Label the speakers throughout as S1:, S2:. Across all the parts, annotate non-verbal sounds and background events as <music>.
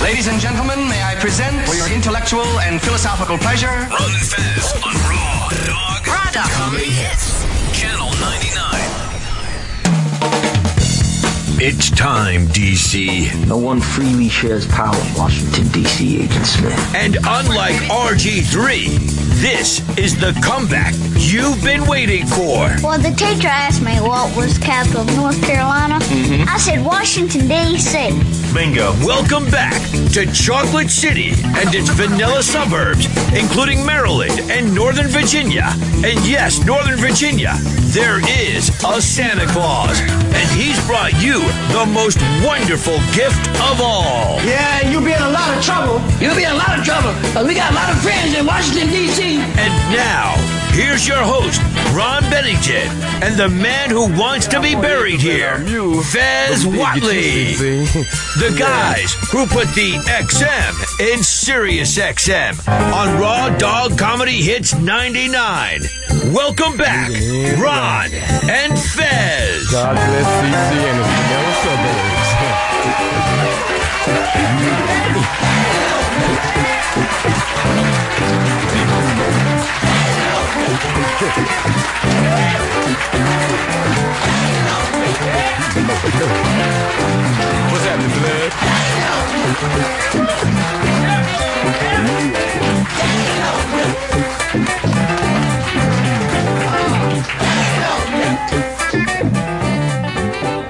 S1: Ladies and gentlemen, may I present for your intellectual and philosophical pleasure
S2: Run fast on Raw Dog
S3: Raw Dog.
S2: Comedy Hits. Channel 99. It's time, DC.
S4: No one freely shares power in Washington, D.C., Agent Smith.
S2: And unlike RG3, this is the comeback you've been waiting for.
S5: Well, the teacher asked me what was the capital of North Carolina. I said Washington, D.C.
S2: Bingo. Welcome back to Chocolate City and its vanilla suburbs, including Maryland and Northern Virginia. And yes, Northern Virginia, there is a Santa Claus. And he's brought you the most wonderful gift of all.
S6: Yeah, you'll be in a lot of trouble. You'll be in a lot of trouble. But we got a lot of friends in Washington, D.C.
S2: And now, here's your host, Ron Bennington, and the man who wants to be buried here, Fez Watley. The guys who put the XM in Sirius XM on Raw Dog Comedy Hits 99. Welcome back, Ron and Fez.
S7: God bless DC and its vanilla suburbs. What's happening, blood?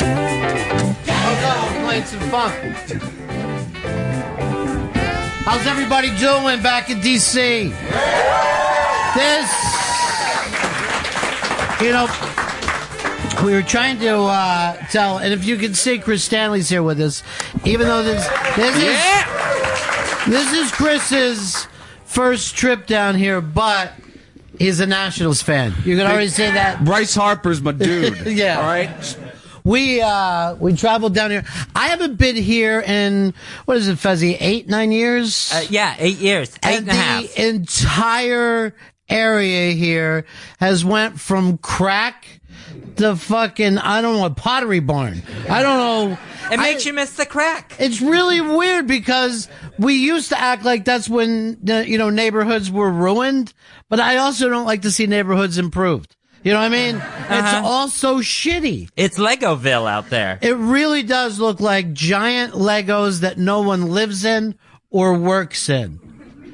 S6: Oh, no, we're playing some funk. How's everybody doing back in D.C.? This, you know, we were trying to uh, tell, and if you can see, Chris Stanley's here with us, even though this this is this is Chris's first trip down here, but he's a Nationals fan. You can already say that
S8: Bryce Harper's my dude.
S6: <laughs> Yeah.
S8: All right.
S6: We uh we traveled down here. I haven't been here in what is it, Fuzzy? Eight, nine years.
S9: Uh, yeah, eight years, eight and a
S6: the
S9: half.
S6: entire area here has went from crack to fucking I don't know a pottery barn. I don't know.
S9: It makes
S6: I-
S9: you miss the crack.
S6: It's really weird because we used to act like that's when the, you know neighborhoods were ruined, but I also don't like to see neighborhoods improved. You know what I mean?
S9: Uh-huh.
S6: It's all so shitty.
S9: It's Legoville out there.
S6: It really does look like giant Legos that no one lives in or works in.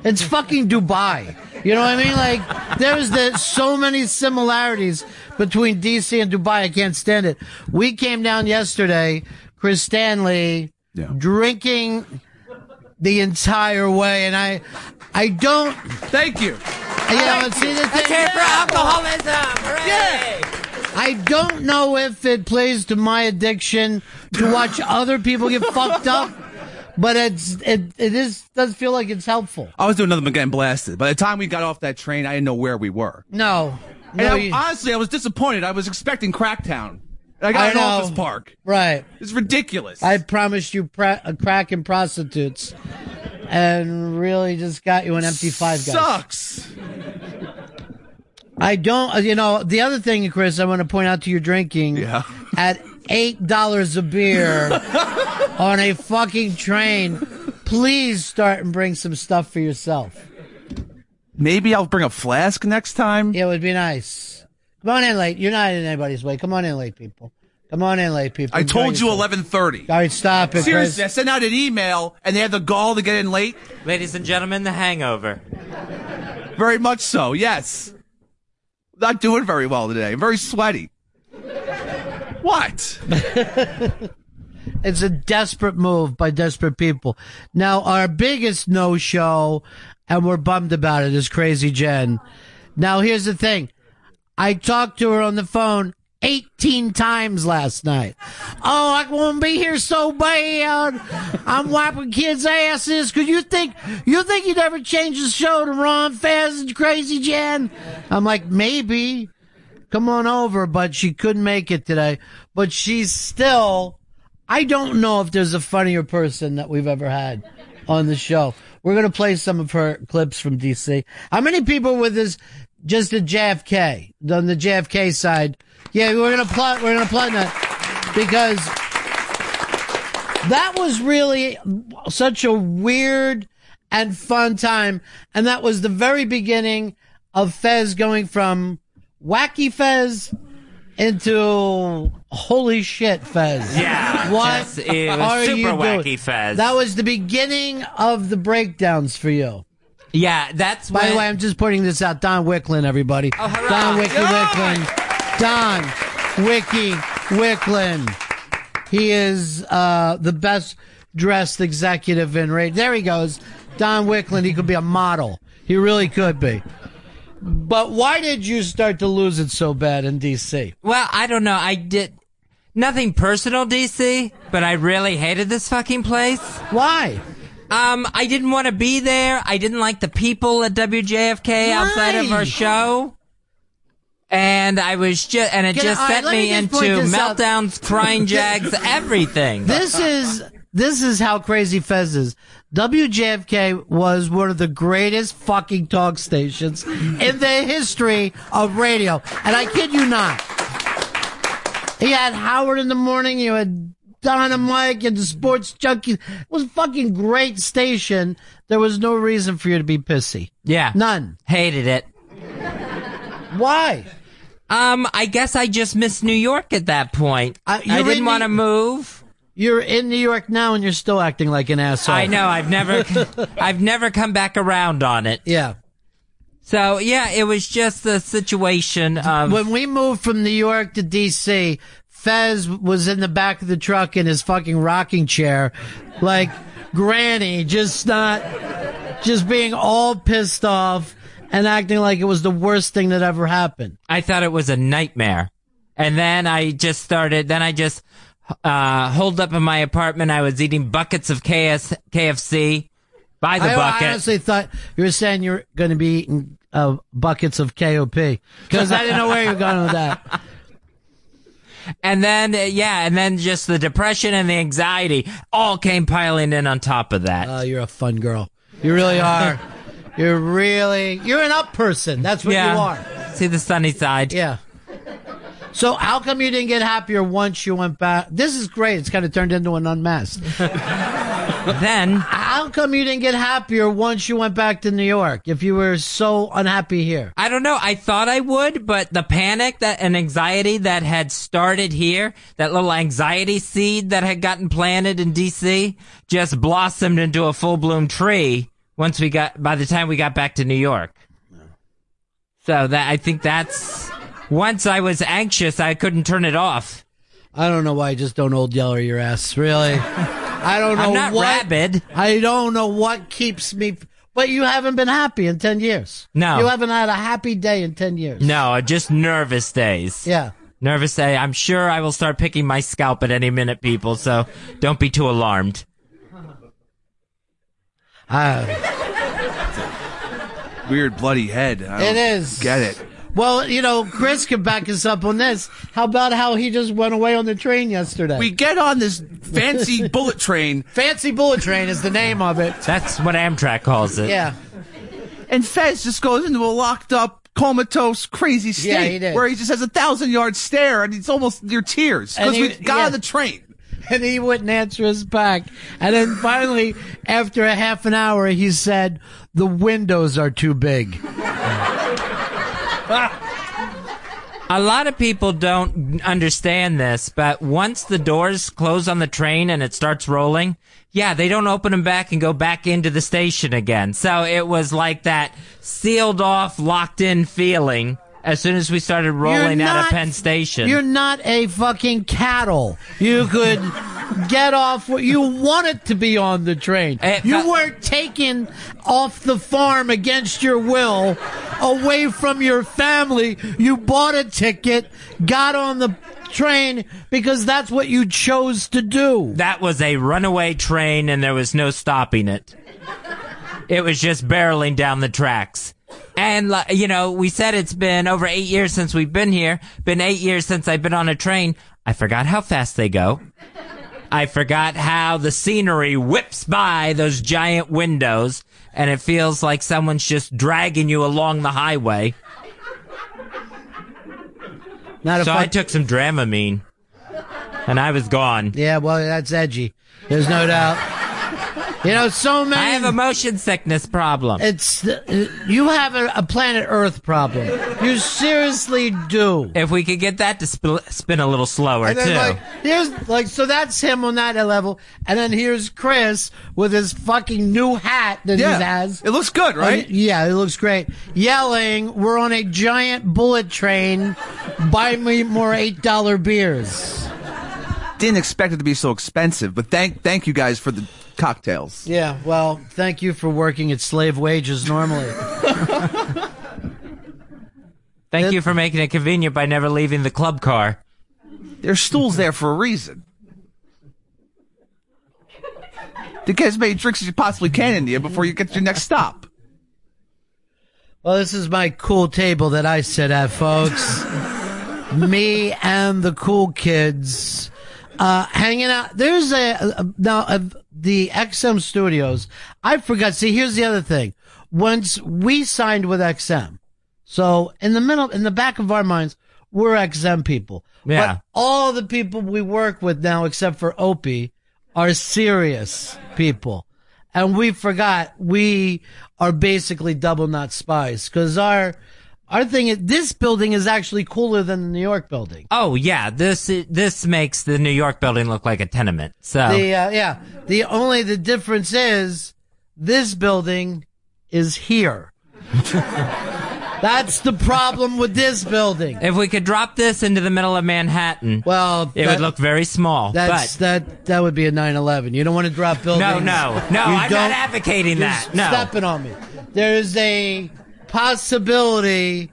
S6: It's fucking Dubai. You know what I mean? Like there's the, so many similarities between DC and Dubai. I can't stand it. We came down yesterday, Chris Stanley
S8: Yeah.
S6: drinking the entire way and I I don't
S8: Thank you.
S6: you know, and see the thing.
S9: Let's hear it for alcoholism. Hooray.
S6: I don't know if it plays to my addiction to
S8: <laughs>
S6: watch other people get fucked up, but it's it it is does feel like it's helpful.
S8: I was doing nothing but getting blasted. By the time we got off that train, I didn't know where we were.
S6: No,
S8: And
S6: no,
S8: I-
S6: you-
S8: honestly, I was disappointed. I was expecting Cracktown. I got
S6: I
S8: an
S6: know.
S8: office park.
S6: right.
S8: It's ridiculous.
S6: I promised you pra- a crack and prostitutes, and really just got you an empty five guys.
S8: Sucks.
S6: I don't, uh, you know, the other thing, Chris, I want to point out to your drinking
S8: Yeah.
S6: at $8 a beer
S8: <laughs>
S6: on a fucking train. Please start and bring some stuff for yourself.
S8: Maybe I'll bring a flask next time.
S6: It would be nice. Come on in late. You're not in anybody's way. Come on in late, people. Come on in late, people.
S8: I
S6: Enjoy
S8: told you
S6: yourself.
S8: 11:30.
S6: All right, stop it,
S8: Seriously, I
S6: Chris.
S8: sent out an email and they had the gall to get in late.
S9: Ladies and gentlemen, the hangover.
S8: Very much so. Yes. Not doing very well today. Very sweaty. What?
S6: <laughs> It's a desperate move by desperate people. Now, our biggest no show, and we're bummed about it, is Crazy Jen. Now, here's the thing. I talked to her on the phone 18 times last night. Oh, I won't be here so bad. I'm wiping kids' asses. Could you think, you think you'd ever change the show to Ron Fez and Crazy Jen? I'm like, maybe. Come on over, but she couldn't make it today. But she's still, I don't know if there's a funnier person that we've ever had on the show. We're going to play some of her clips from DC. How many people with this? Just the JFK on the JFK side. Yeah, we're going to plug, we're going to plug that because that was really such a weird and fun time. And that was the very beginning of Fez going from wacky Fez into holy shit Fez.
S9: Yeah,
S6: What
S9: just- it was
S6: are
S9: super
S6: you doing?
S9: wacky Fez.
S6: That was the beginning of the breakdowns for you.
S9: Yeah, that's
S6: By
S9: when-
S6: the way, I'm just pointing this out. Don Wicklin, everybody.
S9: Oh, hurrah.
S6: Don Wicky
S9: Yeah.
S6: Wicklin. Don Wicky Wicklin. He is uh, the best dressed executive in radio. There he goes. Don Wicklin. He could be a model. He really could be. But why did you start to lose it so bad in D.C.?
S9: Well, I don't know. I did nothing personal, DC, but I really hated this fucking place.
S6: Why?
S9: Um, I didn't want to be there. I didn't like the people at WJFK outside of our
S6: Right.
S9: show. And I was just, and it
S6: Can I-
S9: just
S6: all right,
S9: sent
S6: let me
S9: me
S6: just
S9: into
S6: point this out.
S9: meltdowns,
S6: <laughs>
S9: crying jags, everything.
S6: This is this is how crazy Fez is. WJFK was one of the greatest fucking talk stations in the history of radio, and I kid you not. He had Howard in the morning. You had Don and Mike and the sports junkie. It was a fucking great station. There was no reason for you to be pissy.
S9: yeah.
S6: None.
S9: Hated it.
S6: Why?
S9: Um, I guess I just missed New York at that point.
S6: Uh, you're
S9: I
S6: in
S9: didn't want to
S6: New-
S9: move.
S6: You're in New York now, and you're still acting like an asshole.
S9: I know. I've
S6: <laughs>
S9: never, I've never come back around on it.
S6: Yeah.
S9: So yeah, it was just the situation of
S6: when we moved from New York to DC, Fez was in the back of the truck in his fucking rocking chair, like granny, just not, just being all pissed off and acting like it was the worst thing that ever happened.
S9: I thought it was a nightmare. And then I just started, then I just, uh, holed up in my apartment. I was eating buckets of KS, KFC by the
S6: I,
S9: bucket.
S6: I honestly thought you were saying you're going to be eating uh, buckets of KOP because I didn't know where you were going with that.
S9: and then, uh, yeah, and then just the depression and the anxiety all came piling in on top of that.
S6: Oh, you're a fun girl. You really are. You're really, you're an up person. That's what
S9: yeah.
S6: you are.
S9: See the sunny side.
S6: Yeah. So how come you didn't get happier once you went back? This is great. It's kind of turned into an unmasked.
S9: <laughs> Then,
S6: How come you didn't get happier once you went back to New York if you were so unhappy here?
S9: I don't know. I thought I would, but the panic that and anxiety that had started here, that little anxiety seed that had gotten planted in DC, just blossomed into a full bloom tree once we got by the time we got back to New York. So that I think that's once I was anxious, I couldn't turn it off.
S6: I don't know why I just don't old yeller your ass. Really? I don't know
S9: I'm not
S6: what
S9: rabid.
S6: I don't know what keeps me but you haven't been happy in 10 years.
S9: No.
S6: You haven't had a happy day in 10 years.
S9: <laughs> No, just nervous days.
S6: Yeah.
S9: Nervous day. I'm sure I will start picking my scalp at any minute, people. So don't be too alarmed.
S6: Uh,
S8: Weird bloody head. I
S6: It
S8: don't
S6: is.
S8: Get it.
S6: Well, you know, Chris can back us up on this. How about how he just went away on the train yesterday?
S8: We get on this fancy bullet train,
S6: Fancy Bullet Train is the name of it.
S9: That's what Amtrak calls it.
S6: <laughs> Yeah.
S8: and Fez just goes into a locked up, comatose, crazy state
S6: Yeah, he did.
S8: where he just has a thousand yard stare, and it's almost your tears
S6: And
S8: because
S6: he-
S8: we got
S6: yeah.
S8: on the train.
S6: And he wouldn't answer us back. And then finally, after a half an hour, he said, the windows are too big.
S9: A lot of people don't understand this, but once the doors close on the train and it starts rolling, yeah, they don't open them back and go back into the station again. So it was like that sealed off, locked in feeling as soon as we started rolling
S6: You're
S9: out
S6: not-
S9: of Penn Station.
S6: You're not a fucking cattle. You could get off what you wanted to be on the train.
S9: Eh,
S6: you
S9: but-
S6: weren't taken off the farm against your will, away from your family. You bought a ticket, got on the train because that's what you chose to do.
S9: that was a runaway train and there was no stopping it. It was just barreling down the tracks. And, li- you know, we said it's been over eight years since we've been here, been eight years since I've been on a train. I forgot how fast they go. I forgot how the scenery whips by those giant windows and it feels like someone's just dragging you along the highway.
S6: Not a
S9: So I
S6: fuck-
S9: took some Dramamine and I was gone.
S6: yeah, well, that's edgy. There's no doubt. You know, so many.
S9: I have a motion sickness problem.
S6: it's you have a, a planet Earth problem. You seriously do.
S9: If we could get that to sp- spin a little slower
S6: And
S9: too.
S6: then like here's like so that's him on that level, and then here's Chris with his fucking new hat that
S8: Yeah.
S6: he has.
S8: It looks good, right?
S6: And- yeah, it looks great. Yelling, "We're on a giant bullet train. Buy me more eight dollar beers."
S8: Didn't expect it to be so expensive, but thank thank you guys for the cocktails.
S6: Yeah, well, thank you for working at slave wages normally.
S9: Thank you for making it convenient by never leaving the club car.
S8: There's stools there for a reason. To get as many drinks as you possibly can in you before you get to your next stop.
S6: Well, this is my cool table that I sit at, folks. Me and the cool kids uh, hanging out. There's a, a now of the XM Studios. I forgot. See, here's the other thing. Once we signed with XM, so in the middle, in the back of our minds, we're XM people.
S9: Yeah.
S6: But all the people we work with now, except for Opie, are serious people. And we forgot we are basically double knot spies because our, our thing is this building is actually cooler than the New York building.
S9: Oh yeah, this this makes the New York building look like a tenement. So
S6: The, uh, yeah. The only, the difference is this building is here. <laughs> That's the problem with this building.
S9: if we could drop this into the middle of Manhattan,
S6: Well,
S9: it
S6: that-
S9: would look very small.
S6: That's
S9: but
S6: that. That would be a 9/11. You don't want to drop buildings.
S9: no, no, no,
S6: You
S9: I'm
S6: don't-
S9: not advocating
S6: you're
S9: that. No,
S6: stepping on me. There's a possibility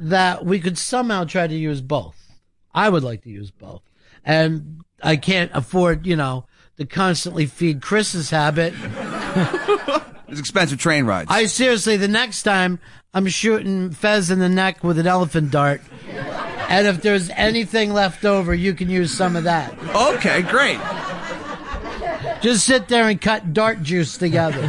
S6: that we could somehow try to use both. I would like to use both, and I can't afford, you know, to constantly feed Chris's habit.
S8: It's expensive train rides.
S6: I seriously, the next time I'm shooting Fez in the neck with an elephant dart, and if there's anything left over, you can use some of that.
S8: okay, great.
S6: Just sit there and cut dart juice together.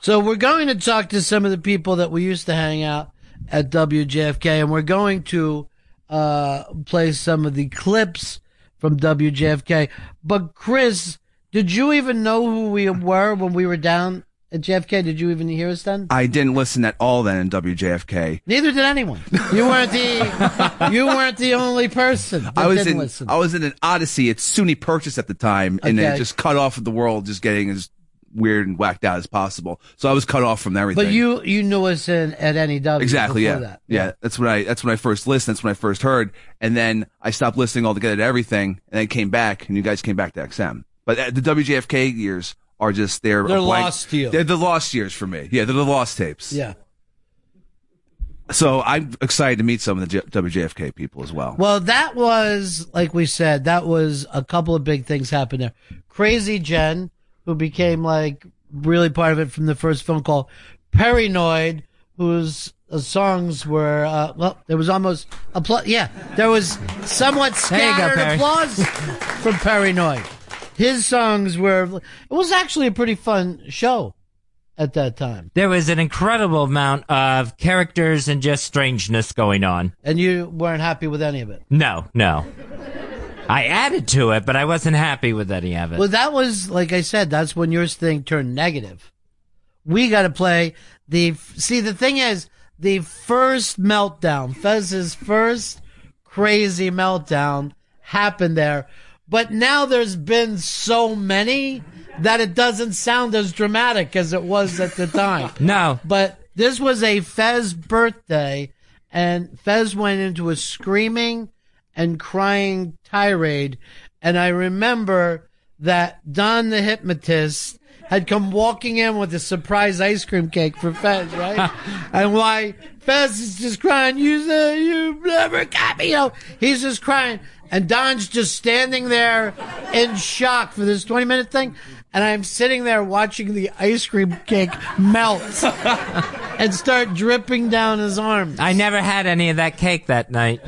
S6: so we're going to talk to some of the people that we used to hang out at WJFK, and we're going to uh, play some of the clips from WJFK. But Chris, did you even know who we were when we were down at JFK? Did you even hear us then?
S8: I didn't listen at all then in WJFK.
S6: Neither did anyone. You weren't the
S8: <laughs>
S6: you weren't the only person. That
S8: I was
S6: didn't
S8: in
S6: listen.
S8: I was in an Odyssey at SUNY Purchase at the time, and
S6: Okay.
S8: it just cut off of the world, just getting as weird and whacked out as possible. So I was cut off from everything.
S6: but you you knew us in, at NEW
S8: exactly yeah.
S6: before that.
S8: yeah that's when I that's when I first listened. That's when I first heard, and then I stopped listening altogether to everything, and then came back, and you guys came back to XM. But uh, the WJFK years are just they're a
S6: They're
S8: blank-
S6: lost to you.
S8: They're the lost years for me. Yeah, they're the lost tapes.
S6: Yeah.
S8: So I'm excited to meet some of the J- WJFK people as well.
S6: Well, that was, like we said, that was a couple of big things happened there. Crazy Jen, who became like really part of it from the first phone call. Paranoid, whose uh, songs were, uh, well, there was almost applause. Yeah, there was somewhat
S9: There you go,
S6: scattered
S9: Perry. <laughs>
S6: applause from Paranoid. His songs were, it was actually a pretty fun show at that time.
S9: there was an incredible amount of characters and just strangeness going on.
S6: And you weren't happy with any of it.
S9: No, no. I added to it, but I wasn't happy with any of it.
S6: Well, that was like I said. That's when your thing turned negative. We got to play the. See, the thing is, the first meltdown, Fez's first crazy meltdown, happened there. But now there's been so many that it doesn't sound as dramatic as it was at the time.
S9: no,
S6: But this was a Fez birthday, and Fez went into a screaming and crying tirade. And I remember that Don the hypnotist had come walking in with a surprise ice cream cake for Fez, right? and why Fez is just crying, you say you never got me. You know, he's just crying. And Don's just standing there in shock for this 20 minute thing. And I'm sitting there watching the ice cream cake melt <laughs> and start dripping down his arm.
S9: I never had any of that cake that night.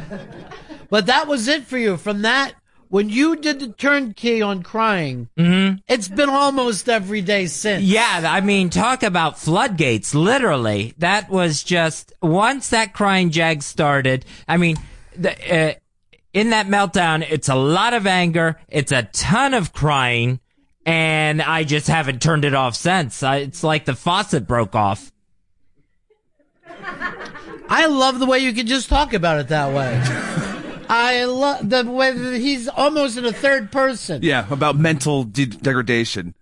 S6: But that was it for you. From that, when you did the turnkey on crying,
S9: Mm-hmm.
S6: it's been almost every day since.
S9: Yeah, I mean, talk about floodgates, literally. That was just, once that crying jag started, I mean, the, uh, in that meltdown, it's a lot of anger, it's a ton of crying, and I just haven't turned it off since. I, it's like the faucet broke off.
S6: I love the way you can just talk about it that way. I love the way that he's almost in a third person.
S8: Yeah, about mental de- degradation.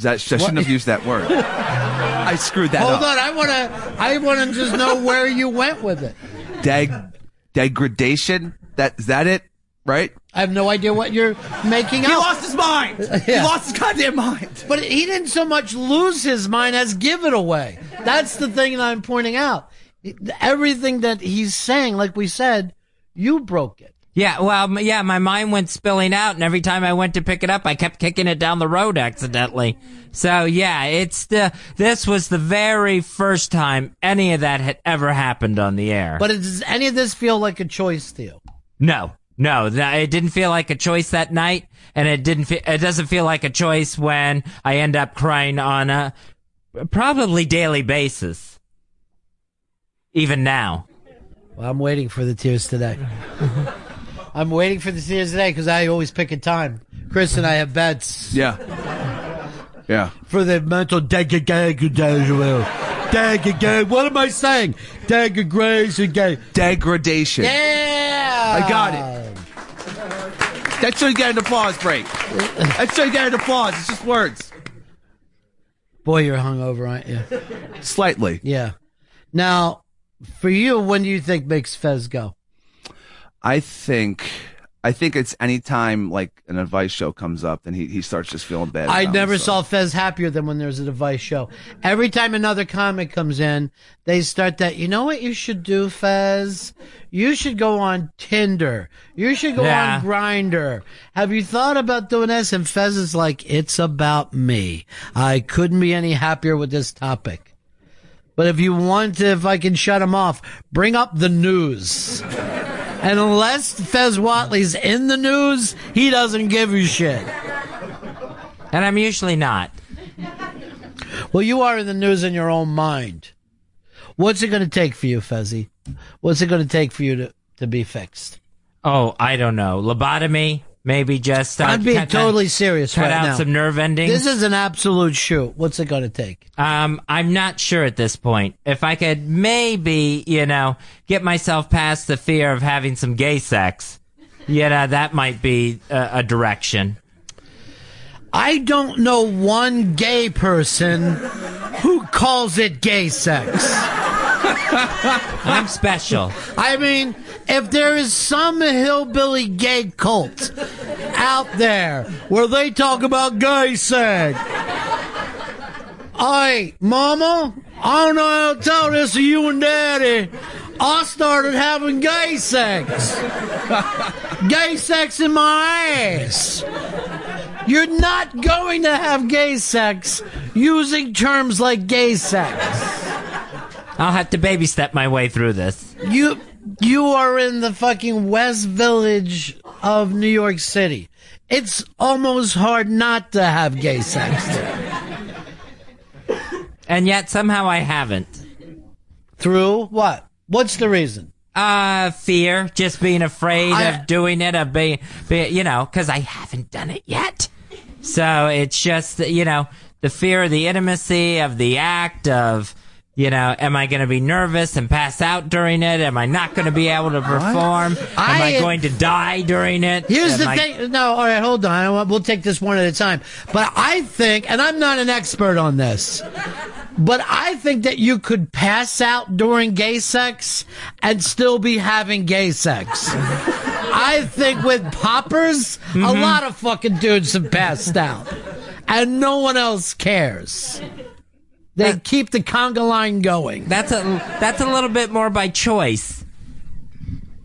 S8: That, I shouldn't have used that uh, word. I screwed that
S6: Hold
S8: up.
S6: on, I want to. I want to just know where you went with it.
S8: Dag- degradation? That, is that it? Right?
S6: I have no idea what you're making out.
S8: his
S6: <laughs>
S8: mind.
S6: Yeah.
S8: his goddamn mind.
S6: But he didn't so much lose his mind as give it away. That's the thing that I'm pointing out. Everything that he's saying, like we said, you broke it.
S9: Yeah, well, m- yeah, my mind went spilling out, and every time I went to pick it up, I kept kicking it down the road accidentally. So yeah, it's the this was the very first time any of that had ever happened on the air.
S6: But does any of this feel like a choice to you?
S9: no, no, th- it didn't feel like a choice that night, and it didn't. Fe- it doesn't feel like a choice when I end up crying on a probably daily basis, even now.
S6: Well, I'm waiting for the tears today. I'm waiting for the tears today because I always pick a time. Chris and I have bets
S8: Yeah. Yeah.
S6: for the mental degradation. Degradation. What am I saying? Degradation.
S8: Degradation.
S6: Yeah.
S8: I got it. That should get an applause break. That should get an applause. It's just words.
S6: Boy, you're hungover, aren't you?
S8: Slightly.
S6: Yeah. Now, for you, when do you think makes Fez go?
S8: I think I think it's any time like an advice show comes up, then he, he starts just feeling bad.
S6: I
S8: about
S6: never
S8: himself.
S6: saw Fez happier than when there's a device show. Every time another comic comes in, they start that, you know what you should do, Fez? You should go on Tinder. You should go
S9: Yeah.
S6: on Grinder. Have you thought about doing this? And Fez is like, it's about me. I couldn't be any happier with this topic. But if you want to, if I can shut him off, bring up the news. And unless Fez Watley's in the news, he doesn't give a shit.
S9: And I'm usually not.
S6: Well, you are in the news in your own mind. What's it going to take for you, Fezzi? What's it going to take for you to, to be fixed?
S9: Oh, I don't know. Lobotomy, maybe just. Uh,
S6: I'm being
S9: cut-
S6: totally serious
S9: cut
S6: right
S9: out
S6: now.
S9: some nerve endings.
S6: This is an absolute shoot. What's it going to take?
S9: um, I'm not sure at this point. If I could maybe, you know, get myself past the fear of having some gay sex, you know, that might be a, a direction.
S6: I don't know one gay person who calls it gay sex.
S9: I'm special.
S6: I mean, if there is some hillbilly gay cult out there where they talk about gay sex, I, mama, I don't know how to tell this to you and daddy. I started having gay sex. gay sex in my ass. You're not going to have gay sex using terms like gay sex.
S9: I'll have to baby step my way through this.
S6: You you are in the fucking West Village of New York City. It's almost hard not to have gay sex there.
S9: And yet somehow I haven't.
S6: through what? What's the reason?
S9: Uh, fear, just being afraid
S6: I-
S9: of doing it, of being, be, you know, because I haven't done it yet. So it's just, that, you know, the fear of the intimacy of the act of, you know, am I going to be nervous and pass out during it? Am I not going to be able to perform? am I
S6: I-
S9: going to die during it?
S6: Here's
S9: Am
S6: the
S9: I-
S6: thing. No, all right, hold on. I want- We'll take this one at a time. But I think, and I'm not an expert on this, but I think that you could pass out during gay sex and still be having gay sex. I think with poppers, a lot of fucking dudes have passed out, and no one else cares. They keep the conga line going.
S9: That's a, that's a little bit more by choice.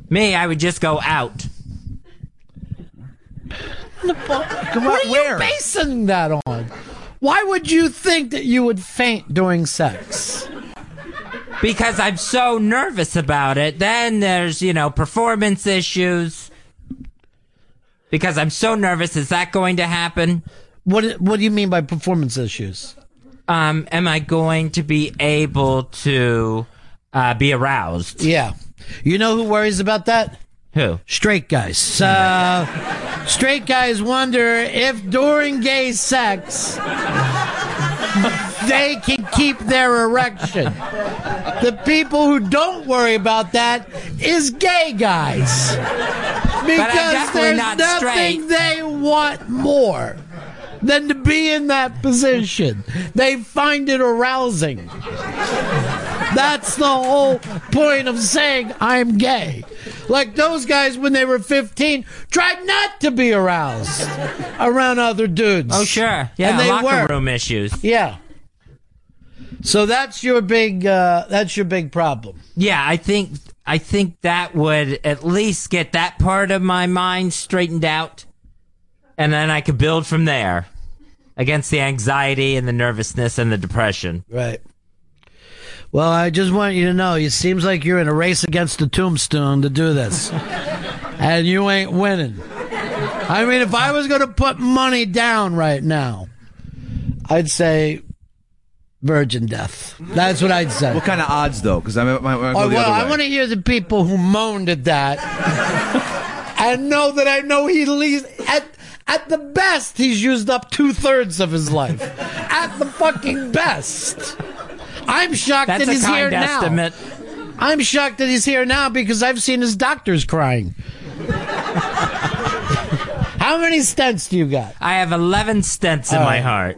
S9: Me, I would just go out.
S6: What are you basing that on? Why would you think that you would faint during sex?
S9: because I'm so nervous about it. Then there's, you know, performance issues. Because I'm so nervous, is that going to happen?
S6: What What do you mean by performance issues?
S9: Um, am I going to be able to uh, be aroused?
S6: Yeah, you know who worries about that?
S9: Who?
S6: straight guys. Uh, straight guys wonder if during gay sex they can keep their erection. The people who don't worry about that is gay guys. Because
S9: definitely
S6: there's
S9: not
S6: nothing
S9: straight.
S6: they want more than to be in that position. They find it arousing. That's the whole point of saying I'm gay. Like those guys when they were 15 tried not to be aroused around other dudes.
S9: Oh, sure. Yeah,
S6: And they
S9: locker
S6: were.
S9: room issues.
S6: Yeah. So that's your big uh, that's your big problem.
S9: Yeah, I think I think that would at least get that part of my mind straightened out, and then I could build from there against the anxiety and the nervousness and the depression.
S6: Right. Well, I just want you to know it seems like you're in a race against the tombstone to do this. and you ain't winning. I mean, if I was going to put money down right now, I'd say virgin death. That's what I'd say.
S8: What kind of odds though? Because I'm, I'm, I'm
S6: Oh,
S8: the
S6: well,
S8: other
S6: I
S8: way.
S6: want to hear the people who moaned at
S8: <laughs>
S6: that and know that I know he leaves at at the best he's used up two thirds of his life. at the fucking best. I'm shocked
S9: That's
S6: that
S9: a
S6: he's
S9: kind
S6: here now.
S9: estimate.
S6: I'm shocked that he's here now because I've seen his doctors crying. How many stents do you got?
S9: I have eleven stents in my heart.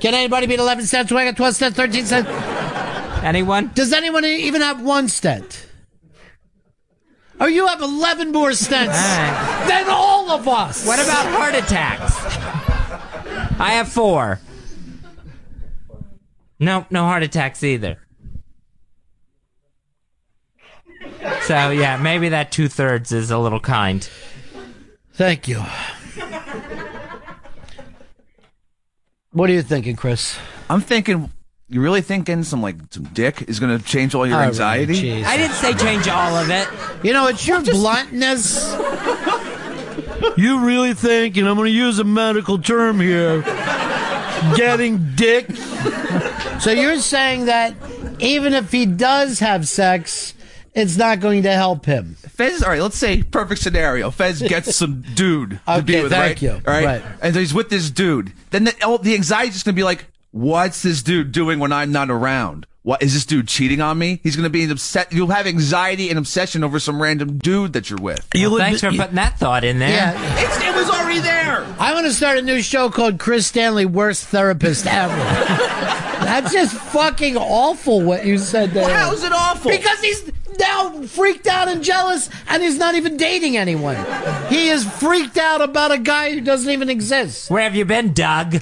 S6: Can anybody beat 11 stents? Well, I got 12 stents, 13 stents.
S9: Anyone?
S6: Does anyone even have one stent? Oh, you have 11 more stents
S9: Alright.
S6: than all of us.
S9: What about heart attacks? I have four. No, no heart attacks either. So yeah, maybe that two thirds is a little kind.
S6: Thank you. What are you thinking, Chris?
S8: I'm thinking. You really thinking some like some dick is going to change all your
S6: Oh,
S8: anxiety?
S6: jeez.
S9: I didn't say change all of it.
S6: You know, it's your bluntness. you really think, and I'm going to use a medical term here, getting dick. so you're saying that even if he does have sex, it's not going to help him.
S8: Fez, all right, let's say perfect scenario. Fez gets
S9: <laughs>
S8: some dude to be
S6: Okay,
S8: with,
S6: thank
S8: right?
S6: you.
S8: All right?
S6: Right.
S8: and so he's with this dude. Then the, oh, the anxiety's just going to be like, what's this dude doing when I'm not around? What is this dude cheating on me? He's going to be upset. You'll have anxiety and obsession over some random dude that you're with.
S9: You Thanks for putting that thought in there.
S6: Yeah.
S8: It's, it was already there.
S6: I'm going to start a new show called Chris Stanley Worst Therapist Ever. That's just fucking awful what you said there.
S8: How is it awful?
S6: Because he's now freaked out and jealous and he's not even dating anyone. He is freaked out about a guy who doesn't even exist.
S9: Where have you been, Doug?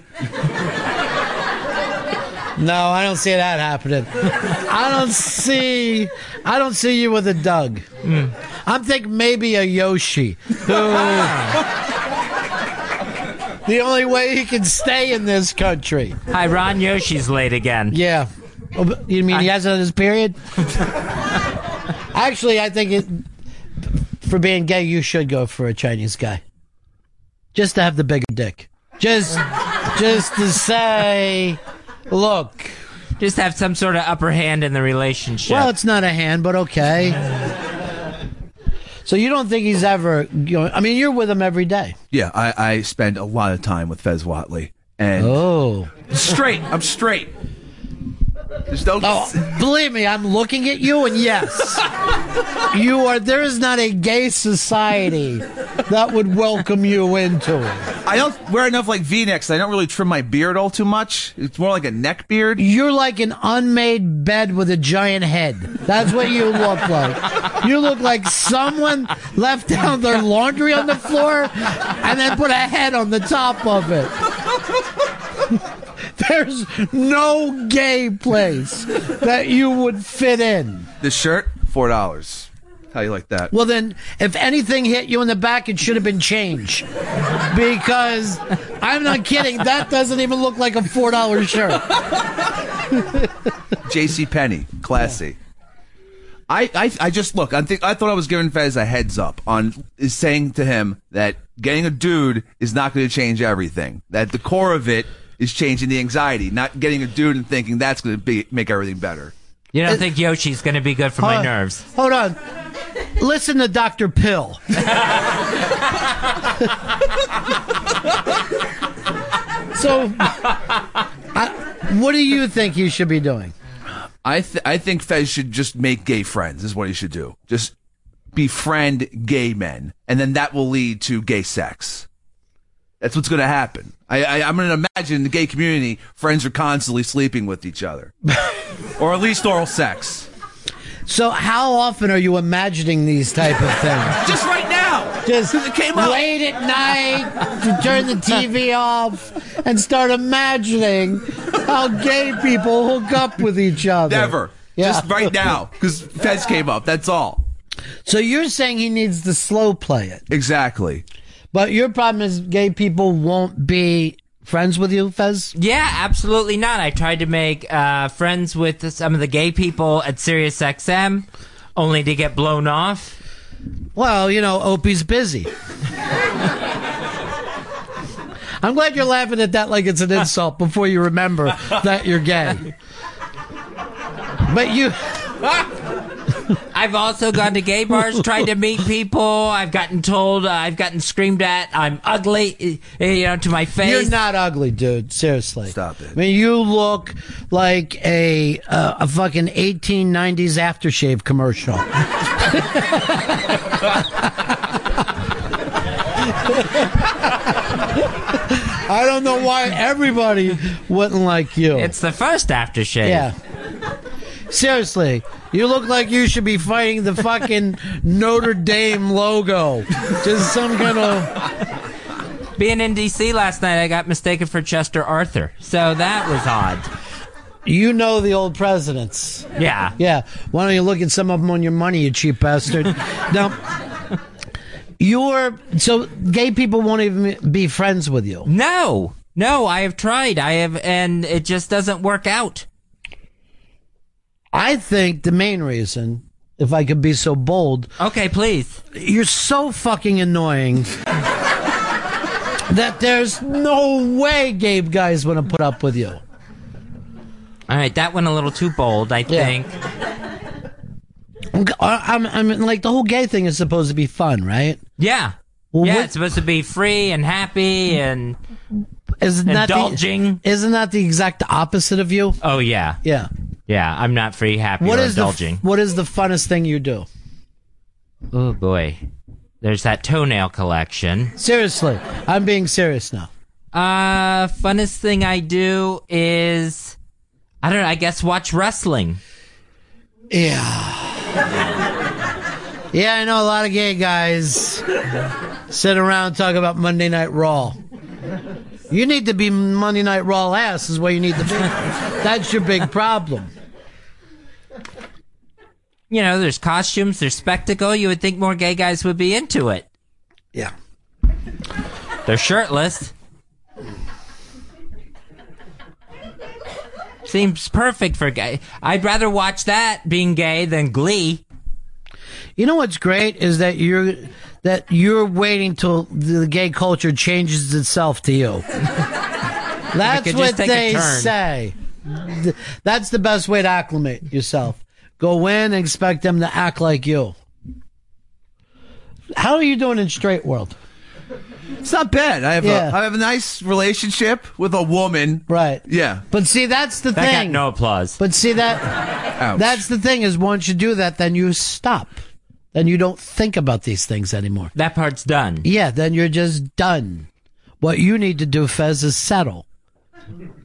S6: No, I don't see that happening. I don't see I don't see you with a Doug.
S9: Hmm.
S6: I'm thinking maybe
S9: <laughs>
S6: a Yoshi. who- the only way he can stay in this country.
S9: Hi, Ron Yoshi's late again.
S6: Yeah. Oh, but You mean he hasn't had
S9: <laughs>
S6: his period? Actually, I think it, for being gay, you should go for a Chinese guy. Just to have the bigger dick. Just, just to say, look.
S9: Just have some sort of upper hand in the relationship.
S6: Well, it's not a hand, but okay. So you don't think he's ever? You know, I mean, you're with him every day.
S8: Yeah, I, I spend a lot of time with Fez Watley. And
S6: Oh.
S8: straight. I'm straight. There's no.
S6: Oh, believe me, I'm looking at you, and yes, you are. There is not a gay society that would welcome you into it.
S8: I don't wear enough like V-necks. I don't really trim my beard all too much. It's more like a neck beard.
S6: You're like an unmade bed with a giant head. That's what you look like. You look like someone left down their laundry on the floor and then put a head on the top of it. <laughs> There's no gay place that you would fit in.
S8: This shirt, four dollars. How you like that?
S6: Well, then, if anything hit you in the back, it should have been change. Because I'm not kidding, that doesn't even look like a $4 shirt.
S8: J.C. Penney, classy. I, I I just look. I think I thought I was giving Fez a heads up on is saying to him that getting a dude is not going to change everything. That the core of it is changing the anxiety, not getting a dude and thinking that's going to be make everything better.
S9: you don't think Yoshi's going to be good for my
S6: Uh, Hold-
S9: nerves?
S6: Hold on. Listen to Dr. Pill. so, I, what do you think you should be doing?
S8: I th- I think Fez should just make gay friends. Is what he should do. Just befriend gay men, and then that will lead to gay sex. That's what's going to happen. I, I I'm going to imagine in the gay community, friends are constantly sleeping with each other, or at least oral sex.
S6: So, how often are you imagining these type of things?
S8: Just right now.
S6: Just
S8: It came up.
S6: late at night, to turn the TV off, and start imagining how gay people hook up with each other.
S8: Never.
S6: Yeah.
S8: Just right now, because Fez came up. That's all.
S6: So you're saying he needs to slow play it,
S8: Exactly.
S6: but your problem is gay people won't be friends with you, Fez.
S9: Yeah, absolutely not. I tried to make uh, friends with some of the gay people at SiriusXM, only to get blown off.
S6: Well, you know, Opie's busy. I'm glad you're laughing at that like it's an insult before you remember that you're <laughs> gay. But you,
S9: <laughs> I've also gone to gay bars, tried to meet people. I've gotten told, uh, I've gotten screamed at, I'm ugly, eh, you know, to my face.
S6: you're not ugly, dude. Seriously,
S8: Stop it.
S6: I mean, you look like a uh, a fucking 1890s aftershave commercial. <laughs> I don't know why everybody wouldn't like you.
S9: It's the first aftershave.
S6: Yeah. Seriously, you look like you should be fighting the fucking Notre Dame logo. Just some kind of.
S9: Being in D.C. last night, I got mistaken for Chester Arthur. So that was odd.
S6: You know the old presidents.
S9: Yeah.
S6: Yeah. Why don't you look at some of them on your money, you
S9: <laughs>
S6: cheap bastard? now, you're. So, gay people won't even be friends with you.
S9: No, no, I have tried. I have, and it just doesn't work out.
S6: I think the main reason, if I could be so bold,
S9: Okay, please.
S6: you're so fucking annoying that there's no way Gabe guys want to put up with you.
S9: All right, that went a little too bold, I think.
S6: I'm, uh, I'm, I'm- like the whole gay thing is supposed to be fun, right?
S9: Yeah.
S6: Well,
S9: yeah,
S6: what-
S9: it's supposed to be free and happy and
S6: Isn't that
S9: indulging.
S6: The, isn't that the exact opposite of you?
S9: oh yeah,
S6: Yeah.
S9: yeah. I'm not free, happy,
S6: What
S9: or
S6: is
S9: indulging.
S6: the what is the funnest thing you do?
S9: oh boy, there's that toenail collection.
S6: Seriously, I'm being serious now.
S9: Uh, funnest thing I do is, I don't know. I guess watch wrestling.
S6: Yeah. yeah, I know a lot of gay guys sit around and talk about Monday Night Raw. You need to be Monday Night Raw ass is what you need to be. That's your big problem.
S9: You know, there's costumes, there's spectacle. You would think more gay guys would be into it.
S6: Yeah.
S9: They're shirtless. Seems perfect for gay. I'd rather watch that being gay than Glee.
S6: You know what's great is that you're that you're waiting till the gay culture changes itself
S9: <laughs>
S6: to you. That's
S9: could just
S6: what
S9: take a
S6: they
S9: turn.
S6: say. Th- That's the best way to acclimate yourself. Go in and expect them to act like you. How are you doing in straight world?
S8: It's not bad. I have
S6: Yeah.
S8: a I have a nice relationship with a woman.
S6: Right.
S8: Yeah.
S6: But see, that's the
S9: That got
S6: thing.
S9: no applause.
S6: But see that
S8: Ouch.
S6: that's the thing is once you do that, then you stop. Then you don't think about these things anymore.
S9: That part's done.
S6: Yeah, then you're just done. What you need to do, Fez, is settle.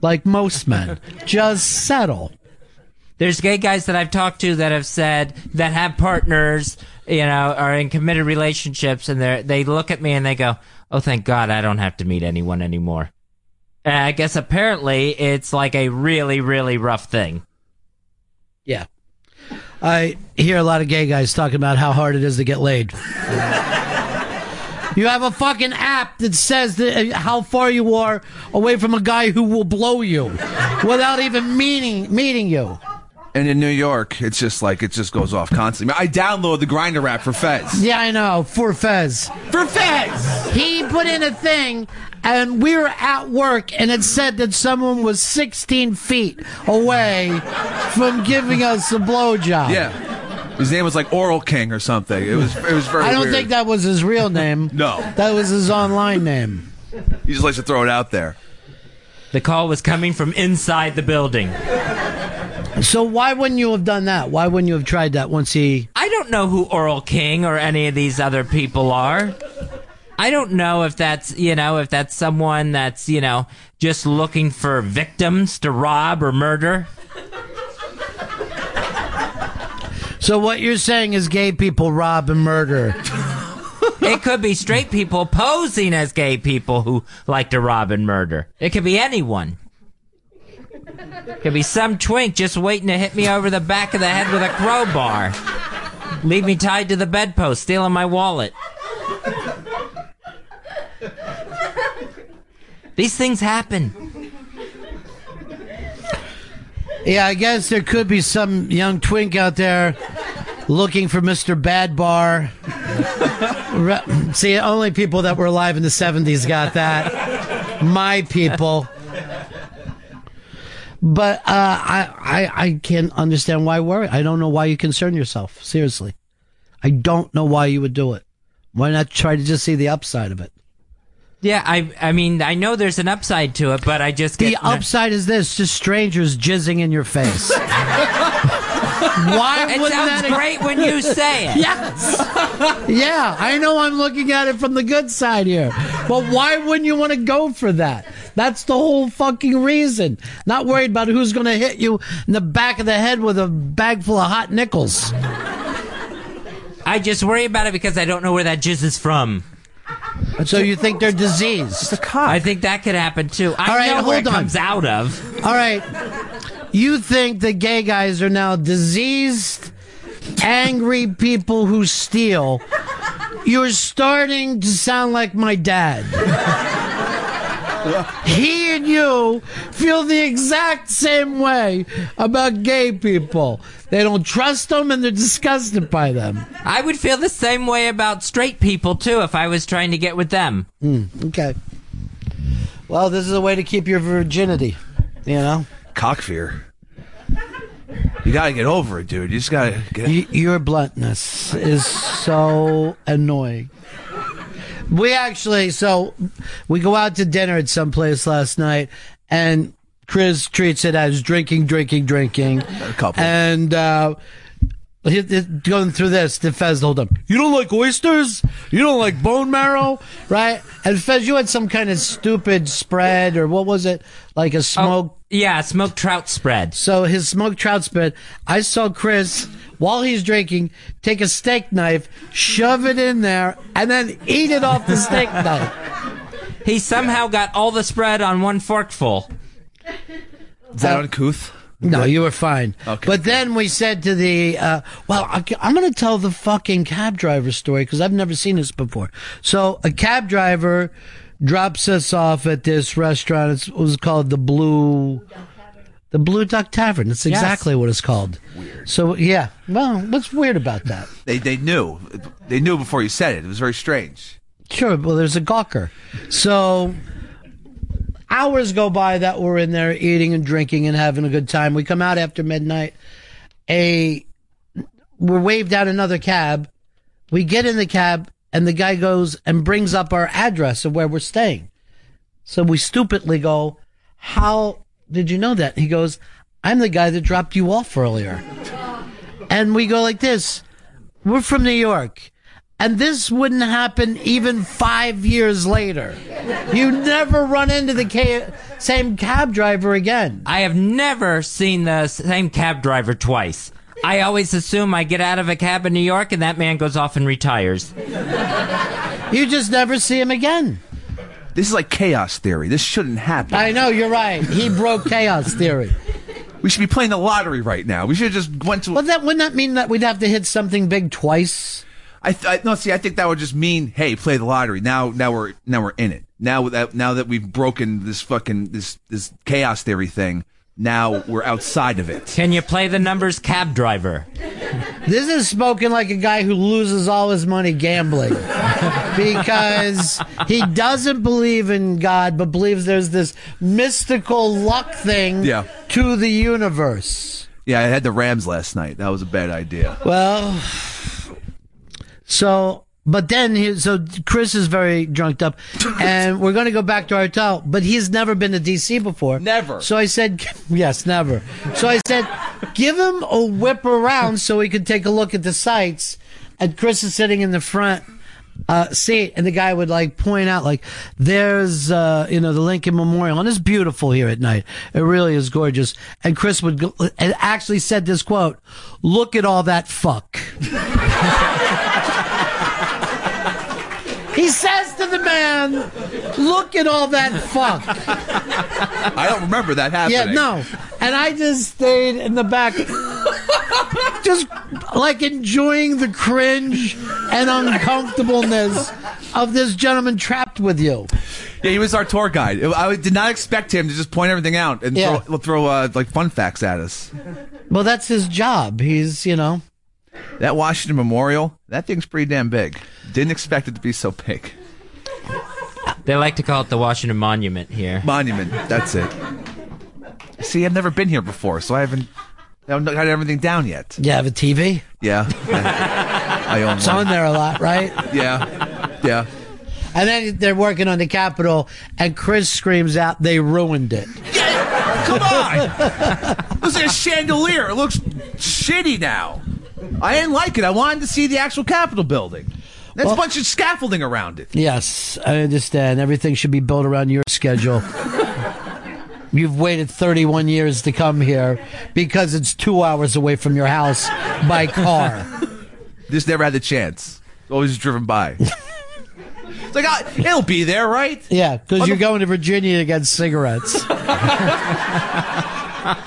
S6: Like most men, just settle.
S9: There's gay guys that I've talked to that have said that have partners, you know, are in committed relationships, and they they look at me and they go, "Oh, thank God, I don't have to meet anyone anymore." And I guess apparently it's like a really really rough thing.
S6: Yeah. I hear a lot of gay guys talking about how hard it is to get laid. you have a fucking app that says that, uh, how far you are away from a guy who will blow you without even meeting meeting you.
S8: And in New York, it's just like it just goes off constantly. I download the grinder app for Fez.
S6: Yeah, I know. For Fez.
S8: For Fez.
S6: he put in a thing and we were at work and it said that someone was 16 feet away from giving us a blowjob.
S8: Yeah. His name was like Oral King or something. It was it was very.
S6: I don't
S8: weird.
S6: think that was his real name.
S8: No.
S6: That was his online name.
S8: He just likes to throw it out there.
S9: The call was coming from inside the building.
S6: So why wouldn't you have done that? Why wouldn't you have tried that once he.
S9: I don't know who Oral King or any of these other people are. I don't know if that's, you know, if that's someone that's, you know, just looking for victims to rob or murder.
S6: So what you're saying is gay people rob and murder.
S9: It could be straight people posing as gay people who like to rob and murder. It could be anyone. Could be some twink just waiting to hit me over the back of the head with a crowbar. Leave me tied to the bedpost, stealing my wallet. These things happen.
S6: Yeah, I guess there could be some young twink out there looking for Mr. Bad Bar. Re- See, only people that were alive in the 70s got that. My people. But uh, I, I, I can't understand why worry. I don't know why you concern yourself. Seriously. I don't know why you would do it. Why not try to just see the upside of it?
S9: Yeah, I I mean, I know there's an upside to it, but I just get
S6: The upside is this: just strangers jizzing in
S9: <laughs>
S6: your face. Why
S9: It
S6: wouldn't
S9: sounds
S6: that?
S9: great when you say
S6: <laughs>
S8: <laughs>
S9: it.
S6: Yeah, I know I'm looking at it from the good side here, but why wouldn't you want to go for that? That's the whole fucking reason. Not worried about who's going to hit you in the back of the head with a bag full of hot nickels.
S9: I just worry about it because I don't know where that jizz is from.
S6: So you think they're diseased?
S9: I think that could happen too. I
S6: All right,
S9: know where it
S6: hold on.
S9: comes out of.
S6: All right, you think the gay guys are now diseased, angry people who steal? You're starting to sound like my dad. he and you feel the exact same way about gay people. They don't trust them and they're disgusted by them.
S9: I would feel the same way about straight people too if I was trying to get with them.
S6: Hmm, Okay. Well, this is a way to keep your virginity, you know?
S8: Cock fear. You gotta get over it, dude. You just gotta get.
S6: Y- your bluntness is so annoying. We actually, so we go out to dinner at some place last night, and Chris treats it as drinking, drinking, drinking. A
S8: couple.
S6: And uh, he- he- going through this, the Fez hold up. You don't like oysters? You don't like bone marrow, right? And Fez, you had some kind of stupid spread, or what was it? Like a smoked
S9: Yeah, smoked trout spread.
S6: so his smoked trout spread. I saw Chris while he's drinking take a steak knife, shove it in there, and then eat it off the steak knife.
S9: He somehow got all the spread on one forkful.
S8: Is that uncouth?
S6: No, you were fine.
S8: Okay.
S6: But then we said to the, uh, well, I, am going to tell the fucking cab driver story because I've never seen this before. So a cab driver drops us off at this restaurant. It's, it was called the Blue. The Blue Duck Tavern. That's exactly what it's called. Weird. So yeah. Well, what's weird about that?
S8: They they knew. They knew before you said it. It was very strange.
S6: Sure. Well, there's a gawker. So hours go by that we're in there eating and drinking and having a good time. We come out after midnight. A we're waved out another cab. We get in the cab and the guy goes and brings up our address of where we're staying. So we stupidly go, "How did you know that?" He goes, "I'm the guy that dropped you off earlier." and we go like this. We're from New York. And this wouldn't happen even five years later. You never run into the ca- same cab driver again.
S9: I have never seen the same cab driver twice. I always assume I get out of a cab in New York and that man goes off and retires.
S6: You just never see him again.
S8: This is like chaos theory. This shouldn't happen.
S6: I know, you're right. He broke chaos theory.
S8: we should be playing the lottery right now. We should have just went to.
S6: Well, that wouldn't that mean that we'd have to hit something big twice?
S8: I, th- I no see. I think that would just mean, hey, play the lottery. Now, now we're now we're in it. Now that now that we've broken this fucking this this chaos theory thing, now we're outside of it.
S9: Can you play the numbers cab driver?
S6: This is spoken like a guy who loses all his money gambling because he doesn't believe in God, but believes there's this mystical luck thing
S8: Yeah.
S6: to the universe.
S8: Yeah, I had the Rams last night. That was a bad idea.
S6: Well, so but then he, so Chris is very drunked up, and we're going to go back to our hotel. But he's never been to DC before.
S8: Never.
S6: So I said, <laughs> yes, never. So I said, give him a whip around so he could take a look at the sights. And Chris is sitting in the front uh, seat, and the guy would like point out, like, there's uh, you know the Lincoln Memorial, and it's beautiful here at night. It really is gorgeous. And Chris would go, and actually said this quote: "Look at all that fuck." He says to the man, "Look at all that
S8: <laughs>
S6: fuck."
S8: I don't remember that
S6: Yeah,
S8: happening.
S6: no. And I just stayed in the back, just like enjoying the cringe and uncomfortableness of this gentleman trapped with you.
S8: Yeah, he was our tour guide. It- I did not expect him to just point everything out and
S6: Yeah.
S8: throw, throw uh, like fun facts at us.
S6: Well, that's his job. He's, you know.
S8: That Washington Memorial, that thing's pretty damn big. Didn't expect it to be so big.
S9: They like to call it the Washington Monument here.
S8: Monument, that's it. See, I've never been here before, so I haven't, I haven't got everything down yet.
S6: You have a TV? <laughs>
S8: Yeah. I own
S6: It's on
S8: one.
S6: there a lot, right?
S8: Yeah. Yeah.
S6: And then they're working on the Capitol, and Chris screams out, they ruined it. <laughs>
S8: Come on! <laughs> Looks like a chandelier. It looks shitty now. I didn't like it. I wanted to see the actual Capitol building. That's
S6: Well-
S8: a bunch of scaffolding around it.
S6: Yes, I understand. Everything should be built around your
S8: <laughs>
S6: schedule. You've waited 31 years to come here because it's two hours away from your house
S8: <laughs>
S6: by car.
S8: Just never had the chance. Always driven by. it's like, I, it'll be there, right?
S6: Yeah, because you're going to Virginia to get cigarettes. <laughs>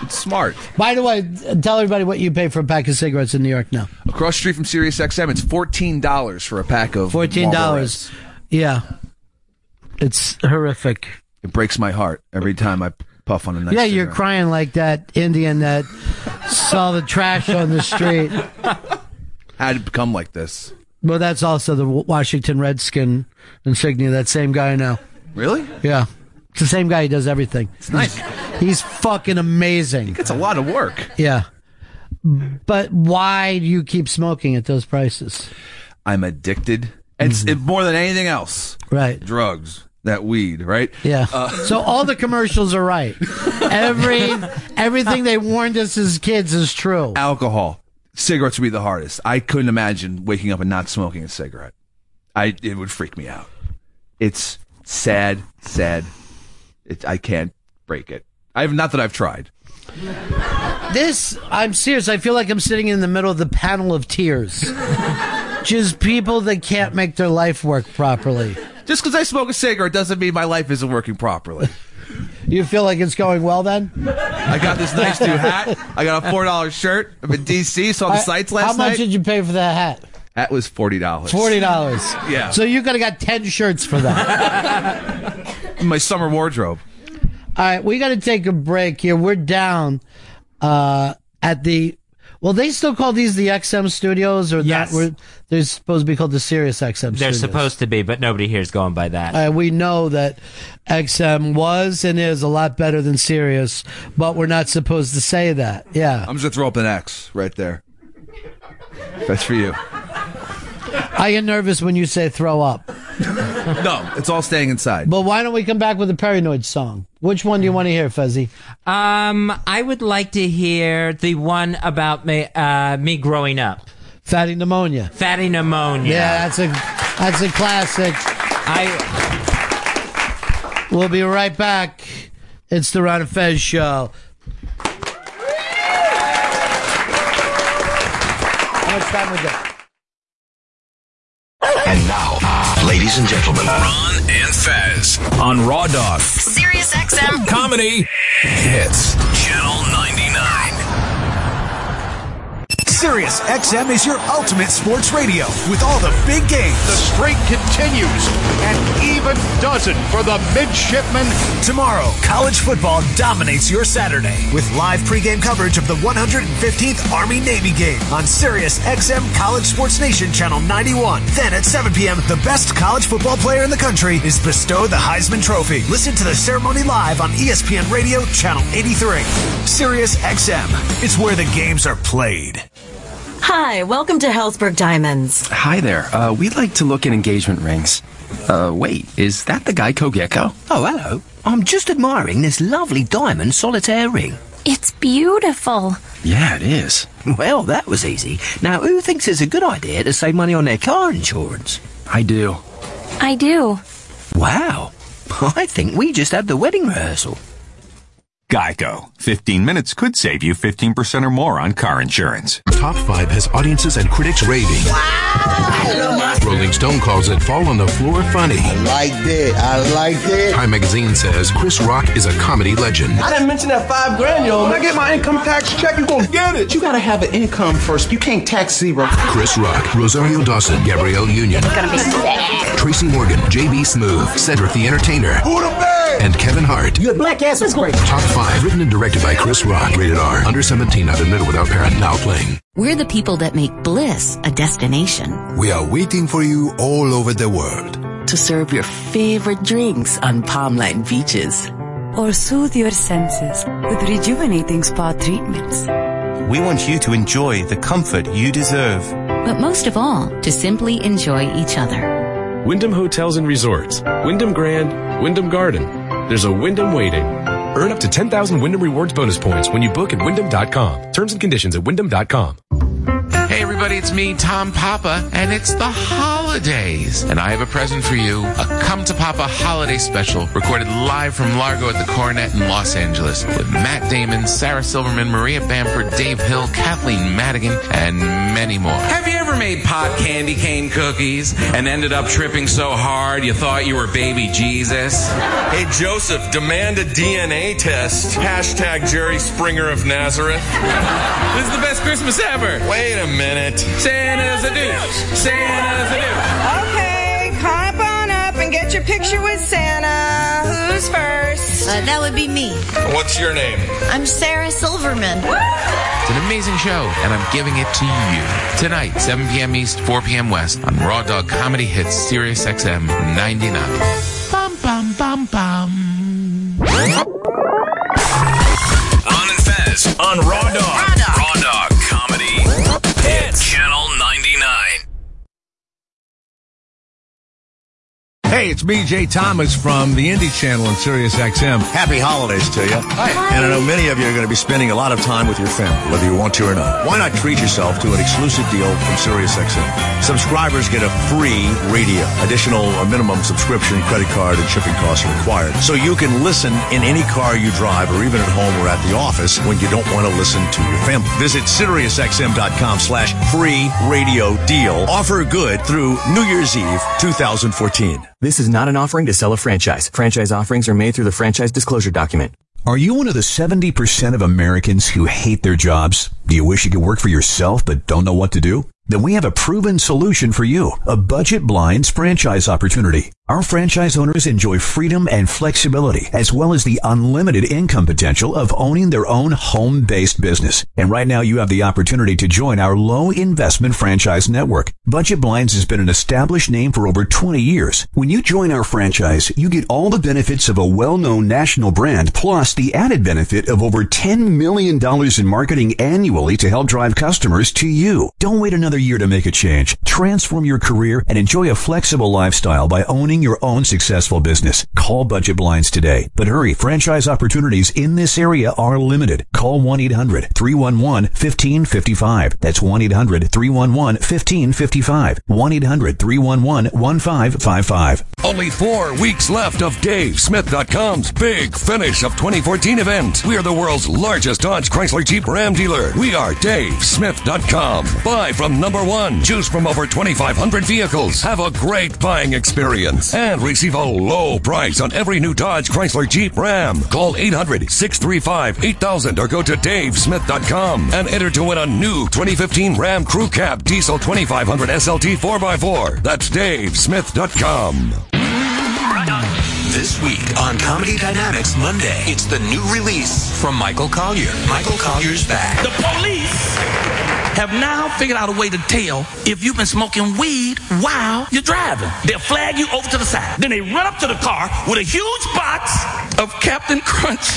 S8: It's <laughs> smart.
S6: by the way, tell everybody what you pay for a pack of cigarettes in New York now.
S8: Across the street from Sirius XM, it's $14 for a pack of
S6: $14.
S8: Marlboro Reds.
S6: Yeah. It's horrific.
S8: It breaks my heart every time I puff on a nice
S6: yeah, you're
S8: cigarette.
S6: crying like that Indian that saw the trash on the
S8: <laughs>
S6: street.
S8: How did it become like this?
S6: Well, that's also the Washington Redskin insignia. That same guy now.
S8: Really?
S6: Yeah. It's the same guy who does everything.
S8: It's nice.
S6: He's fucking amazing.
S8: It's a lot of work.
S6: Yeah. But why do you keep smoking at those prices?
S8: I'm addicted. It's it, more than anything else.
S6: Mm-hmm. Right.
S8: Drugs. That weed, right? Uh,
S6: Yeah.
S8: <laughs>
S6: so all the commercials are right. Every everything they warned us as kids is true.
S8: Alcohol. Cigarettes would be the hardest. I couldn't imagine waking up and not smoking a cigarette. I it would freak me out. It's sad, sad. It, I can't break it. I've not that I've tried.
S6: This I'm serious. I feel like I'm sitting in the middle of the panel of tears. Just people that can't make their life work properly.
S8: Just because I smoke a cigarette doesn't mean my life isn't working properly.
S6: You feel like it's going well then?
S8: I got this nice new hat. I got a four dollar shirt. I'm in DC. Saw the sites
S6: How
S8: last
S6: much
S8: night.
S6: did you pay for that hat?
S8: that was forty dollars.
S6: Forty dollars.
S8: Yeah.
S6: So you could have got ten shirts for
S8: <laughs>
S6: that.
S8: My summer wardrobe.
S6: All right, we got to take a break here. We're down uh, at the. Well, they still call these the XM studios, or
S9: Yes.
S6: not? We're, they're supposed to be called the Sirius XM.
S9: They're
S6: studios.
S9: supposed to be, but nobody here is going by that.
S6: Uh, we know that XM was and is a lot better than Sirius, but we're not supposed to say that. Yeah,
S8: I'm just gonna throw up an X right there. That's for you.
S6: I get nervous when you say throw up.
S8: <laughs> No, it's all staying inside.
S6: But why don't we come back with a Paranoid song? Which one do you want to hear, Fezzi?
S9: Um, I would like to hear the one about me, uh, me growing up.
S6: Fatty pneumonia.
S9: Fatty pneumonia.
S6: Yeah, that's a that's a classic.
S9: I,
S6: We'll be right back. It's the Ron and Fez show. How much time we got?
S7: And now, uh, ladies and gentlemen,
S1: Ron and Fez.
S7: on Raw Dog
S1: Sirius XM
S7: Comedy Hits.
S1: Channel 99.
S10: Sirius XM is your ultimate sports radio with all the big games.
S11: The streak continues, and even does it for the midshipmen.
S10: Tomorrow, college football dominates your Saturday with live pregame coverage of the 115th Army Navy game on Sirius XM College Sports Nation Channel 91. Then at 7 p.m., the best college football player in the country is bestowed the Heisman Trophy. Listen to the ceremony live on E ESPN Radio Channel 83. Sirius XM, it's where the games are played.
S12: Hi, welcome to Hellsberg Diamonds.
S13: Hi there. Uh, we'd like to look at engagement rings. Uh, wait, is that the Geico Gecko?
S7: Oh, hello. I'm just admiring this lovely diamond solitaire ring.
S14: It's beautiful.
S13: Yeah, it is.
S7: Well, that was easy. Now, who thinks it's a good idea to save money on their car insurance?
S13: I do.
S14: I do.
S7: Wow. <laughs> I think we just had the wedding rehearsal.
S15: Geico. 15 minutes could save you 15% or more on car insurance.
S1: Top 5 has audiences and critics raving. Wow! Rolling Stone calls it Fall on the Floor funny.
S16: I liked it. I liked it.
S1: Time magazine says Chris Rock is a comedy legend.
S17: I didn't mention that five grand, yo. When I get my income tax check, you gonna get it. You gotta have an income first. You can't tax zero.
S1: Chris Rock, Rosario Dawson, Gabrielle Union. It's gonna be sick. Tracy Morgan, J.B. Smoove, Cedric the Entertainer.
S17: Who the man?
S1: And Kevin Hart.
S17: Your black ass is great.
S1: Top 5, written and directed by Chris Rock. Rated R. Under 17, not admitted without parent. Now playing.
S18: We're the people that make bliss a destination.
S19: We are waiting for you all over the world.
S20: To serve your favorite drinks on palm-lined beaches.
S21: Or soothe your senses with rejuvenating spa treatments.
S22: We want you to enjoy the comfort you deserve.
S18: But most of all, to simply enjoy each other.
S23: Wyndham Hotels and Resorts, Wyndham Grand, Wyndham Garden. There's a Wyndham waiting. Earn up to 10,000 Wyndham Rewards bonus points when you book at Wyndham.com. Terms and conditions at Wyndham.com.
S24: Hey, everybody, it's me, Tom Papa, and it's the holidays. And I have a present for you a Come to Papa holiday special recorded live from Largo at the Coronet in Los Angeles with Matt Damon, Sarah Silverman, Maria Bamford, Dave Hill, Kathleen Madigan, and many more.
S25: Have you ever made pot candy cane cookies and ended up tripping so hard you thought you were baby Jesus?
S2: Hey, Joseph, demand a DNA test. Hashtag Jerry Springer of Nazareth.
S25: this is the best Christmas ever.
S2: Wait a minute.
S25: Santa's a douche. Santa's a douche.
S26: Okay, climb on up and get your picture with Santa. Who's first?
S27: Uh, that would be me.
S2: What's your name?
S27: I'm Sarah Silverman.
S25: It's an amazing show, and I'm giving it to you. Tonight, 7 p.m. East, 4 p.m. West, on Raw Dog Comedy Hits, Sirius XM 99.
S24: Bum, bum, bum, bum.
S28: On and Fez on Raw Dog. Raw Dog, Raw Dog Comedy. Hits. Channel 99.
S29: Hey, it's me, Jay Thomas from the Indie Channel and Sirius XM. Happy holidays to you. And I know many of you are going to be spending a lot of time with your family, whether you want to or not. Why not treat yourself to an exclusive deal from Sirius XM? Subscribers get a free radio. Additional uh, minimum subscription, credit card, and shipping costs are required. So you can listen in any car you drive or even at home or at the office when you don't want to listen to your family. Visit SiriusXM.com slash free radio deal. Offer good through New Year's Eve 2014.
S30: This is not an offering to sell a franchise. Franchise offerings are made through the franchise disclosure document.
S31: Are you one of the 70% of Americans who hate their jobs? Do you wish you could work for yourself but don't know what to do? Then we have a proven solution for you, a budget blinds franchise opportunity. Our franchise owners enjoy freedom and flexibility, as well as the unlimited income potential of owning their own home-based business. And right now you have the opportunity to join our low investment franchise network. Budget Blinds has been an established name for over 20 years. When you join our franchise, you get all the benefits of a well-known national brand, plus the added benefit of over $10 million in marketing annually to help drive customers to you. Don't wait another year to make a change. Transform your career and enjoy a flexible lifestyle by owning your own successful business. Call Budget Blinds today. But hurry, franchise opportunities in this area are limited. Call 1-800-311-1555. That's 1-800-311-1555. 1-800-311-1555.
S32: Only four weeks left of DaveSmith.com's big finish of 2014 event. We are the world's largest Dodge Chrysler Jeep Ram dealer. We are DaveSmith.com. Buy from number one. Choose from over 2,500 vehicles. Have a great buying experience and receive a low price on every new Dodge, Chrysler, Jeep, Ram. Call 800 635 8000 or go to davesmith.com and enter to win a new 2015 Ram Crew Cab Diesel 2500 SLT 4x4. That's davesmith.com.
S5: This week on Comedy Dynamics Monday, it's the new release from Michael Collier. Michael Collier's back.
S33: The police have now figured out a way to tell if you've been smoking weed while you're driving. They'll flag you over to the side. Then they run up to the car with a huge box of Captain Crunch. <laughs>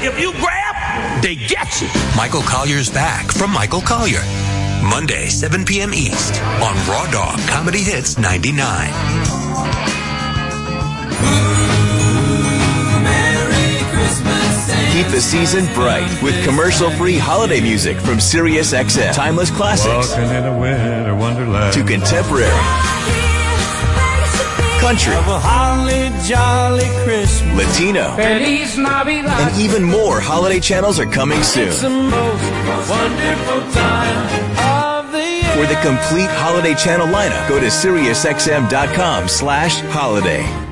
S33: if you grab, they get you.
S5: Michael Collier's back from Michael Collier. Monday, 7 p.m. East on Raw Dog Comedy Hits 99.
S2: Keep the season bright with commercial-free holiday music from SiriusXM. Timeless classics to contemporary, country, holly, jolly Christmas. Latino, and even more holiday channels are coming soon. For the complete holiday channel lineup, go to SiriusXM.com slash holiday.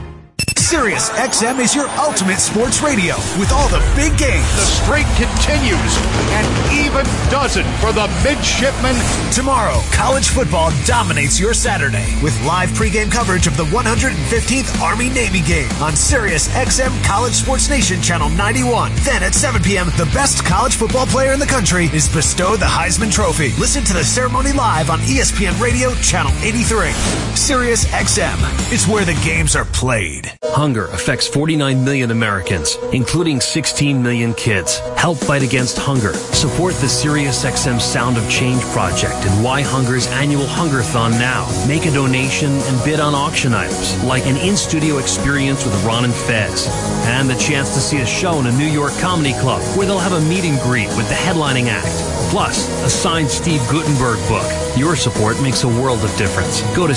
S10: Sirius XM is your ultimate sports radio with all the big games.
S34: The streak continues and even does it for the midshipmen.
S10: Tomorrow, college football dominates your Saturday with live pregame coverage of the 115th Army Navy game on Sirius XM College Sports Nation Channel 91. Then at 7 p.m., the best college football player in the country is bestowed the Heisman Trophy. Listen to the ceremony live on E ESPN Radio Channel 83. Sirius XM, it's where the games are played.
S30: Hunger affects 49 million Americans, including 16 million kids. Help fight against hunger. Support the SiriusXM Sound of Change project and Why Hunger's annual Hungerthon now. Make a donation and bid on auction items like an in-studio experience with Ron and Fez, and the chance to see a show in a New York comedy club where they'll have a meet and greet with the headlining act. Plus, a signed Steve Gutenberg book. Your support makes a world of difference. Go to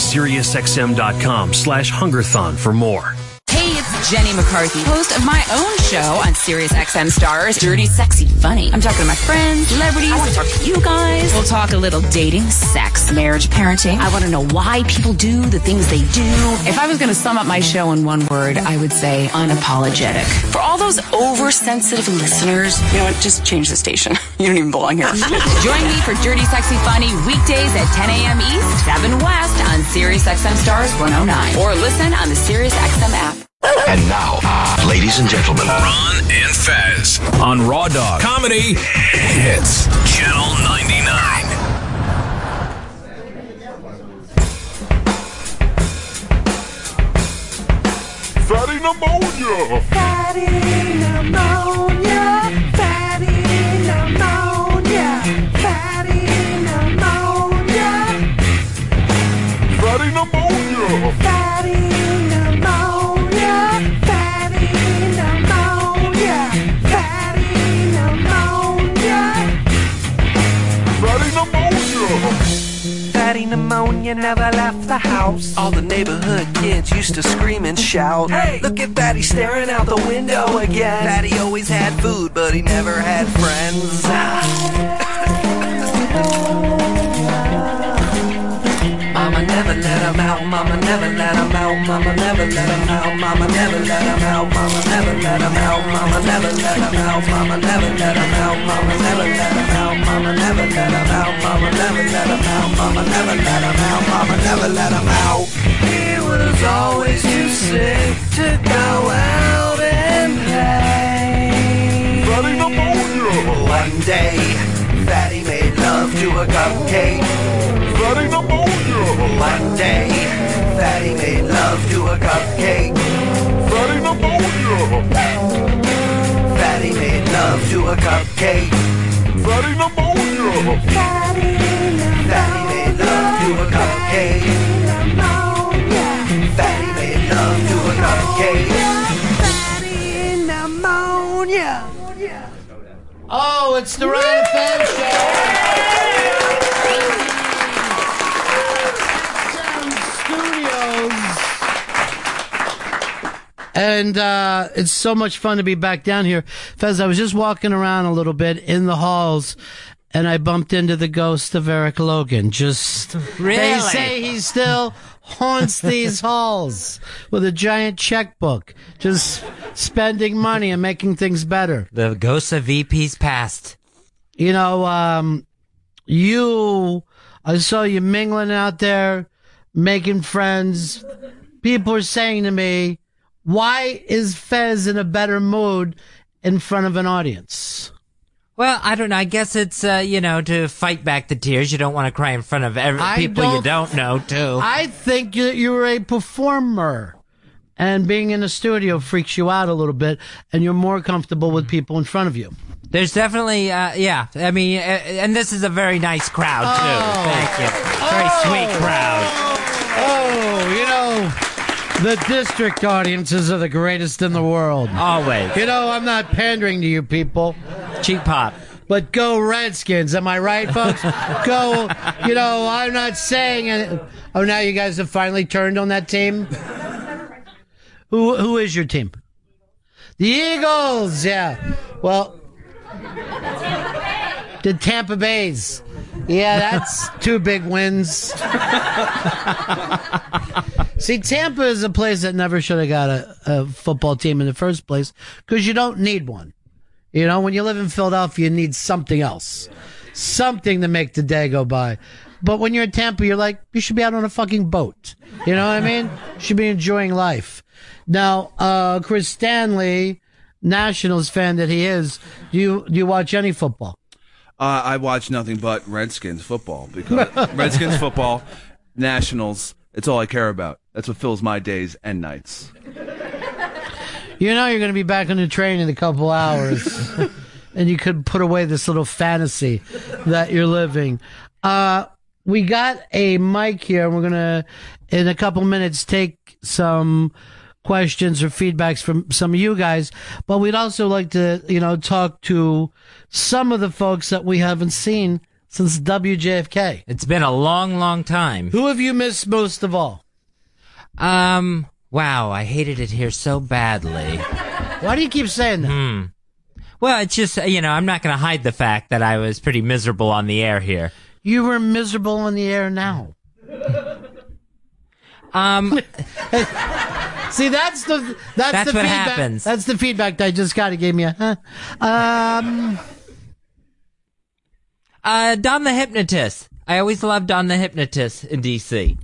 S30: SiriusXM.com slash Hungerthon for more.
S18: Hey, it's Jenny McCarthy, host of my own show on Sirius XM Stars, Dirty Sexy Funny. I'm talking to my friends, celebrities, I want to talk to you guys. We'll talk a little dating, sex, marriage, parenting. I want to know why people do the things they do.
S35: If I was going to sum up my show in one word, I would say unapologetic.
S18: For all those oversensitive listeners,
S35: you know what? Just change the station. <laughs> You don't even belong
S6: <laughs>
S35: here.
S18: <laughs> Join me for Dirty Sexy Funny weekdays at 10 a.m. East, 7 West on Sirius XM Stars 109 or listen on the Sirius XM app.
S5: And now, uh, ladies and gentlemen,
S1: Ron and Fez
S36: on Raw Dog
S1: Comedy Hits Channel 99.
S37: Fatty pneumonia.
S7: Fatty pneumonia. Fatty pneumonia. Fatty pneumonia.
S37: Fatty pneumonia.
S7: Fatty pneumonia. Fatty pneumonia. Fatty pneumonia.
S37: Fatty pneumonia.
S7: Fatty pneumonia never left the house. All the neighborhood kids used to scream and shout. Hey, look at Fatty staring out the window again. Fatty always had food, but he never had friends. <laughs> Mama never let him out, mama never let him out, mama never let him out, mama never let him out, mama never let him out, mama never let him out, mama never let him out, mama never let him out, mama never let him out, mama never let him out, mama never let him out, mama never let him out. He was always too sick to go out and play.
S37: Fatty pneumonia.
S7: One day, Fatty made love to a cupcake.
S37: Fatty pneumonia.
S7: One day, Fatty made love to a cupcake.
S37: Fatty pneumonia.
S7: Fatty made love to a cupcake.
S37: Fatty pneumonia.
S7: Fatty made love to a cupcake. Fatty made love to a cupcake. Fatty pneumonia.
S6: Oh, it's the Ron and Fez show. Studios. And uh, it's so much fun to be back down here. Fez, I was just walking around a little bit in the halls, and I bumped into the ghost of Eric Logan. <laughs> Just they
S8: Really?
S6: say he still <laughs> haunts these halls with a giant checkbook, just spending money and making things better.
S9: The ghosts of VP's past.
S6: You know, um, you, I saw you mingling out there, making friends. People are saying to me, why is Fez in a better mood in front of an audience?
S9: Well, I don't know. I guess it's uh, you know to fight back the tears. You don't want to cry in front of every,
S6: I
S9: people you
S6: don't-
S9: don't know too.
S6: I think you, you're a performer. And being in the studio freaks you out a little bit, and you're more comfortable with people in front of you.
S9: There's definitely uh, yeah. I mean, uh, and this is a very nice crowd too.
S6: Oh.
S9: Thank you. Very sweet crowd.
S6: Oh, you know, the district audiences are the greatest in the world.
S9: Always.
S6: You know, I'm not pandering to you people.
S9: Cheap pop.
S6: But go Redskins, am I right, folks? go, you know, I'm not saying it. Oh, now you guys have finally turned on that team? who Who is your team? The Eagles, yeah. Well, the Tampa Bays. Yeah, that's two big wins. See, Tampa is a place that never should have got a, a football team in the first place because you don't need one. You know, when you live in Philadelphia, you need something else, something to make the day go by. But when you're in Tampa, you're like, you should be out on a fucking boat. You know what I mean? should be enjoying life. Now, uh, Chris Stanley, Nationals fan that he is, do you, do you watch any football?
S8: Uh, I watch nothing but Redskins football
S6: <laughs>
S8: because Redskins football, Nationals. It's all I care about. That's what fills my days and nights.
S6: You know you're going to be back on the train in a couple
S9: <laughs>
S6: hours, and you could put away this little fantasy that you're living. Uh, we got a mic here, and we're going to, in a couple minutes, take some questions or feedbacks from some of you guys. But we'd also like to, you know, talk to some of the folks that we haven't seen since WJFK.
S9: It's been a long, long time.
S6: Who have you missed most of all?
S9: Um. Wow. I hated it here so badly.
S6: Why do you keep saying that?
S9: Hmm. Well, it's just uh, you know I'm not going to hide the fact that I was pretty miserable on the air here.
S6: You were miserable on the air now.
S9: Um,
S6: <laughs> see, that's the that's,
S9: That's
S6: the
S9: what
S6: feedback.
S9: happens.
S6: That's the feedback that I just got. It gave me a. Huh. Um,
S9: Uh, Don the hypnotist. I always loved Don the hypnotist in D.C.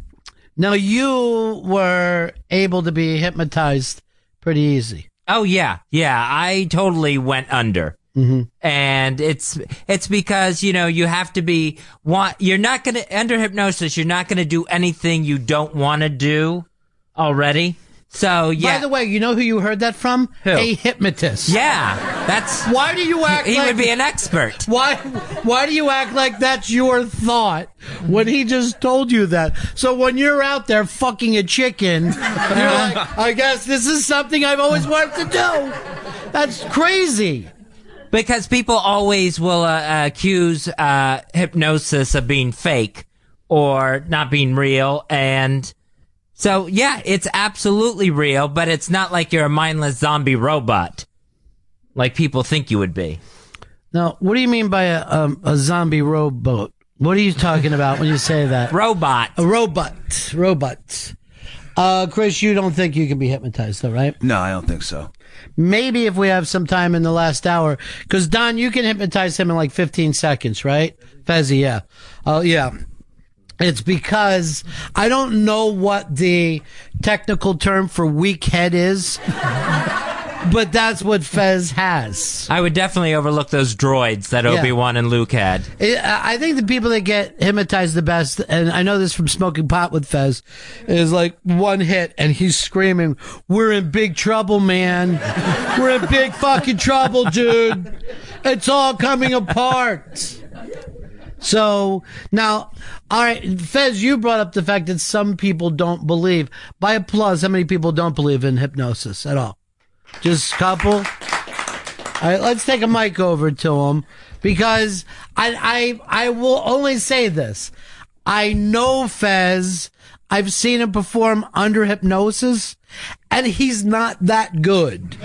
S6: now you were able to be hypnotized pretty easy.
S9: Oh yeah, yeah. I totally went under.
S6: Mm-hmm.
S9: and it's it's because you know you have to be want you're not going to under hypnosis you're not going to do anything you don't want to do already so Oh, yeah
S6: By the way, you know who you heard that from?
S9: Who?
S6: A hypnotist.
S9: yeah that's
S6: Why do you act?
S9: he, he
S6: like,
S9: would be an expert
S6: Why? Why do you act like that's your thought when he just told you that? So when you're out there fucking a chicken,
S9: <laughs>
S6: you're like, I guess this is something I've always wanted to do. That's crazy.
S9: because people always will uh, uh, accuse uh, hypnosis of being fake or not being real and so yeah it's absolutely real but it's not like you're a mindless zombie robot like people think you would be
S6: Now, what do you mean by a, um, a zombie rowboat? What are you talking about when you say that?
S9: Robot.
S6: A robot. Robot. Uh, Chris, you don't think you can be hypnotized, though, right?
S8: No, I don't think so.
S6: Maybe if we have some time in the last hour, because Don, you can hypnotize him in like 15 seconds, right? Fezzi, yeah. Oh, yeah. It's because I don't know what the technical term for weak head is, <laughs> but that's what Fez has.
S9: I would definitely overlook those droids that
S6: Yeah.
S9: Obi Wan and Luke had.
S6: It, I I think the people that get hypnotized the best, and I know this from smoking pot with Fez, is like one hit and he's screaming, "We're in big trouble, man! We're in big fucking trouble, dude! It's all coming apart." So now, all right, Fez, you brought up the fact that some people don't believe. By applause, how many people don't believe in hypnosis at all? Just a couple. All right, let's take a mic over to him because I I I will only say this. I know Fez. I've seen him perform under hypnosis, and he's not that good. <laughs>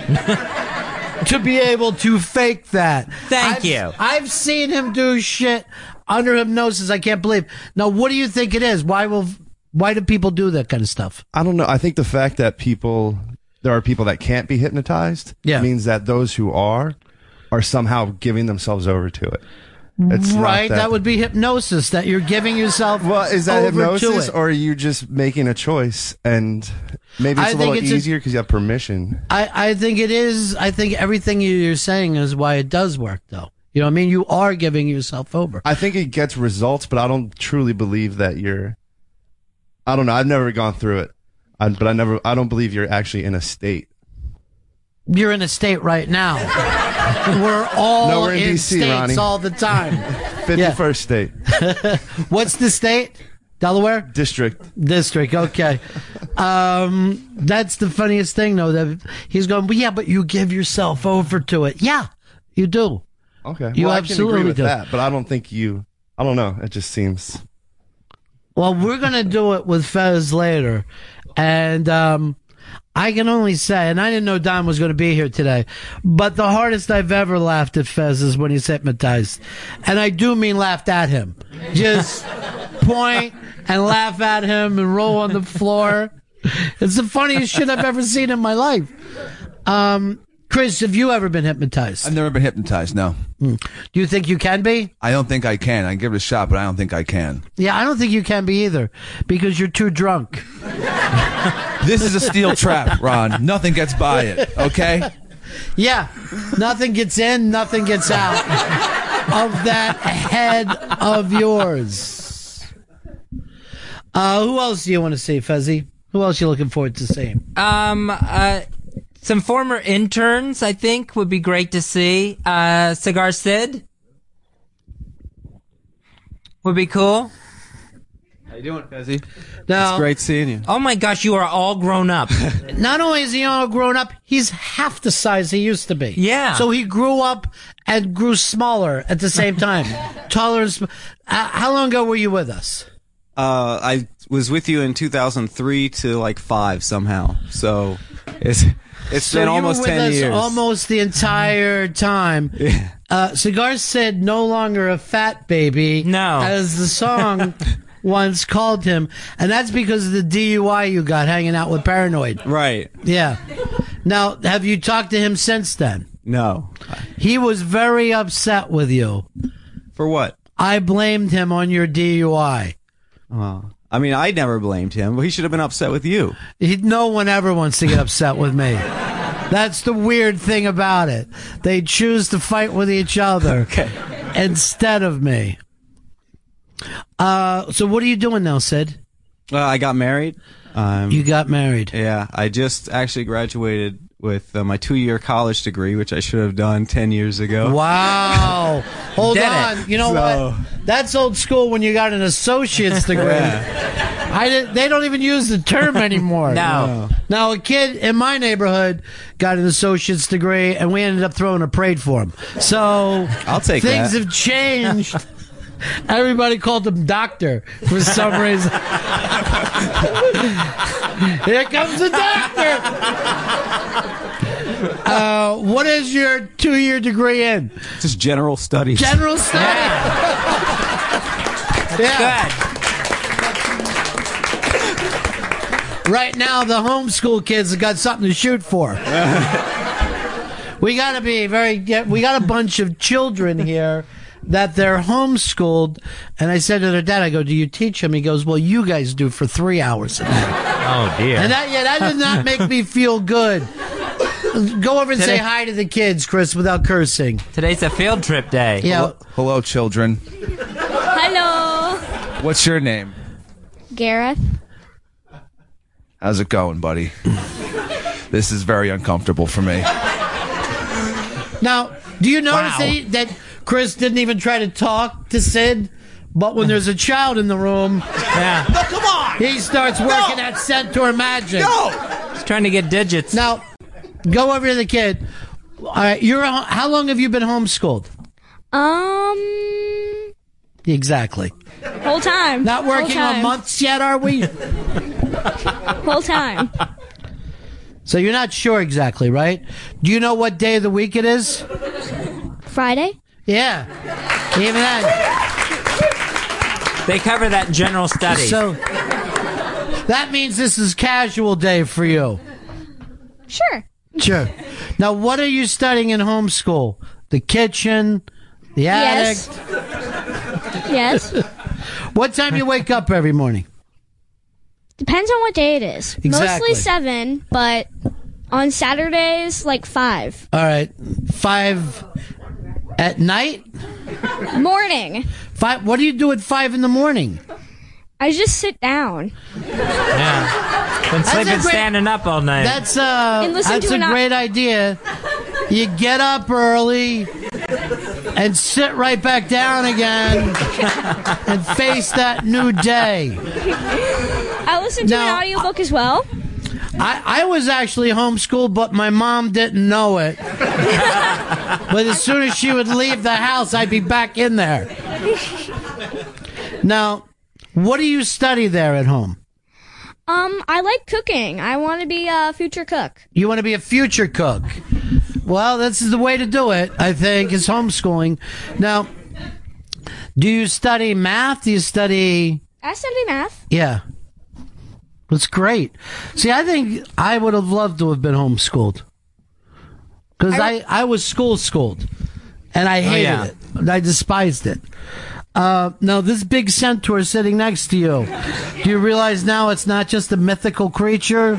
S6: to be able to fake that.
S9: Thank
S6: I've-
S9: you.
S6: I've seen him do shit under hypnosis. I can't believe. Now, what do you think it is? Why will? Why do people do that kind of stuff?
S38: I don't know. I think the fact that people there are people that can't be hypnotized
S6: Yeah.
S38: means that those who are are somehow giving themselves over to it. It's not
S6: right, that,
S38: that-
S6: would be hypnosis that you're giving yourself.
S38: well, is that
S6: over
S38: hypnosis,
S6: to it.
S38: or are you just making a choice? And maybe
S6: I
S38: it's a
S6: think
S38: little
S6: it's a-
S38: easier because you have permission.
S6: I, I think it is. I think everything you- you're saying is why it does work, though. You know what I mean? You are giving yourself over.
S38: I think it gets results, but I don't truly believe that you're. I don't know. I've never gone through it, I, but I never. I don't believe you're actually in a state.
S6: You're in a state right now. <laughs> we're all
S38: No, we're in
S6: in
S38: DC,
S6: states
S38: Ronnie.
S6: all the time. <laughs>
S38: Fifty-first state
S6: What's the state? Delaware
S38: district.
S6: District. Okay. Um, that's the funniest thing, though. That he's going. But yeah, but you give yourself over to it. Yeah, you do.
S38: Okay,
S6: You
S38: well, I can
S6: absolutely
S38: agree with
S6: do.
S38: that, but I don't think you. I don't know. It just seems.
S6: Well, we're gonna do it with Fez later, and um, I can only say, and I didn't know Don was gonna be here today, but the hardest I've ever laughed at Fez is when he's hypnotized, and I do mean laughed at him, just point and laugh at him and roll on the floor. It's the funniest shit I've ever seen in my life. Um, Chris, have you ever been hypnotized? Hmm.
S8: I've never been hypnotized. No,
S6: Do you think you can be?
S8: I don't think I can. I can give it a shot, but I don't think I can.
S6: Yeah, I don't think you can be either because you're too drunk.
S8: This is a steel trap, Ron. Nothing gets by it. <laughs> Okay.
S6: Yeah, nothing gets in, nothing gets out of that head of yours. Uh, who else do you want to see, Fuzzy? Who else you looking forward to seeing?
S9: Um, uh, some former interns, I think, would be great to see. Uh, Cigar Sid would be cool.
S8: How you doing, Fezzy?
S6: Now,
S8: seeing you.
S9: Oh my gosh, you are all grown up.
S6: <laughs> Not only is he all grown up, he's half the size he used to be.
S9: Yeah.
S6: So he grew up and grew smaller at the same
S9: <laughs>
S6: time, taller and. Sm- uh, how long ago were you with us?
S39: Uh, I was with you in 2003 to like five somehow. So it's it's
S6: so
S39: been
S6: you
S39: almost
S6: were with
S39: 10
S6: us
S39: years.
S6: Almost the
S39: <laughs>
S6: entire time. Uh, Cigar said, "No longer a fat baby." No, as the
S39: <laughs>
S6: song once called him, and that's because of the DUI you got hanging out with Paranoid.
S39: Right.
S6: Yeah. Now, have you talked to him since then?
S39: No.
S6: He was very upset with you.
S39: For what?
S6: I blamed him on your DUI.
S39: Oh. I mean, I never blamed him. He should have been upset with you.
S6: He, no one ever wants to get upset with me. That's the weird thing about it. They choose to fight with each
S39: <laughs>
S6: other instead of me. Uh, so what are you doing now, Sid?
S39: Uh, I got married. Um,
S6: you got married.
S39: Yeah, I just actually graduated with uh, my two-year college degree, which I should have done 10 years ago. <laughs>
S6: Wow. Hold
S39: Did
S6: on.
S39: it.
S6: You know
S39: So-
S6: what? That's old school when you got an
S39: <laughs>
S6: associate's degree. I didn't, they don't even use the term anymore.
S39: No.
S6: Now, a kid in my neighborhood got an associate's degree, and we ended up throwing a parade for him. So
S39: I'll take
S6: things
S39: that.
S6: have changed.
S39: <laughs>
S6: Everybody called him doctor for some reason. Here comes the doctor. Uh, what is your two-year degree in?
S39: Just general studies.
S6: General studies. Yeah. Right now, the homeschool kids have got something to shoot
S39: <laughs>
S6: for. we got to be very. yeah, We got a bunch of children here that they're homeschooled, and I said to their dad, "I go, do you teach them?" He goes, "Well, you guys do for three hours a day."
S9: Oh dear.
S6: And that, yeah, that
S9: <laughs>
S6: did not make me feel good. Go over and
S9: Today-
S6: say hi to the kids, Chris, without cursing.
S9: Today's a field trip day.
S6: Yeah.
S8: Hello, children.
S7: Hello,
S8: What's your name?
S7: Gareth.
S8: How's it going, buddy? this is very uncomfortable for me.
S6: Now, do you notice
S8: Wow.
S6: that, he, that Chris didn't even try to talk to Sid? But when there's a child in the room,
S9: <laughs>
S6: <laughs>
S9: No,
S6: come on! He starts working that centaur magic. No,
S9: he's trying to get digits.
S6: Now, go over to the kid. All right, you're. a- How long have you been homeschooled?
S7: Um,
S6: Exactly.
S7: whole time.
S6: Not working
S7: Whole time.
S6: on months yet, are we?
S7: Whole time.
S6: So you're not sure exactly, right? Do you know what day of the week it is?
S40: Friday?
S6: Yeah. Even that.
S41: They cover that in general study.
S6: So that means this is casual day for you.
S40: Sure.
S6: Sure. Now, what are you studying in homeschool? The kitchen, the attic.
S40: Yes. Yes.
S6: <laughs> what time you wake up every morning?
S40: Depends on what day it is.
S6: Exactly.
S40: Mostly seven, but on Saturdays, like five.
S6: All right, five at night.
S40: Morning.
S6: Five. What do you do at five in the morning?
S40: I just sit down.
S41: yeah. Been
S6: That's
S41: sleeping
S6: a great-
S41: standing up all night.
S6: That's uh,
S40: And listen
S6: that's
S40: to
S6: a
S40: an op-
S6: great idea. You get up early and sit right back down
S41: <laughs>
S6: again and face that new day.
S40: I listen to an audiobook as well.
S6: I, I was actually homeschooled, but my mom didn't
S40: <laughs>
S6: know it. but as soon as she would leave the house, I'd be back in there.
S7: <laughs>
S6: Now, what do you study there at home?
S40: Um, I like cooking. I want to be a future cook.
S6: You want to be a future cook. Well, this is the way to do it, I think, is homeschooling. Now, do you study math? Do you study.
S40: I study math.
S6: Yeah. That's great. See, I think I would have loved to have been homeschooled. Because I, I was school schooled. And I hated
S41: Oh, yeah.
S6: it. And I despised it. Uh, now, this big centaur sitting next to you, do you realize now it's not just a mythical
S41: <laughs>
S6: creature?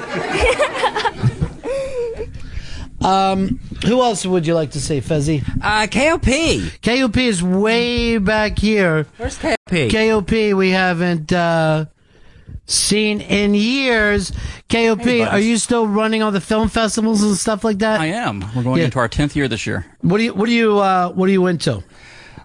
S6: um, who else would you like to see, Fezzi?
S41: Uh, KOP.
S6: KOP is way back here.
S41: Where's KOP?
S6: KOP we haven't uh, seen in years. KOP,
S35: Hey, Bugs.
S6: are you still running all the film festivals and stuff like that?
S35: I am. We're going
S6: Yeah.
S35: into our tenth year this year.
S6: What do you What do you uh, What are you into?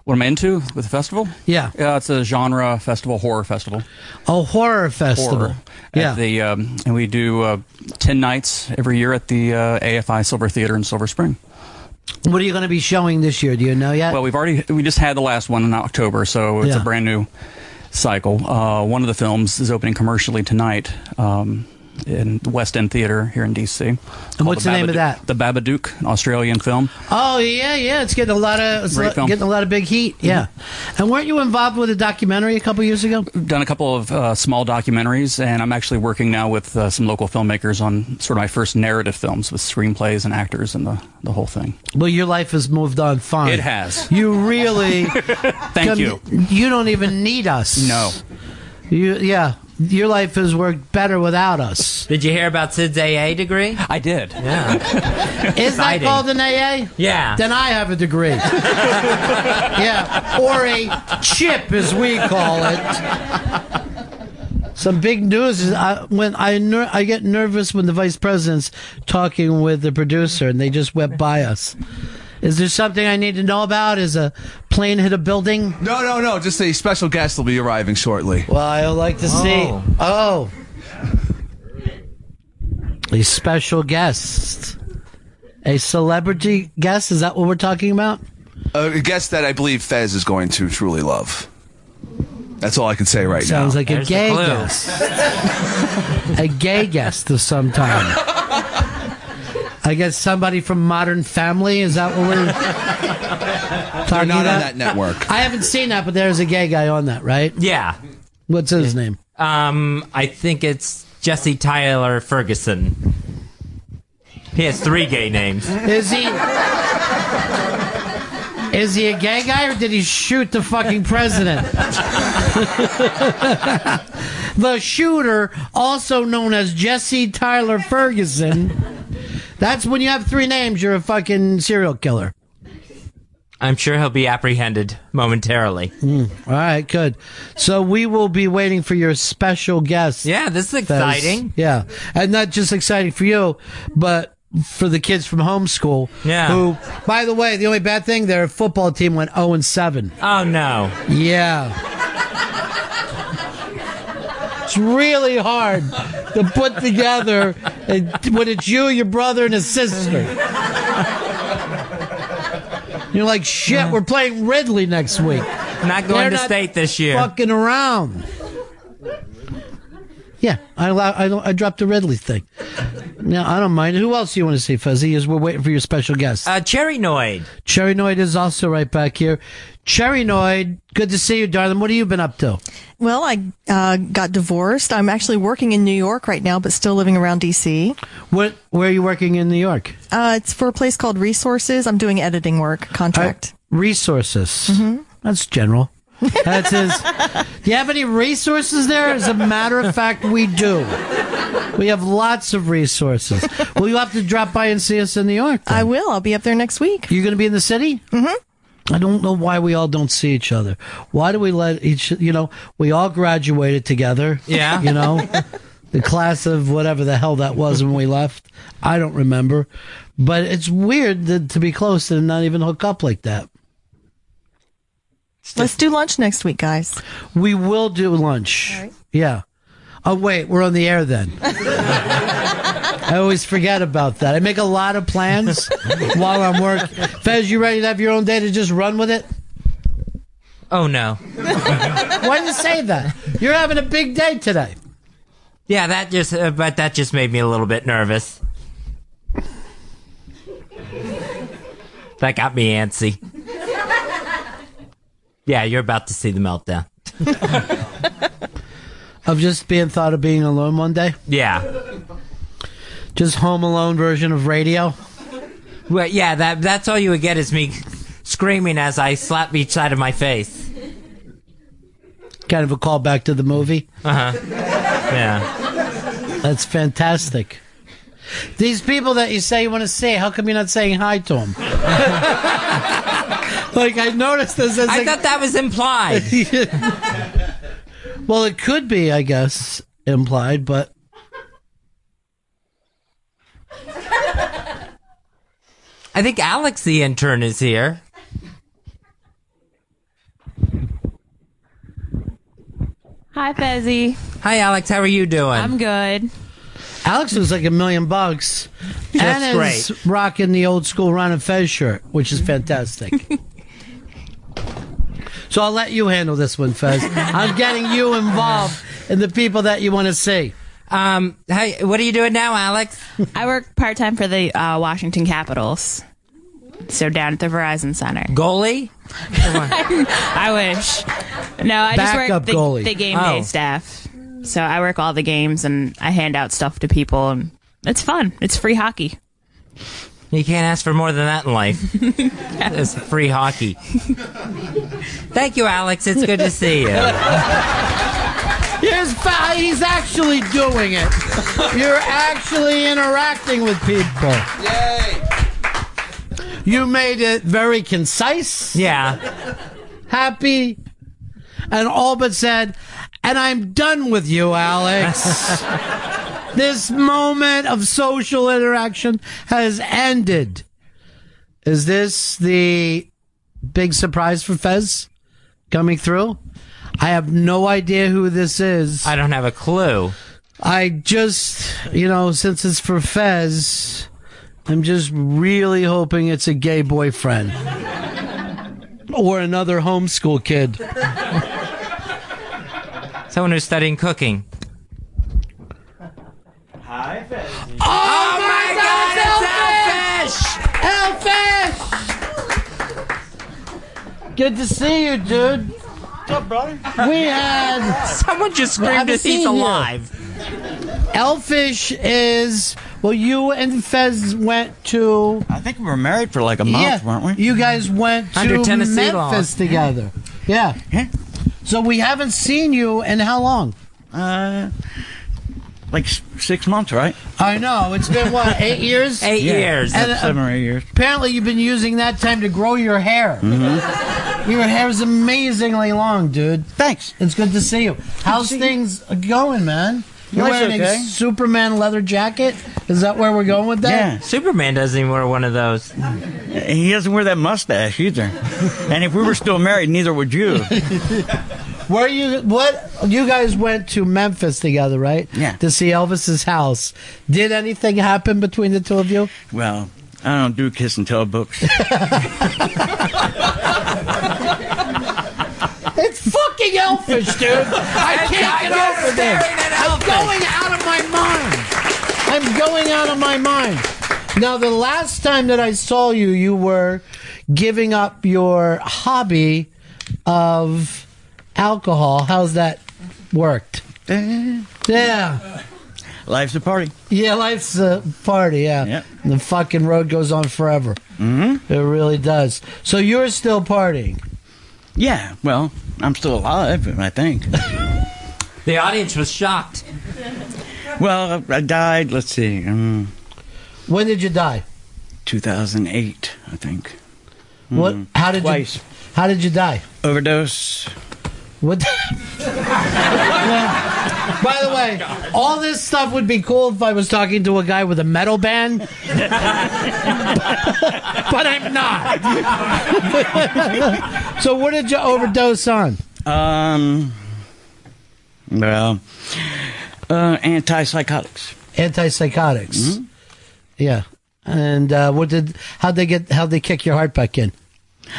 S35: What am I into with the festival?
S6: Yeah.
S35: Uh, it's a genre festival, horror festival.
S6: A horror festival.
S35: Horror.
S6: Yeah.
S35: At the um, and we do uh, ten nights every year at the uh, AFI Silver Theater in Silver Spring.
S6: What are you going to be showing this year? Do you know yet?
S35: Well, we've already we just had the last one in October, so it's
S6: Uh, Yeah.
S35: a brand new cycle. Uh, one of the films is opening commercially tonight um, in the West End Theater here in DC. And
S6: what's the name of that?
S35: The Babadook, an Australian film.
S6: oh yeah, yeah. It's getting a lot of it's
S35: Great
S6: lo-
S35: film. Mm-hmm.
S6: getting a lot of big heat. Yeah. And weren't you involved with a documentary a couple years ago?
S35: done a couple of uh, small documentaries, and I'm actually working now with uh, some local filmmakers on sort of my first narrative films with screenplays and actors and the, the whole thing.
S6: Well, your life has moved on fine.
S35: It has.
S6: You really.
S35: <laughs> Thank you.
S6: You don't even need us. <laughs>
S35: No.
S6: You yeah. Your life has worked better without us.
S41: Did you hear about Sid's AA degree?
S35: I did. <laughs>
S41: Yeah.
S6: Is that called an AA?
S41: Yeah.
S6: Then I have a degree. yeah, or a chip, as we call it. Some big news is I, when I ner- I get nervous when the vice president's talking with the producer and they just went by us. Is there something I need to know about? Is a plane hit a building?
S42: No, no, no. Just a special guest will be arriving shortly.
S6: Well, I would like to see. Oh. A special guest. A celebrity guest? Is that what we're talking about?
S42: A guest that I believe Fez is going to truly love. That's all I can say right now.
S6: Sounds like a gay guest. a gay guest of some time. I guess somebody from Modern Family. Is that what we're
S42: They're
S6: talking
S42: not
S6: about?
S42: on that network.
S6: I haven't seen that, but there's a gay guy on that, right?
S41: Yeah.
S6: What's his name?
S41: Um, I think it's Jesse Tyler Ferguson. He has three gay names.
S6: Is he? Is he a gay guy or did he shoot the fucking president? <laughs> the shooter, also known as Jesse Tyler Ferguson. That's when you have three names, you're a fucking serial killer.
S41: I'm sure he'll be apprehended momentarily.
S35: Hmm.
S6: Mm, all right, good. So we will be waiting for your special guest.
S41: Yeah, this is
S6: Fez.
S41: exciting.
S6: Yeah, and not just exciting for you, but for the kids from homeschool.
S41: Yeah.
S6: Who, by the way, the only bad thing their football team went zero and seven.
S41: Oh no.
S6: Yeah. It's really hard to put together and when it's you, your brother, and a sister. You're like, shit, we're playing Ridley next week.
S41: Not going
S6: They're
S41: to state this year.
S6: Fucking around. Yeah, I allow, I, don't- I dropped the Ridley thing. No, I don't mind. Who else do you want to see, Fuzzy? As we're waiting for your special guest.
S41: Uh, Cherry Noid.
S6: Cherry Noid is also right back here. Cherry Noid, good to see you, darling. What have you been up to?
S21: Well, I uh, got divorced. I'm actually working in New York right now, but still living around DC.
S6: What? Where are you working in New York?
S21: Uh, it's for a place called Resources. I'm doing editing work contract.
S6: Resources. Mm-hmm. That's general. That's his. do you have any resources there? As a matter of fact, we do. We have lots of resources. Will you have to drop by and see us in New York? I
S21: will. I'll be up there next week.
S6: You're going to be in the city? Mm-hmm. I don't know why we all don't see each other. Why do we let each? You know, we all graduated together.
S41: Yeah.
S6: You know, the class of whatever the hell that was when we left. I don't remember, but it's weird that, to be close and not even hook up like that.
S21: Let's do lunch next week, guys.
S6: We will do lunch. Yeah. Oh wait, we're on the
S21: <laughs>
S6: air then. I always forget about that. I make a lot
S21: <laughs>
S6: of plans while I'm working. Fez, you ready to have your own day to just run
S21: <laughs>
S6: with it?
S41: Oh no.
S6: Why did you say that? You're having a big day today.
S41: Yeah, that just uh, but that just made me a little bit nervous. That got me antsy. Yeah, you're about to see the meltdown.
S6: Of just being thought of being alone one day.
S41: Yeah.
S6: Just home alone version of radio.
S41: Well, yeah, that that's all you would get is me screaming as I slap each side of my face.
S6: Kind of a callback to the movie.
S41: Uh huh. Yeah.
S6: That's fantastic. These people that you say you want to see, how come you're not saying hi to them? <laughs> like I noticed this. As
S41: I thought that was
S6: <laughs>
S41: implied.
S6: well, it could be, I guess, implied, but
S41: I think Alex, the intern, is here.
S20: Hi, Fezzi.
S41: Hi, Alex. How are you doing?
S20: I'm good.
S6: Alex was like a million bucks.
S41: That's
S6: and is rocking the old school Ron and Fez shirt, which is fantastic. so I'll let you handle this one, Fez. I'm getting you involved in the people that you want to see.
S41: Um, hey, what are you doing now, Alex?
S20: <laughs> I work part time for the uh, Washington Capitals. So down at the Verizon Center. <laughs>
S41: Goalie?
S20: I wish. No, I just
S41: Backup
S20: work the,
S41: goalie.
S20: the game
S41: Oh.
S20: day staff. So I work all the games and I hand out stuff to people and it's fun. It's free hockey. <laughs>
S41: You can't ask for more than that in
S6: <laughs>
S41: life. it's free hockey. Thank you, Alex. It's good to see
S6: <laughs>
S41: you.
S6: Here's fa- he's actually doing it. You're actually interacting with people. Yay! You made it very concise.
S41: Yeah.
S6: Happy, and all but said, "And I'm done with you, Alex." this moment of social interaction has ended. Is this the big surprise for Fez coming through? I have no idea who this is.
S41: I don't have a clue.
S6: I just, you know, since it's for Fez, I'm just really hoping it's a gay boyfriend or another homeschool kid.
S41: Someone who's studying cooking.
S6: <laughs> Oh, my God, it's Elfish! Elfish! Good to see you, dude. What's up, brother? We
S5: <laughs>
S6: had
S41: someone just
S6: Well, I
S41: screamed
S6: haven't
S41: if he's
S6: seen you.
S41: alive.
S6: Elfish is well. You and Fez went to.
S5: I think we were married for like a month, weren't we?
S6: You guys went to
S5: Under Tennessee
S6: Memphis
S5: law.
S6: together. Yeah. So we haven't seen you in how long?
S5: Uh, like s- six months, right?
S6: I know it's been <laughs> what eight years.
S5: Yeah,
S6: And, uh,
S5: seven or eight years.
S6: apparently, you've been using that time to grow your hair. Mm-hmm. Your hair is amazingly long, dude. Thanks. It's good to see you. How's things going, man? You're
S5: Life's
S6: wearing
S5: okay.
S6: a Superman leather jacket. Is that where we're going with that?
S5: Superman doesn't even wear one of those. He doesn't wear that mustache either. and if we were still married, neither would <laughs> you.
S6: Where you? What you guys went to Memphis together, right? Yeah. To see Elvis's house. Did anything happen between the two of you?
S5: Well, I don't do kiss and tell books.
S6: It's fucking elfish, dude. I can't get over this. I'm going out of my mind. I'm going out of my mind. Now, the last time that I saw you, you were giving up your hobby of alcohol. How's that worked? Yeah.
S5: Eh. Life's a party.
S6: Yeah, life's a party. Yeah. And the fucking road goes on forever. Mm-hmm. It really does. So you're still partying.
S5: Yeah, well, I'm still alive, I think.
S9: The audience was shocked.
S5: well, I died, let's see. Um,
S6: when did you die?
S5: 2008, I think.
S6: What?
S5: Mm,
S6: How did
S5: twice.
S6: you? How did you die?
S5: Overdose.
S6: What? <laughs> By the way, all this stuff would be cool if I was talking to a guy with a metal band, <laughs> but I'm not. <laughs> so, what did you overdose on?
S5: Um, well, uh, antipsychotics.
S6: Antipsychotics.
S5: Mm-hmm.
S6: Yeah, and uh, what did? How'd they get? How'd they kick your heart back in?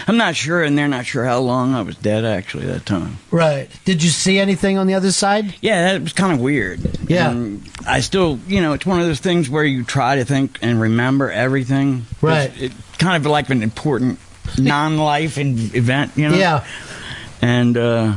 S5: I'm not sure, and they're not sure how long I was dead actually that time.
S6: Right. Did you see anything on the other side?
S5: Yeah, that was kind of weird.
S6: Yeah.
S5: And I still, you know, it's one of those things where you try to think and remember everything.
S6: Right.
S5: It's, it kind of like
S6: <laughs>
S5: an important non-life in, event, you know.
S6: Yeah.
S5: And uh,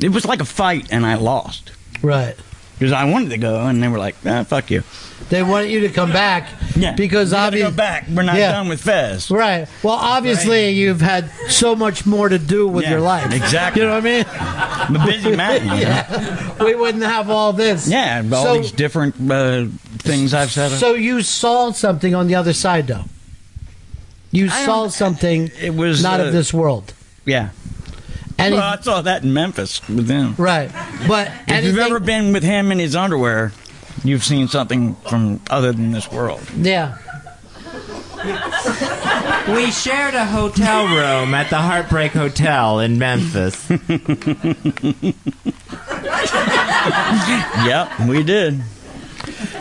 S5: it was like a fight, and I lost
S6: Right.
S5: because I wanted to go, and they were like, ah, "Fuck you."
S6: They wanted you to come back.
S5: Yeah.
S6: Because
S5: You gotta
S6: obviously,
S5: go back. We're not done with Fez.
S6: Right. Well, obviously, you've had so much more to do with
S5: Yeah,
S6: your life.
S5: exactly.
S6: You know what I mean?
S5: I'm a busy
S6: <laughs>
S5: man. you know?
S6: yeah. We wouldn't have all this.
S5: Yeah, and all
S6: so,
S5: these different uh, things I've said.
S6: so you saw something on the other side, though. You
S5: I
S6: saw
S5: don't-
S6: something.
S5: it was
S6: not of
S5: uh,
S6: this world.
S5: Yeah.
S6: And
S5: well, I saw that in Memphis with them.
S6: Right. But
S5: if you've ever been with him in his underwear, you've seen something from other than this world.
S6: Yeah.
S9: We shared a hotel room at the Heartbreak Hotel in
S5: <laughs>
S9: Memphis.
S5: yep, we did.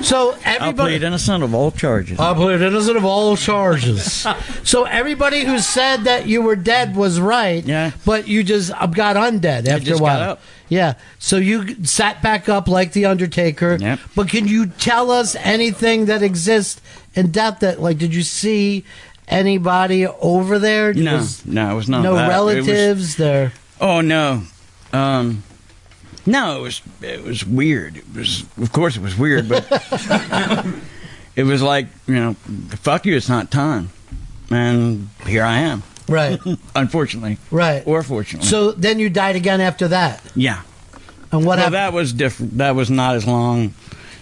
S6: So
S5: I plead
S6: everybody.
S5: innocent of all charges.
S6: I plead innocent of all charges. <laughs> so everybody who said that you were dead was right. Yeah. But you just uh, got undead after
S5: just
S6: a while.
S5: got up.
S6: Yeah. So you g- sat back up like the Undertaker. But can you tell us anything that exists in death? That like, did you see anybody over there?
S5: no,
S6: Was
S5: no, it was not.
S6: no
S5: that. It was-
S6: relatives there.
S5: oh no, um, no, it was it was weird. It was, of course, it was weird,
S6: <laughs>
S5: but it was like you know, fuck you, it's not time, and here I am.
S6: Right.
S5: <laughs> Unfortunately.
S6: Right.
S5: Or fortunately.
S6: So then you died again after that.
S5: Yeah.
S6: And what
S5: well,
S6: happened?
S5: that was different. That was not as long,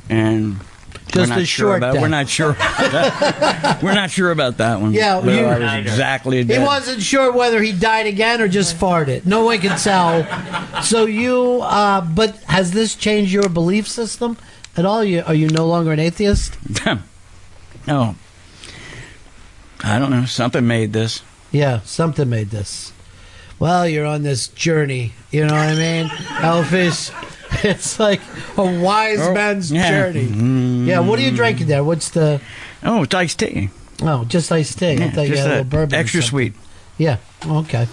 S5: and
S6: Just
S5: we're not
S6: a
S5: sure
S6: short
S5: about.
S6: death.
S5: We're not sure. About that. we're not sure about that one.
S6: Yeah,
S5: But
S6: you-
S5: I was exactly.
S6: He
S5: dead.
S6: wasn't sure whether he died again or just farted. No one can tell. So you, uh, but has this changed your belief system at all? You are you no longer an atheist?
S5: no, <laughs> I don't know. Something made this.
S6: Yeah, something made this. Well, you're on this journey. You know what I mean, Elfish. <laughs> It's like a wise
S5: Oh,
S6: man's
S5: yeah.
S6: journey. Yeah. What are you drinking there? What's the?
S5: Oh, it's iced tea.
S6: Oh, just iced tea. I
S5: Yeah,
S6: thought you
S5: just
S6: had a little
S5: that.
S6: bourbon. or
S5: Extra
S6: something.
S5: sweet.
S6: Yeah. Okay.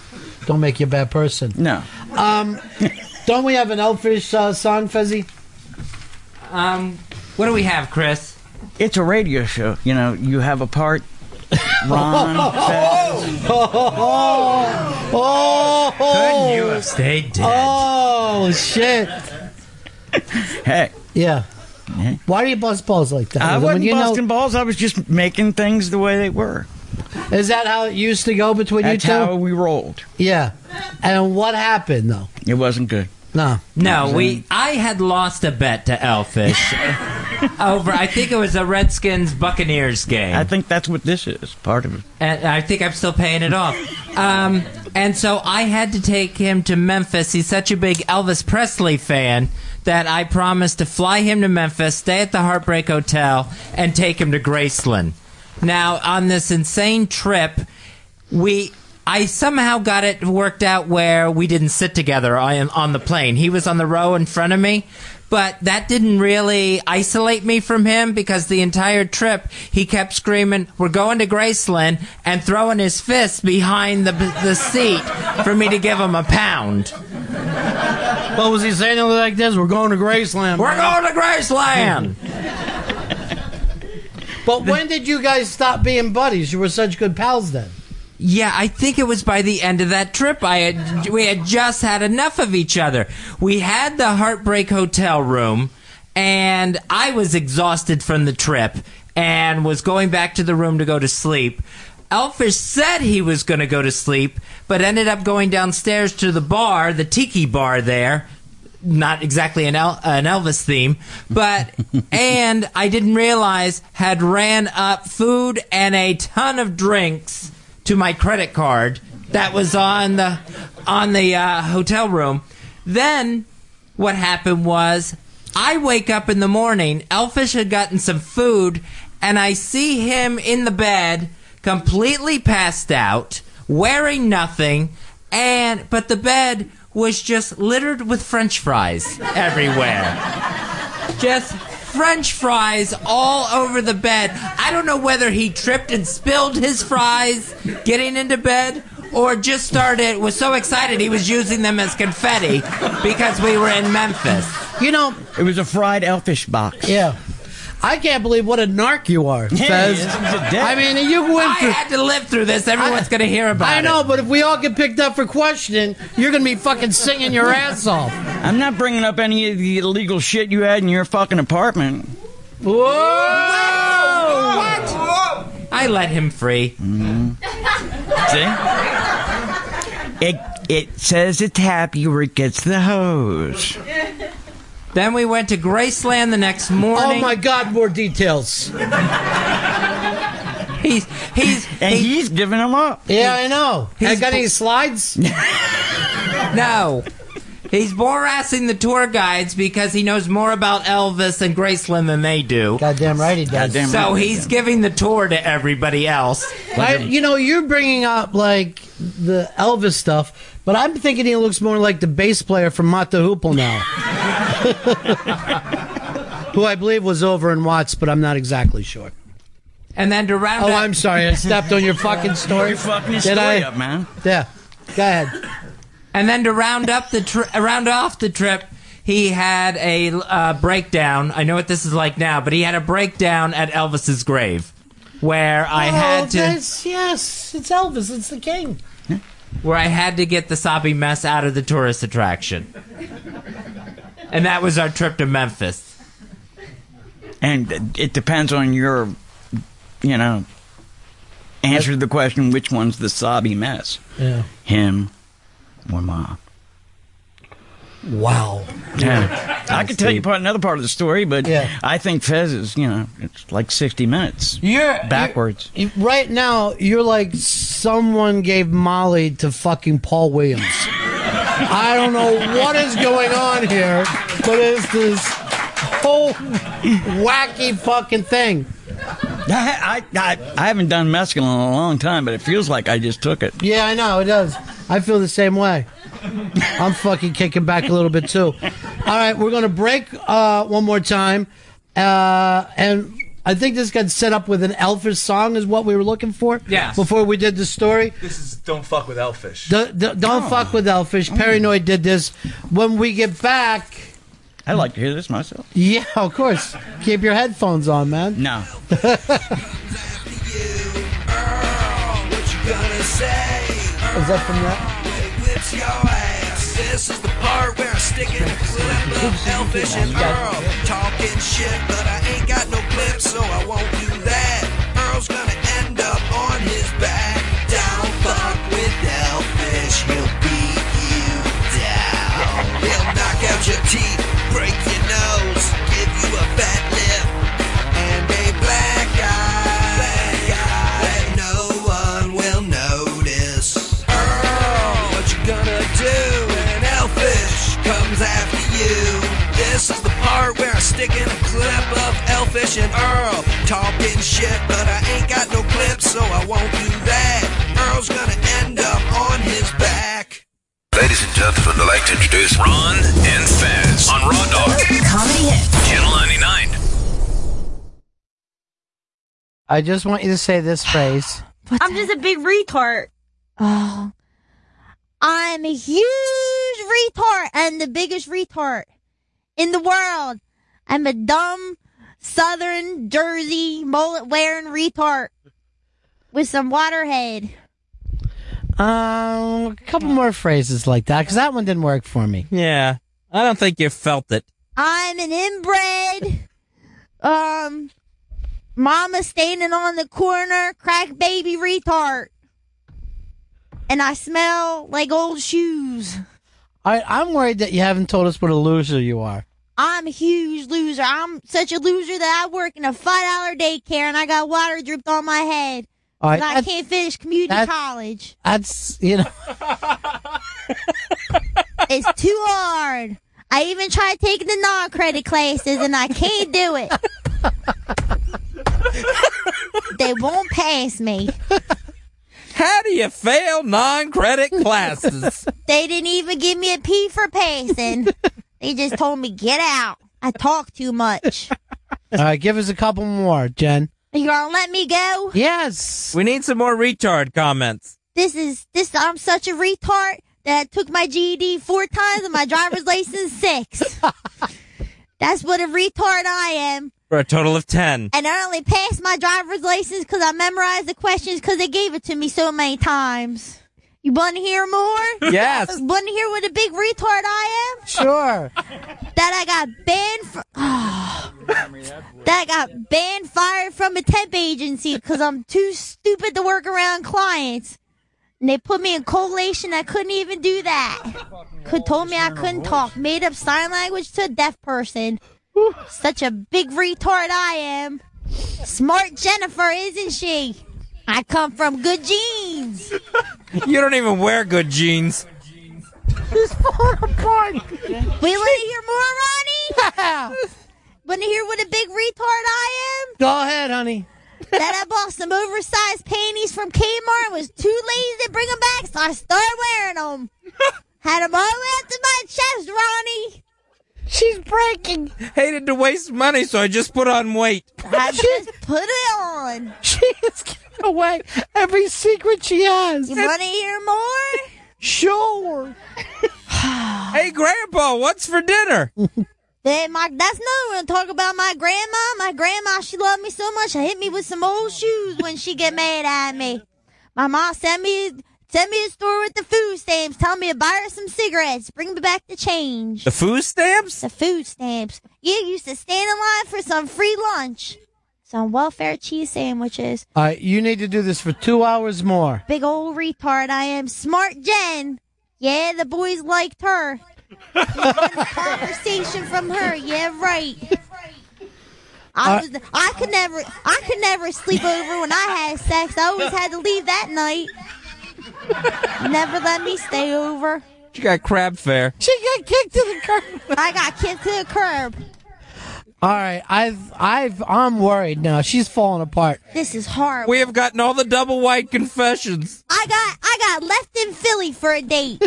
S6: Don't make you a bad person.
S5: No.
S6: Um, don't we have an Elfish uh, song, Fezzi?
S9: Um, what do we have, Chris?
S5: It's a radio show. You know, you have
S6: <laughs>
S5: a part. Ron.
S6: Oh, oh,
S5: Couldn't you have stayed dead?
S6: Oh shit!
S5: hey.
S6: Yeah. Why do you bust balls like that?
S5: I
S6: When
S5: wasn't
S6: you know-
S5: busting balls. I was just making things the way they were.
S6: Is that how it used to go between
S5: That's
S6: you two?
S5: how we rolled.
S6: yeah. And what happened though?
S5: It wasn't good.
S6: No.
S9: No, we. I had lost a bet to
S5: <laughs>
S9: Elfish over. I think it was a Redskins Buccaneers game.
S5: I think that's what this is. Part of it.
S9: and I think I'm still paying it off. Um, and so I had to take him to Memphis. He's such a big Elvis Presley fan that I promised to fly him to Memphis, stay at the Heartbreak Hotel, and take him to Graceland. Now, on this insane trip, we. I somehow got it worked out where we didn't sit together on, on the plane. He was on the row in front of me, but that didn't really isolate me from him because the entire trip he kept screaming, "We're going to Graceland!" and throwing his fist behind the the seat for me to give him a pound.
S6: What was he saying It was like this? We're going to Graceland.
S9: We're
S6: man."
S9: going to
S6: <laughs>
S9: Graceland.
S6: but when did you guys stop being buddies? You were such good pals then.
S9: Yeah, I think it was by the end of that trip. I had, we had just had enough of each other. We had the Heartbreak Hotel room, and I was exhausted from the trip and was going back to the room to go to sleep. Elfish said he was going to go to sleep, but ended up going downstairs to the bar, the tiki bar there. Not exactly an, El- an Elvis theme, but and I didn't realize had ran up food and a ton of drinks to my credit card that was on the on the uh, hotel room. Then what happened was I wake up in the morning. Elfish had gotten some food, and I see him in the bed, completely passed out, wearing nothing, and but the bed was just littered with French fries everywhere just french fries all over the bed. I don't know whether he tripped and spilled his fries getting into bed or just started was so excited he was using them as confetti because we were in Memphis.
S6: You know,
S5: it was a fried elfish box.
S6: Yeah. I can't believe what a narc you are,
S5: Yeah,
S6: Fez.
S5: it's a dick.
S6: I mean, you went
S9: I
S6: through.
S9: had to live through this. Everyone's going to hear about
S6: I
S9: it.
S6: know, but if we all get picked up for questioning, you're going to be fucking singing your ass off.
S5: I'm not bringing up any of the illegal shit you had in your fucking apartment.
S6: Oh,
S9: Whoa! What? I let him free.
S5: Mm-hmm. See? It it says it's happy where it gets the hose.
S9: Then we went to Graceland the next morning.
S6: Oh my God! More details.
S9: He's he's
S5: <laughs> and he's giving them up.
S6: Yeah, I know. Has got any slides?
S9: <laughs> No. He's borassing the tour guides because he knows more about Elvis and Graceland than they do.
S6: Goddamn right he does. Goddamn
S9: so
S6: right he
S9: he's giving the tour to everybody else.
S6: I, you know, you're bringing up like the Elvis stuff, but I'm thinking he looks more like the bass player from Mata
S9: <laughs>
S6: Hoople now, who I believe was over in Watts, but I'm not exactly sure.
S9: And then to round
S6: Oh,
S9: up-
S6: I'm sorry, I stepped on
S9: <laughs>
S6: your fucking story.
S9: You're fucking
S6: Did
S9: your story
S6: I-
S9: up, man.
S6: Yeah, go ahead.
S9: And then to round up the tri- uh, round off the trip, he had a uh, breakdown. I know what this is like now, but he had a breakdown at Elvis's grave, where I had to
S6: Elvis, Oh, yes, it's Elvis, it's the king.
S9: where I had to get the soppy mess out of the tourist attraction. And that was our trip to Memphis.
S5: And it depends on your, you know, answer to the question which one's the sobby mess.
S6: Yeah.
S5: Him or mom.
S6: Wow.
S5: Yeah. I could tell you part, another part of the story, but
S6: Yeah.
S5: I think Fez is, you know, it's like 60 minutes. Yeah. Backwards.
S6: You- Right now, you're like someone gave Molly to fucking Paul Williams. I don't know what is going on here, but it's this whole wacky fucking thing.
S5: I, I, I, I haven't done mescaline in a long time, but it feels like I just took it.
S6: Yeah, I know it does. I feel the same way. I'm fucking kicking back a little bit too. All right, we're gonna break uh, one more time, uh, and I think this got set up with an Elfish song is what we were looking for.
S8: Yes.
S6: Before we did the story,
S8: This is don't fuck with Elfish.
S6: D- d- don't
S8: Oh.
S6: fuck with Elfish. Paranoid did this. When we get back,
S5: I'd like to hear this myself.
S6: yeah, of course. Keep your headphones on, man. <laughs>
S5: No.
S6: Is that from that?
S7: Whips your ass. This is the part where I'm sticking with Elfish and Earl. Talking shit, but I ain't got no clips, so I won't do that. Earl's gonna end up on his back. Don't fuck with Elfish, he'll beat you down. He'll knock out your teeth, break your nose, give you a fat lip, and a black eye. Black eye that no one will notice. Earl,
S1: Oh.
S7: what you gonna do when an elfish comes after you? This is the part where I stick in a clip of Elfish and Earl talking shit, but I ain't got no clips, so I won't do that. Earl's gonna end up on his back.
S1: Ladies and gentlemen, I'd like to introduce Ron and Fez on Raw Dog. Comedy Hits. Channel 99.
S6: I just want you to say this phrase.
S26: I'm just a big retard. Oh. I'm a huge retard. I'm the biggest retard in the world. I'm a dumb Southern Jersey mullet wearing retard with some waterhead.
S6: Um, a couple more phrases like that because that one didn't work for me.
S41: Yeah, I don't think you felt it.
S26: I'm an inbred. Um, mama standing on the corner, crack baby retard. And I smell like old shoes.
S6: All right, I'm worried that you haven't told us what a loser you are.
S26: I'm a huge loser. I'm such a loser that I work in a five dollar daycare and I got water dripped on my head.
S6: All right,
S26: 'Cause I
S6: that's-
S26: can't finish community
S6: that's-
S26: college.
S6: That's you know. <laughs>
S26: It's too hard. I even tried taking the non credit classes and I can't do it. they won't pass me.
S41: How do you fail non-credit classes?
S26: They didn't even give me a P for passing. They just told me get out. I talk too much.
S6: All right, give us a couple more, Jen.
S26: You gonna let me go?
S6: Yes.
S41: We need some more retard comments.
S26: This is this. I'm such a retard that I took my GED four times and my driver's license six. That's what a retard I am.
S41: For a total of ten.
S26: And I only passed my driver's license because I memorized the questions because they gave it to me so many times. You want to hear more? <laughs>
S41: Yes.
S26: Want to hear what a big retard I am?
S6: Sure.
S26: That I got banned from. <sighs> that I got banned, fired from a temp agency because I'm too stupid to work around clients. And they put me in collation. I couldn't even do that. Could told me I couldn't talk. Made up sign language to a deaf person. Such a big retard I am. Smart Jennifer, isn't she? I come from good genes.
S41: You don't even wear good jeans.
S26: She's falling apart. We want to hear more, Ronnie?
S6: <laughs>
S26: Want to hear what a big retard I am?
S6: Go ahead, honey.
S26: that I bought some oversized panties from Kmart and was too lazy to bring them back, so I started wearing them.
S6: <laughs>
S26: Had them all up to my chest, Ronnie.
S6: She's breaking.
S41: Hated to waste money, so I just put on weight. <laughs>
S26: I just put it
S6: <laughs>
S26: on.
S6: She is giving away every secret she has.
S26: You want to hear more? <sighs>
S6: Sure.
S41: hey, Grandpa, what's
S6: <laughs>
S41: for dinner?
S26: Then my, that's another one. Talk about my grandma. My grandma, she loved me so much. She hit me with some old shoes when she get mad at me. My mom sent me sent me to the store with the food stamps. Tell me to buy her some cigarettes. Bring me back the change.
S41: The food stamps?
S26: The food stamps. You used to stand in line for some free lunch, some welfare cheese sandwiches.
S6: All right, you need to do this for two hours more.
S26: Big old retard I am. Smart Jen. Yeah, the boys liked her. Conversation from her. Yeah, right. I
S6: Uh,
S26: was. I could never. I could never sleep over when I had sex. I always had to leave that night. Never let me stay over.
S41: You got crab fare.
S6: She got kicked to the curb.
S26: I got kicked to the curb.
S6: All right, I've, I've, I'm worried now. She's falling apart.
S26: This is horrible.
S41: We have gotten all the double white confessions.
S26: I got I got left in Philly for a date.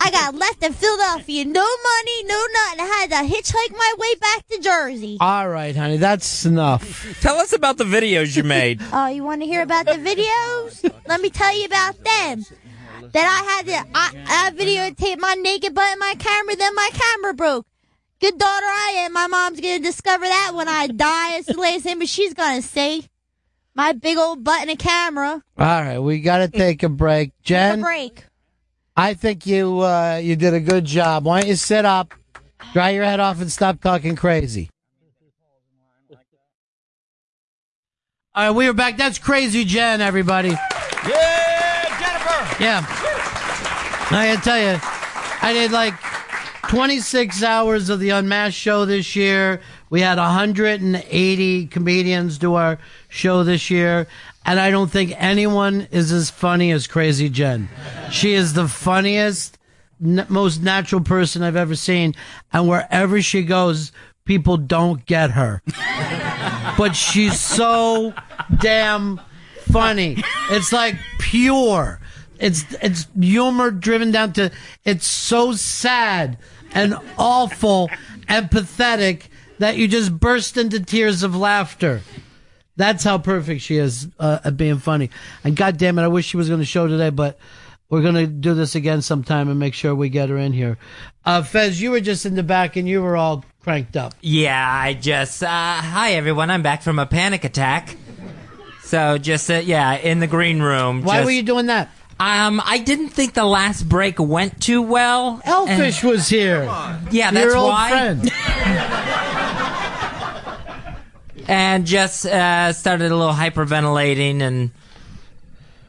S26: I got left in Philadelphia. No money, no nothing. I had to hitchhike my way back to Jersey.
S6: All right, honey, that's enough.
S41: Tell us about the videos you made.
S26: Oh, you want to hear about the videos? Let me tell you about them. That I had to I, I videotaped my naked butt in my camera, then my camera broke. Good daughter I am. My mom's gonna discover that when I die. It's the latest thing, but she's gonna see my big old butt in a camera.
S6: <laughs> All right, we got to take a break.
S26: A
S6: Jen,
S26: break.
S6: I think you, uh, you did a good job. Why don't you sit up, dry your head off, and stop talking crazy? All right, we are back. That's crazy, Jen, everybody.
S43: Yeah, Jennifer.
S6: Yeah. I gotta tell you, I did like 26 hours of the Unmasked show this year. We had 180 comedians do our show this year. And I don't think anyone is as funny as Crazy Jen. She is the funniest, n- most natural person I've ever seen. And wherever she goes, people don't get her. <laughs> but she's so damn funny. It's like pure. It's it's humor driven down to it's so sad and awful and pathetic that you just burst into tears of laughter. That's how perfect she is uh, at being funny. And God damn it, I wish she was going to show today, but We're going to do this again sometime and make sure we get her in here. Uh, Fez, you were just in the back and you were all cranked up.
S41: Yeah, I just. Uh, hi, everyone. I'm back from a panic attack. So just uh, yeah, in the green room.
S6: Why
S41: just-
S6: were you doing that?
S41: Um, I didn't think the last break went too well.
S6: Elfish was here.
S41: Yeah, that's
S6: Your old
S41: why.
S6: friend.
S41: <laughs> and just uh, started a little hyperventilating and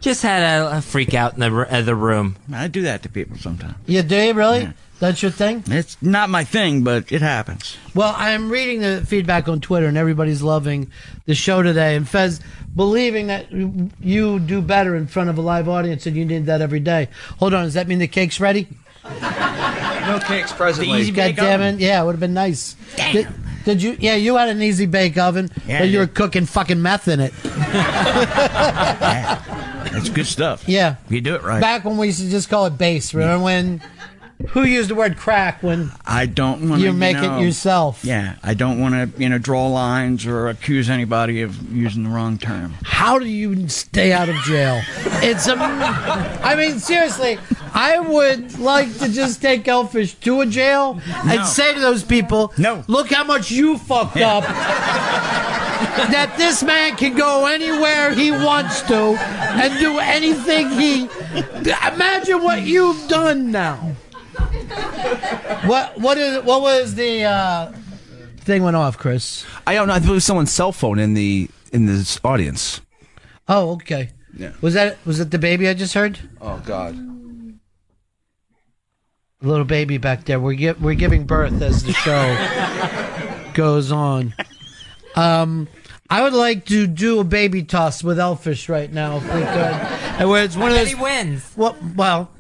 S41: just had a, a freak out in the r- uh, the room.
S5: I do that to people sometimes.
S6: Yeah, do you really? That's your thing?
S5: It's not my thing, but it happens.
S6: Well, I'm reading the feedback on Twitter, and everybody's loving the show today. And Fez, believing that you do better in front of a live audience, and you need that every day. Hold on, does that mean the cake's ready?
S30: No cakes presently.
S6: God damn it! Yeah, it would have been nice. Did, did you? Yeah, you had an easy bake oven,
S5: Yeah, I
S6: but you were
S5: did.
S6: cooking fucking meth in it.
S5: <laughs> That's good stuff.
S6: Yeah.
S5: You do it right.
S6: Back when we used to just call it base. Remember when? Who used the word crack when?
S5: I don't want to.
S6: You make it yourself.
S5: Yeah, I don't want to, you know, draw lines or accuse anybody of using the wrong term.
S6: How do you stay out of jail? It's a. I mean, seriously, I would like to just take Elfish to a jail and say to those people, "No, look how much you fucked up." that this man can go anywhere he wants to and do anything he. Imagine what you've done now. What what is what was the uh, thing went off, Chris?
S42: I don't know. I think it was someone's cell phone in the in this audience.
S6: Oh, okay.
S42: Yeah.
S6: Was that was it the baby I just heard?
S42: Oh God.
S6: little baby back there. We're gi- we're giving birth as
S42: <laughs>
S6: the show goes on. Um, I would like to do a baby toss with Elfish right now, if we could. And where it's one of
S41: I
S6: those
S41: bet he wins.
S6: Well, well,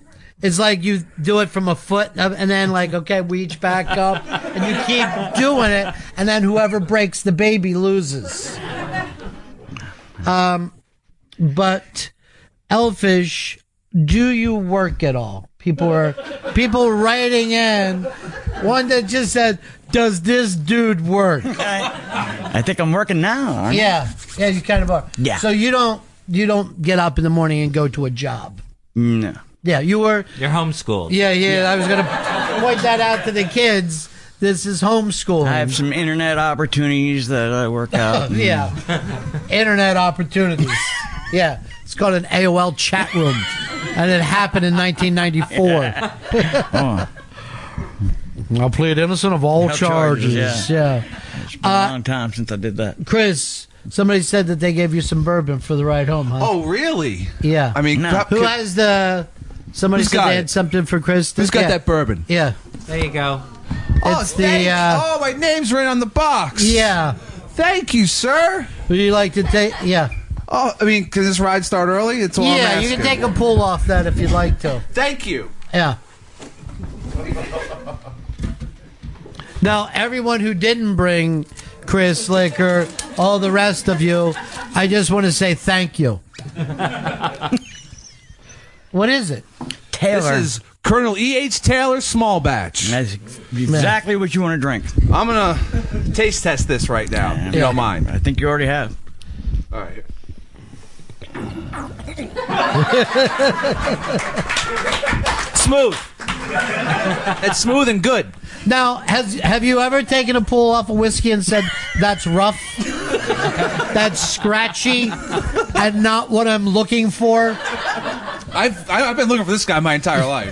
S6: it's like you do it from a foot, up, and then like okay, we each back up, and you keep doing it, and then whoever breaks the baby loses. Um, but Elfish, do you work at all? People are people writing in one that just said, "Does this dude work?"
S5: I think I'm working now. aren't I?
S6: yeah, yeah, you kind of are.
S5: Yeah.
S6: So you don't you don't get up in the morning and go to a job.
S5: No.
S6: Yeah, you were.
S41: You're homeschooled.
S6: Yeah, yeah. I was gonna point that out to the kids. This is homeschooling.
S5: I have some internet opportunities that I work
S6: <laughs>
S5: out.
S6: yeah. Internet opportunities. Yeah. It's called an AOL chat room. And it happened in
S42: <laughs>
S6: 1994.
S5: Oh,
S6: I'll plead innocent of all
S5: No
S6: charges.
S5: charges,
S6: Yeah. Uh,
S5: it's been a long time since I did that.
S6: Chris, somebody said that they gave you some bourbon for the ride home, huh?
S42: Oh really?
S6: Yeah.
S42: I mean, crap-
S6: who has the. Somebody
S42: Who's
S6: said
S42: got
S6: they
S42: it?
S6: had something for Chris.
S42: Who's got
S6: Yeah.
S42: that bourbon?
S6: Yeah.
S41: There you go.
S42: Oh,
S6: It's the,
S42: thank-
S6: uh,
S42: oh, my name's right on the box.
S6: Yeah.
S42: Thank you, sir.
S6: Would you like to take? Yeah.
S42: Oh, I mean, can this ride start early? It's all. I'm
S6: yeah, you
S42: asking.
S6: can take a pull off that if you'd like to.
S42: Thank you.
S6: Yeah. Now, everyone who didn't bring Chris Licker, all the rest of you, I just want to say thank you. Uh, what is it?
S5: Taylor.
S42: This is Colonel E. H. Taylor Small Batch.
S5: That's exactly what you want to drink.
S42: I'm gonna taste test this right now. If you
S5: Yeah.
S42: don't mind.
S5: I think you already have.
S42: All right.
S6: <laughs>
S5: Smooth.
S42: It's smooth and good.
S6: Now, has have you ever taken a pull off a whiskey and said that's rough, that's scratchy, and not what I'm looking for?
S42: I've I- I've been looking for this guy my entire
S6: <laughs>
S5: <laughs>
S42: life.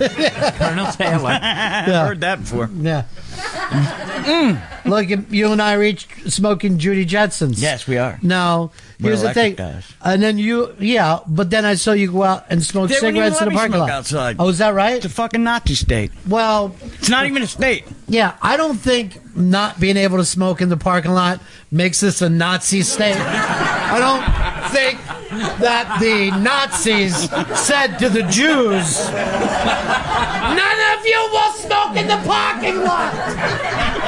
S41: Colonel Taylor.
S5: Heard that before.
S6: Yeah.
S42: Mm.
S6: Look, you and I are each smoking Judy Jetsons.
S5: Yes, we are.
S6: No,
S5: We're
S6: here's the thing.
S5: electric guys.
S6: And then you, yeah, but then I saw you go out and smoke
S5: They wouldn't even
S6: cigarettes in
S5: let
S6: the
S5: me
S6: parking
S5: smoke
S6: lot.
S5: outside.
S6: Oh, is that right?
S5: It's a fucking Nazi
S6: <laughs>
S5: state.
S6: Well,
S5: It's not even a state.
S6: yeah, I don't think not being able to smoke in the parking lot makes this a Nazi state. I don't think that the Nazis said to the Jews, None of you will smoke in the parking lot!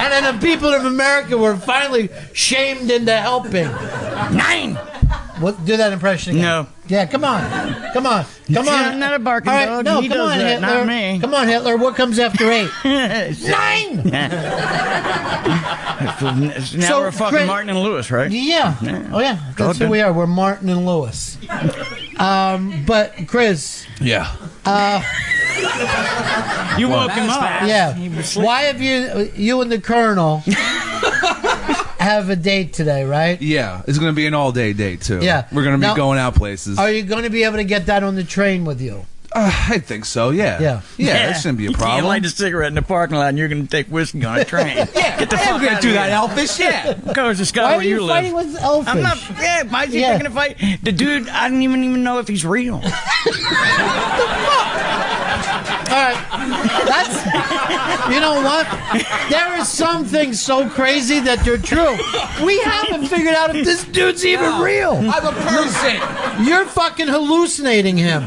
S6: And then the people of America were finally shamed into helping. Nine! What, do that impression again.
S5: No.
S6: Yeah, come on. Come on. Come
S5: Yeah,
S6: on.
S5: I'm not a barking
S6: All right,
S5: dog.
S6: No,
S5: He
S6: come
S5: does
S6: on,
S5: that,
S6: Hitler.
S5: not me.
S6: Come on, Hitler. What comes after
S5: <laughs>
S6: eight? Nine!
S5: now
S6: So,
S5: we're fucking
S6: Chris- Oh,
S5: Martin and Lewis, right?
S6: Yeah. Oh yeah. That's who we are. We're Martin and Lewis. Um, but Chris,
S42: Yeah.
S6: uh,
S5: You woke him up.
S6: Yeah. Why have you you and the Colonel have a date today, right?
S42: Yeah, it's going to be an all day date too.
S6: Yeah.
S42: we're going to be
S6: Now-
S42: going out places.
S6: Are you going to be able to get that on the train with you?
S42: Uh, I think so. Yeah.
S6: Yeah.
S42: Yeah. That shouldn't be a
S5: You
S42: problem.
S5: light a cigarette in the parking lot, and you're going to take
S42: <laughs>
S5: whiskey on a train.
S6: <laughs>
S5: yeah, get the
S42: I'm
S5: fuck
S42: gonna
S5: out
S42: do
S5: of
S42: that,
S5: here.
S42: Elfish,
S5: <laughs>
S42: yeah.
S5: of course, it's got
S42: Why
S5: where
S42: are you
S5: live.
S42: fighting
S6: with Elfish?
S5: I'm not. Yeah, why is he
S42: Yeah.
S5: picking a fight? The dude, I don't even even know if he's real.
S6: All right. That's you know what? There is some things so crazy that they're true. We haven't figured out if this dude's even
S5: No.
S6: real.
S5: I'm a
S6: person. You're fucking hallucinating him.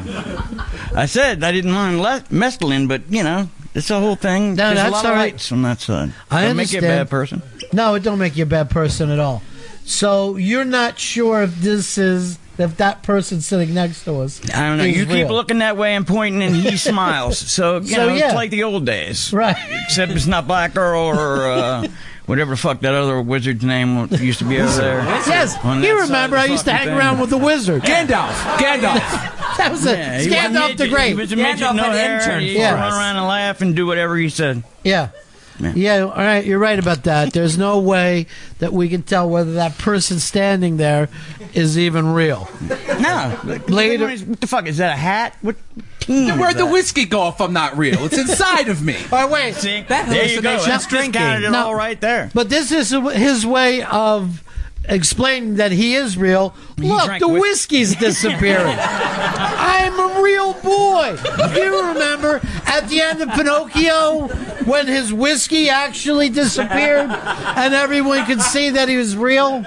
S5: I said I didn't mind le- mestling, but you know, it's a whole thing.
S6: No,
S5: There's
S6: that's
S5: a lot
S6: all
S5: of
S6: right.
S5: rights on that side.
S6: I
S5: Don't make you a
S6: understand.
S5: bad person.
S6: No, it don't make you a bad person at all. So you're not sure if this is if that person sitting next to us.
S5: I don't know.
S6: is
S5: You
S6: real.
S5: keep looking that way and pointing,
S6: <laughs>
S5: and he smiles. So, you
S6: So,
S5: know,
S6: yeah.
S5: it's like the old days.
S6: Right.
S5: Except it's not Black Girl
S6: <laughs>
S5: or uh, whatever the fuck that other wizard's name used to be over there.
S6: <laughs> Yes,
S5: On that
S6: you
S5: side
S6: remember
S5: of
S6: I
S5: the
S6: used to
S5: fucking
S6: hang
S5: thing.
S6: around with the wizard
S42: Gandalf. Gandalf.
S6: <laughs> that was it.
S5: Yeah, he was a
S6: Stand up the
S5: midget. He
S6: great.
S5: was a midget, no hair. He
S6: Yeah.
S5: yeah. run around and laugh and do whatever he said.
S6: Yeah. Yeah. all right, you're right about that. There's no way that we can tell whether that person standing there is even real.
S5: No.
S6: Later.
S5: What the fuck? Is that a hat? What
S42: Then Where'd the whiskey go if I'm not real? It's inside of <laughs> me.
S6: All right, wait.
S5: See? That There you go. hallucination's That's drinking. discounted it all right there.
S6: But this is his way of explaining that he is real. Look,
S5: drank
S6: the
S5: whis- <laughs>
S6: whiskey's disappearing. I'm a real boy. You remember at the end of Pinocchio when his whiskey actually disappeared and everyone could see that he was real?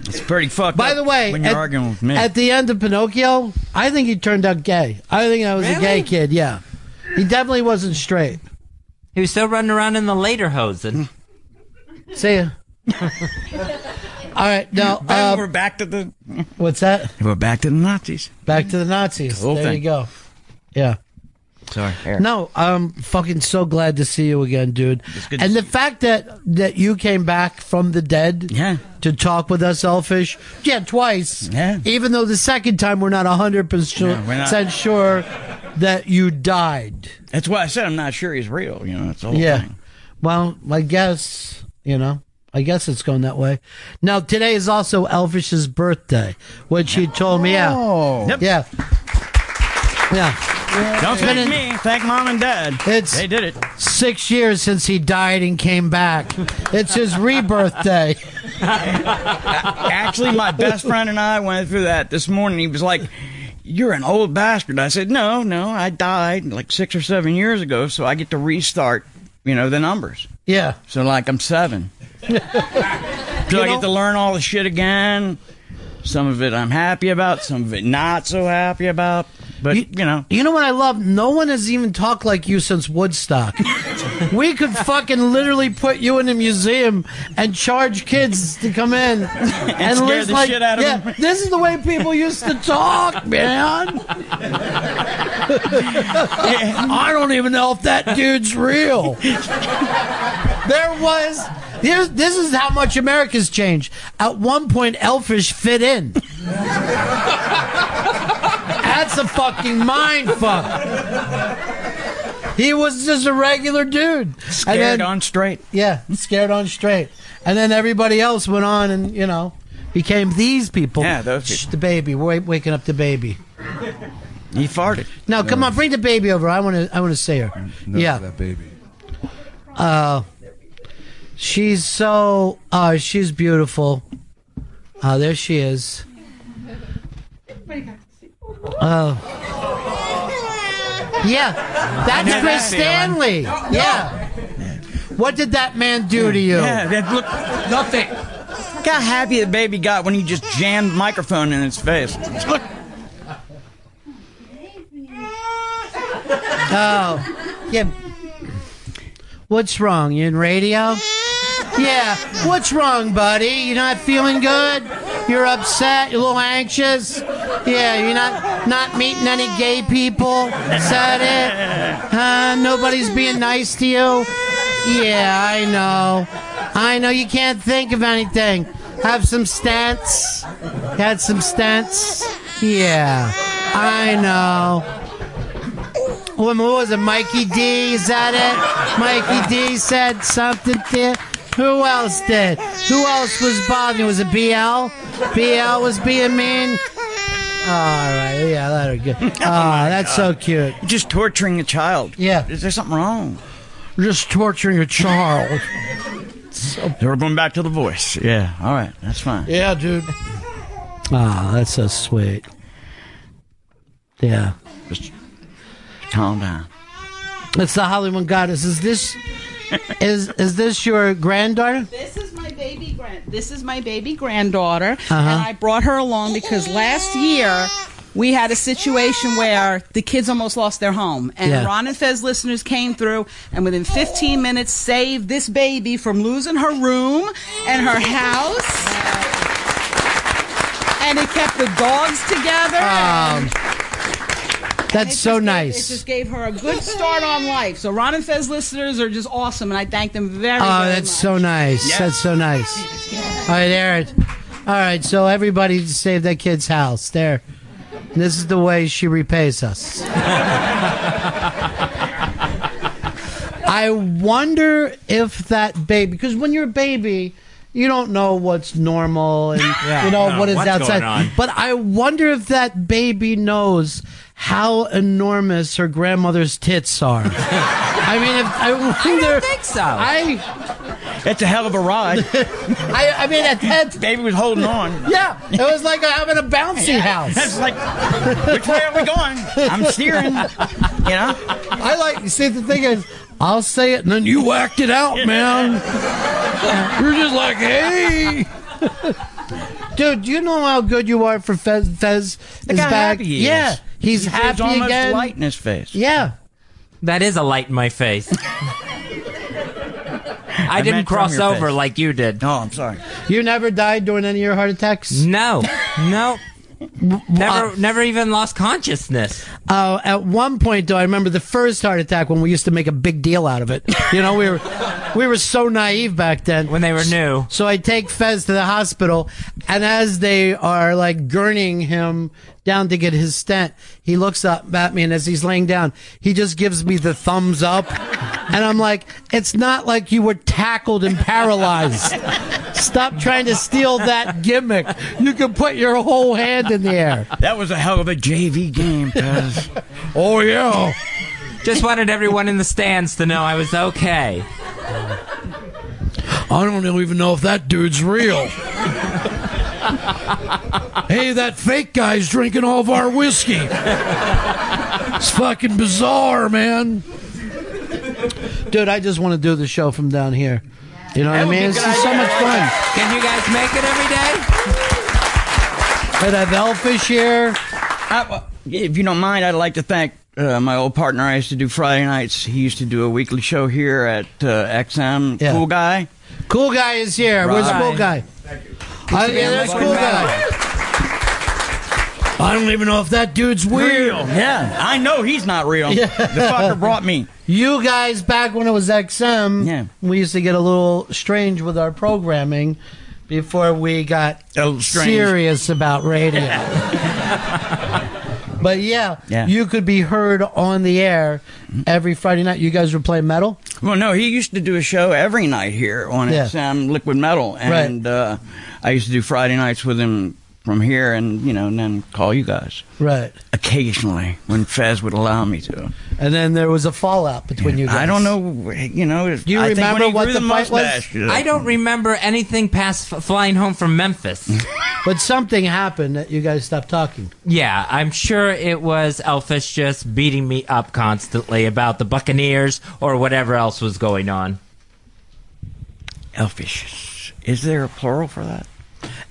S5: It's pretty fucked
S6: By
S5: up
S6: the way,
S5: when you're
S6: at,
S5: arguing with me.
S6: at the end of Pinocchio, I think he turned out gay. I think I was a gay kid. Yeah, he definitely wasn't straight.
S41: He was still running around in the later hosen.
S5: Hmm.
S6: See ya. All right, now
S5: Then
S6: uh,
S5: we're back to the
S6: what's that?
S5: we're back to the Nazis.
S6: Back to the Nazis.
S5: Cool
S6: there
S5: thing.
S6: you go. Yeah.
S5: Sorry. <laughs>
S6: No, I'm fucking so glad to see you again, dude.
S5: good to
S6: And the fact that that you came back from the dead, yeah. to talk with us, Elfish, yeah, twice. Yeah. Even though the second time we're not hundred
S5: No, we're not.
S6: percent sure that you died.
S5: That's why I said I'm not sure he's real. You know, it's all
S6: Yeah. Well, I guess, you know, I guess it's going that way. Now, today is also Elvish's birthday, which he told me out. Oh.
S5: Yep.
S6: Yeah. Yeah.
S5: Don't
S6: It's been
S5: thank
S6: in
S5: me. Thank mom and dad.
S6: It's-
S5: they did it.
S6: Six years since he died and came back. It's his rebirth
S5: <laughs>
S6: day.
S5: Actually, my best friend and I went through that this morning. He was like, "You're an old bastard." I said, "No, no, I died like six or seven years ago, so I get to restart. You know the numbers.
S6: Yeah.
S5: So like
S6: <laughs>
S5: I'm seven. so I get to learn all the shit again. Some of it I'm happy about. Some of it not so happy about. But you, know,
S6: You know what I love? No one has even talked like you since Woodstock. we could fucking literally put you in a museum and charge kids to come in and,
S5: scare
S6: live
S5: the
S6: like
S5: shit out of
S6: yeah.
S5: them.
S6: This is the way people used to talk, man. I don't even know if that dude's real. There was. Here's, this is how much America's changed. At one point, Elfish fit in. That's a fucking mind fuck. He was just a regular dude.
S5: Scared on straight.
S6: Yeah, scared on straight. And then everybody else went on and, you know, became these people.
S5: Yeah, those
S6: Shh, the baby. Wait, waking up the baby.
S5: he farted.
S6: No, come on, bring the baby over. I want to. I want to see her. yeah,
S42: that baby.
S6: Uh, she's so. Uh, she's beautiful. Uh, there she is. Oh. yeah, that's
S5: know
S6: Chris
S5: that
S6: Stanley.
S5: feeling.
S6: Yeah. What did that man do to you?
S5: Yeah, that look nothing. Look how happy the baby got when he just jammed the microphone in his face. Look,
S6: Oh, yeah. What's wrong? You in radio? Yeah. What's wrong, buddy? You're not feeling good. You're upset. You're a little anxious. Yeah. You're not not meeting any gay people. Is that it? Huh? Nobody's being nice to you. Yeah, I know. I know you can't think of anything. Have some stents. Had some stents. Yeah, I know. What who was it? Mikey D. Is that it? Mikey D. said something. To, who else did? Who else was bothering? Was it BL? BL was being mean. All right, yeah, that are good.
S5: Oh
S6: Ah, that's so cute.
S5: Just torturing a child.
S6: Yeah.
S5: Is there something wrong?
S6: Just torturing a child.
S5: So we're going back to the voice. Yeah. All right. That's fine.
S6: yeah, dude. Ah, that's so sweet. Yeah.
S5: Just calm down.
S6: It's the Hollywood goddess. Is this is is this your granddaughter?
S41: This is my baby grand. This is my baby granddaughter,
S6: Uh-huh.
S41: and I brought her along because last year we had a situation where the kids almost lost their home, and
S6: Yeah.
S41: Ron and Fez listeners came through, and within 15 minutes saved this baby from losing her room and her house, and it kept the dogs together. and-
S6: Um, That's so
S41: it
S6: nice.
S41: just gave her a good start on life. So Ron and Fez listeners are just awesome, and I thank them very,
S6: oh,
S41: very
S6: that's so nice. That's so nice. All right, Eric. All right, so everybody save that kid's house. There. This is the way she repays us. I wonder if that baby, because when you're a baby, you don't know what's normal and
S44: Yeah,
S6: you know
S44: no,
S6: what is
S44: what's going
S6: outside.
S44: on?
S6: But I wonder if that baby knows how enormous her grandmother's tits are. I mean, if, I wonder. I think so. I.
S5: It's a hell of a ride.
S6: <laughs> I, I mean, at that
S5: baby was holding on.
S6: Yeah, it was like having a bouncy house.
S5: That's like, which way are we going? I'm steering. You know.
S6: I like. You see, the thing is, I'll say it, and then you whacked it out, man. You're just like, hey. Dude, do you know how good you are for Fez? Fez
S5: Look
S6: is
S5: how
S6: back.
S5: happy he is.
S6: Yeah, he's
S5: There's
S6: happy
S5: almost
S6: again.
S5: light in his face.
S6: Yeah.
S9: That is a light in my
S5: <laughs>
S9: face. I didn't
S5: meant from
S9: cross
S5: your
S9: over
S5: face.
S9: like you did.
S5: Oh, I'm sorry.
S6: You never died during any of your heart attacks?
S9: No, no. Never, never even lost consciousness.
S6: Uh, at one point, though, I remember the first heart attack when we used to make a big deal out of it. You know, we were we were so naive back then when they
S9: were new.
S6: So I take Fez to the hospital, and as they are like gurning him down to get his stent, he looks up at me, and as he's laying down, he just gives me the thumbs up, and I'm like, "It's not like you were tackled and paralyzed. Stop trying to steal that gimmick. You can put your whole hand in the air."
S5: That was a hell of a JV
S9: <laughs>
S5: game, Pez.
S6: oh yeah.
S9: Just wanted everyone in the stands to know I was okay.
S6: I don't even know if that
S9: <laughs>
S6: dude's real. hey, that fake guy's drinking all of our whiskey. <laughs> It's fucking bizarre, man. Dude, I just want to do the show from down here. You know what I mean? This is so much fun.
S9: Can you guys make it every day?
S6: I'd have Elfish here.
S5: I, well, if you don't mind, I'd like to thank uh, my old partner. I used to do Friday nights. He used to do a weekly show here at uh, XM.
S6: Yeah.
S5: Cool guy.
S6: Cool guy is here. Where's
S5: Right.
S6: Cool Guy? Uh, yeah, there's Cool Guy. I don't even know if that dude's weird.
S5: Real. Yeah, I know he's not real.
S6: Yeah.
S5: The fucker
S6: <laughs>
S5: brought me.
S6: You guys, back when it was XM,
S5: Yeah.
S6: we used to get a little strange with our programming before we got
S5: Oh, strange.
S6: serious about
S5: <laughs>
S6: radio. but yeah,
S5: Yeah.
S6: you could be heard on the air every Friday night. You guys were playing metal?
S5: Well, no, he used to do a show every night here on
S6: Yeah.
S5: XM Liquid Metal, and uh, I used to do Friday nights with him from here, and you know, and then call you guys
S6: Right.
S5: occasionally when Fez would allow me to.
S6: And then there was a fallout between you guys.
S5: I don't know, you know.
S6: Do you
S5: I think when
S6: remember
S5: he
S6: what
S5: grew
S6: the, fight was?
S5: mustache, yeah.
S9: I don't remember anything past f- flying home from Memphis.
S6: But something happened that you guys stopped talking.
S9: Yeah, I'm sure it was Elfish just beating me up constantly about the Buccaneers or whatever else was going on.
S5: Elfish. Is there a plural for that?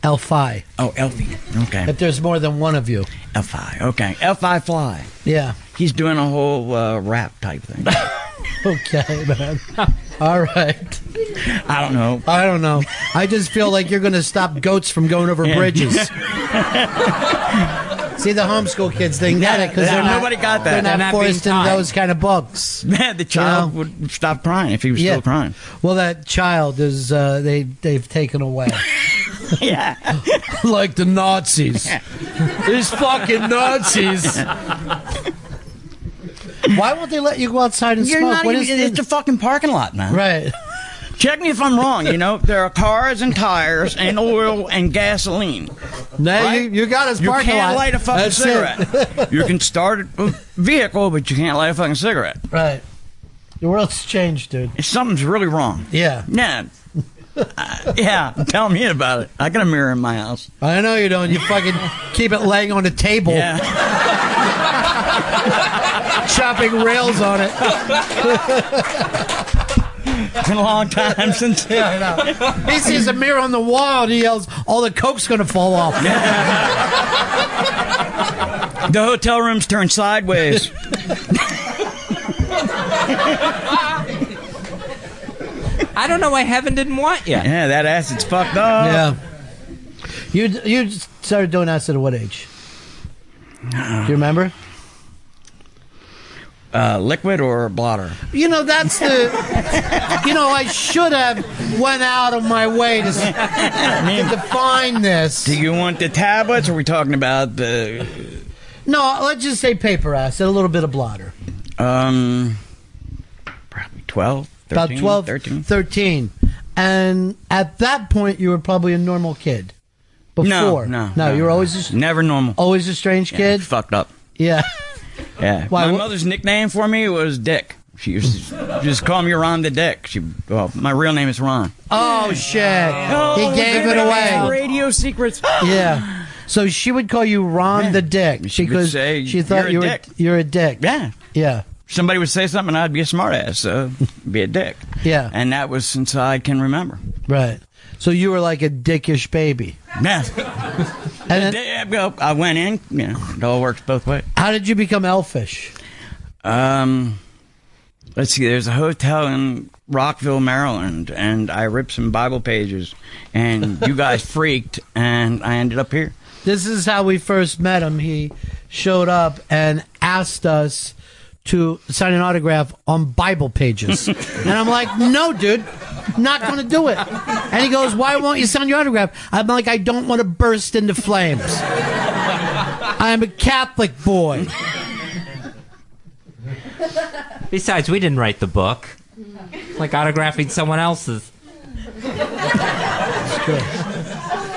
S6: Elfi.
S5: Oh, Elfie. Okay.
S6: If there's more than one of you.
S5: Elfi. Okay. Elfi Fly.
S6: Yeah.
S5: He's doing a whole uh, rap type thing.
S6: Okay, <laughs> man. All right.
S5: I don't know.
S6: I don't know. I just feel like you're going to stop goats from going over
S5: Yeah.
S6: bridges. See, the homeschool kids didn't get it because
S5: Yeah,
S6: they're not.
S5: nobody got
S6: They're
S5: that.
S6: not,
S5: They're not being
S6: forced into
S5: taught.
S6: those kind of books.
S5: <laughs> Man, the child would stop crying if he was
S6: Yeah.
S5: still crying. <laughs>
S6: Well, that child is uh, they they've taken away.
S8: yeah.
S6: like the Nazis. These fucking Nazis. Why won't they let you go outside and
S5: You're
S6: smoke?
S5: not
S6: What
S5: even,
S6: is
S5: it's a fucking parking lot, man.
S6: Right.
S5: Check me if I'm wrong. You know, there are cars and tires and oil and gasoline.
S6: No, you, you got us
S5: You
S6: parking
S5: can't
S6: lot.
S5: light a fucking
S6: That's it.
S5: cigarette. you can start a vehicle, but you can't light a fucking cigarette.
S6: Right. The world's changed, dude.
S5: Something's really wrong.
S6: Yeah.
S5: Yeah. Uh, yeah. Tell me about it. I got a mirror in my house.
S6: I know you don't. You fucking keep it laying on the table. <laughs> Chopping rails on it.
S5: it's <laughs> been a long time since.
S6: Yeah, I know. He sees a mirror on the wall and he yells, "All the coke's gonna fall off." <laughs>
S5: The hotel room's turned sideways.
S41: I don't know why heaven didn't want you.
S5: Yeah, that acid's fucked up.
S6: Yeah. You you started doing acid at what age? Do you remember?
S5: Uh, liquid or blotter?
S6: You know that's the. You know I should have went out of my way to, s- to define this.
S5: Do you want the tablets? Or are we talking about the?
S6: No, let's just say paper acid, a little bit of blotter.
S5: Um, probably 12, 13,
S6: About 12,
S5: 13.
S6: 13. And at that point, you were probably a normal kid.
S5: No,
S6: Before.
S5: no,
S6: No, you were always a,
S5: never normal.
S6: always a strange kid.
S5: Fucked up.
S6: Yeah. <laughs>
S5: Yeah.
S6: Why,
S5: my
S6: wha-
S5: mother's nickname for me was Dick. She used to just call me Ron the Dick. She, well, my real name is Ron.
S6: Oh, shit.
S5: Oh,
S6: he gave it
S5: radio
S6: away.
S5: Radio secrets. <gasps>
S6: yeah. So she would call you Ron the Dick
S5: She would
S6: because
S5: say,
S6: she thought
S5: "You're a
S6: you were
S5: dick."
S6: you're a dick.
S5: Yeah.
S6: Yeah.
S5: Somebody would say something, I'd be a smartass, so be a dick.
S6: Yeah.
S5: And that was since I can remember.
S6: Right. So you were like a dickish baby.
S5: Yeah.
S6: And then,
S5: Yeah, uh, well, I went in. You know, it all works both ways.
S6: how did you become elfish?
S5: Um, let's see. There's a hotel in Rockville, Maryland, and I ripped some Bible pages, and
S6: <laughs>
S5: you guys freaked, and I ended up here.
S6: This is how we first met him. He showed up and asked us to sign an autograph on Bible pages. and I'm like, no, dude, not going to do it. And he goes, why won't you sign your autograph? I'm like, I don't want to burst into flames. I'm a Catholic boy.
S41: Besides, we didn't write the book. It's like autographing someone else's.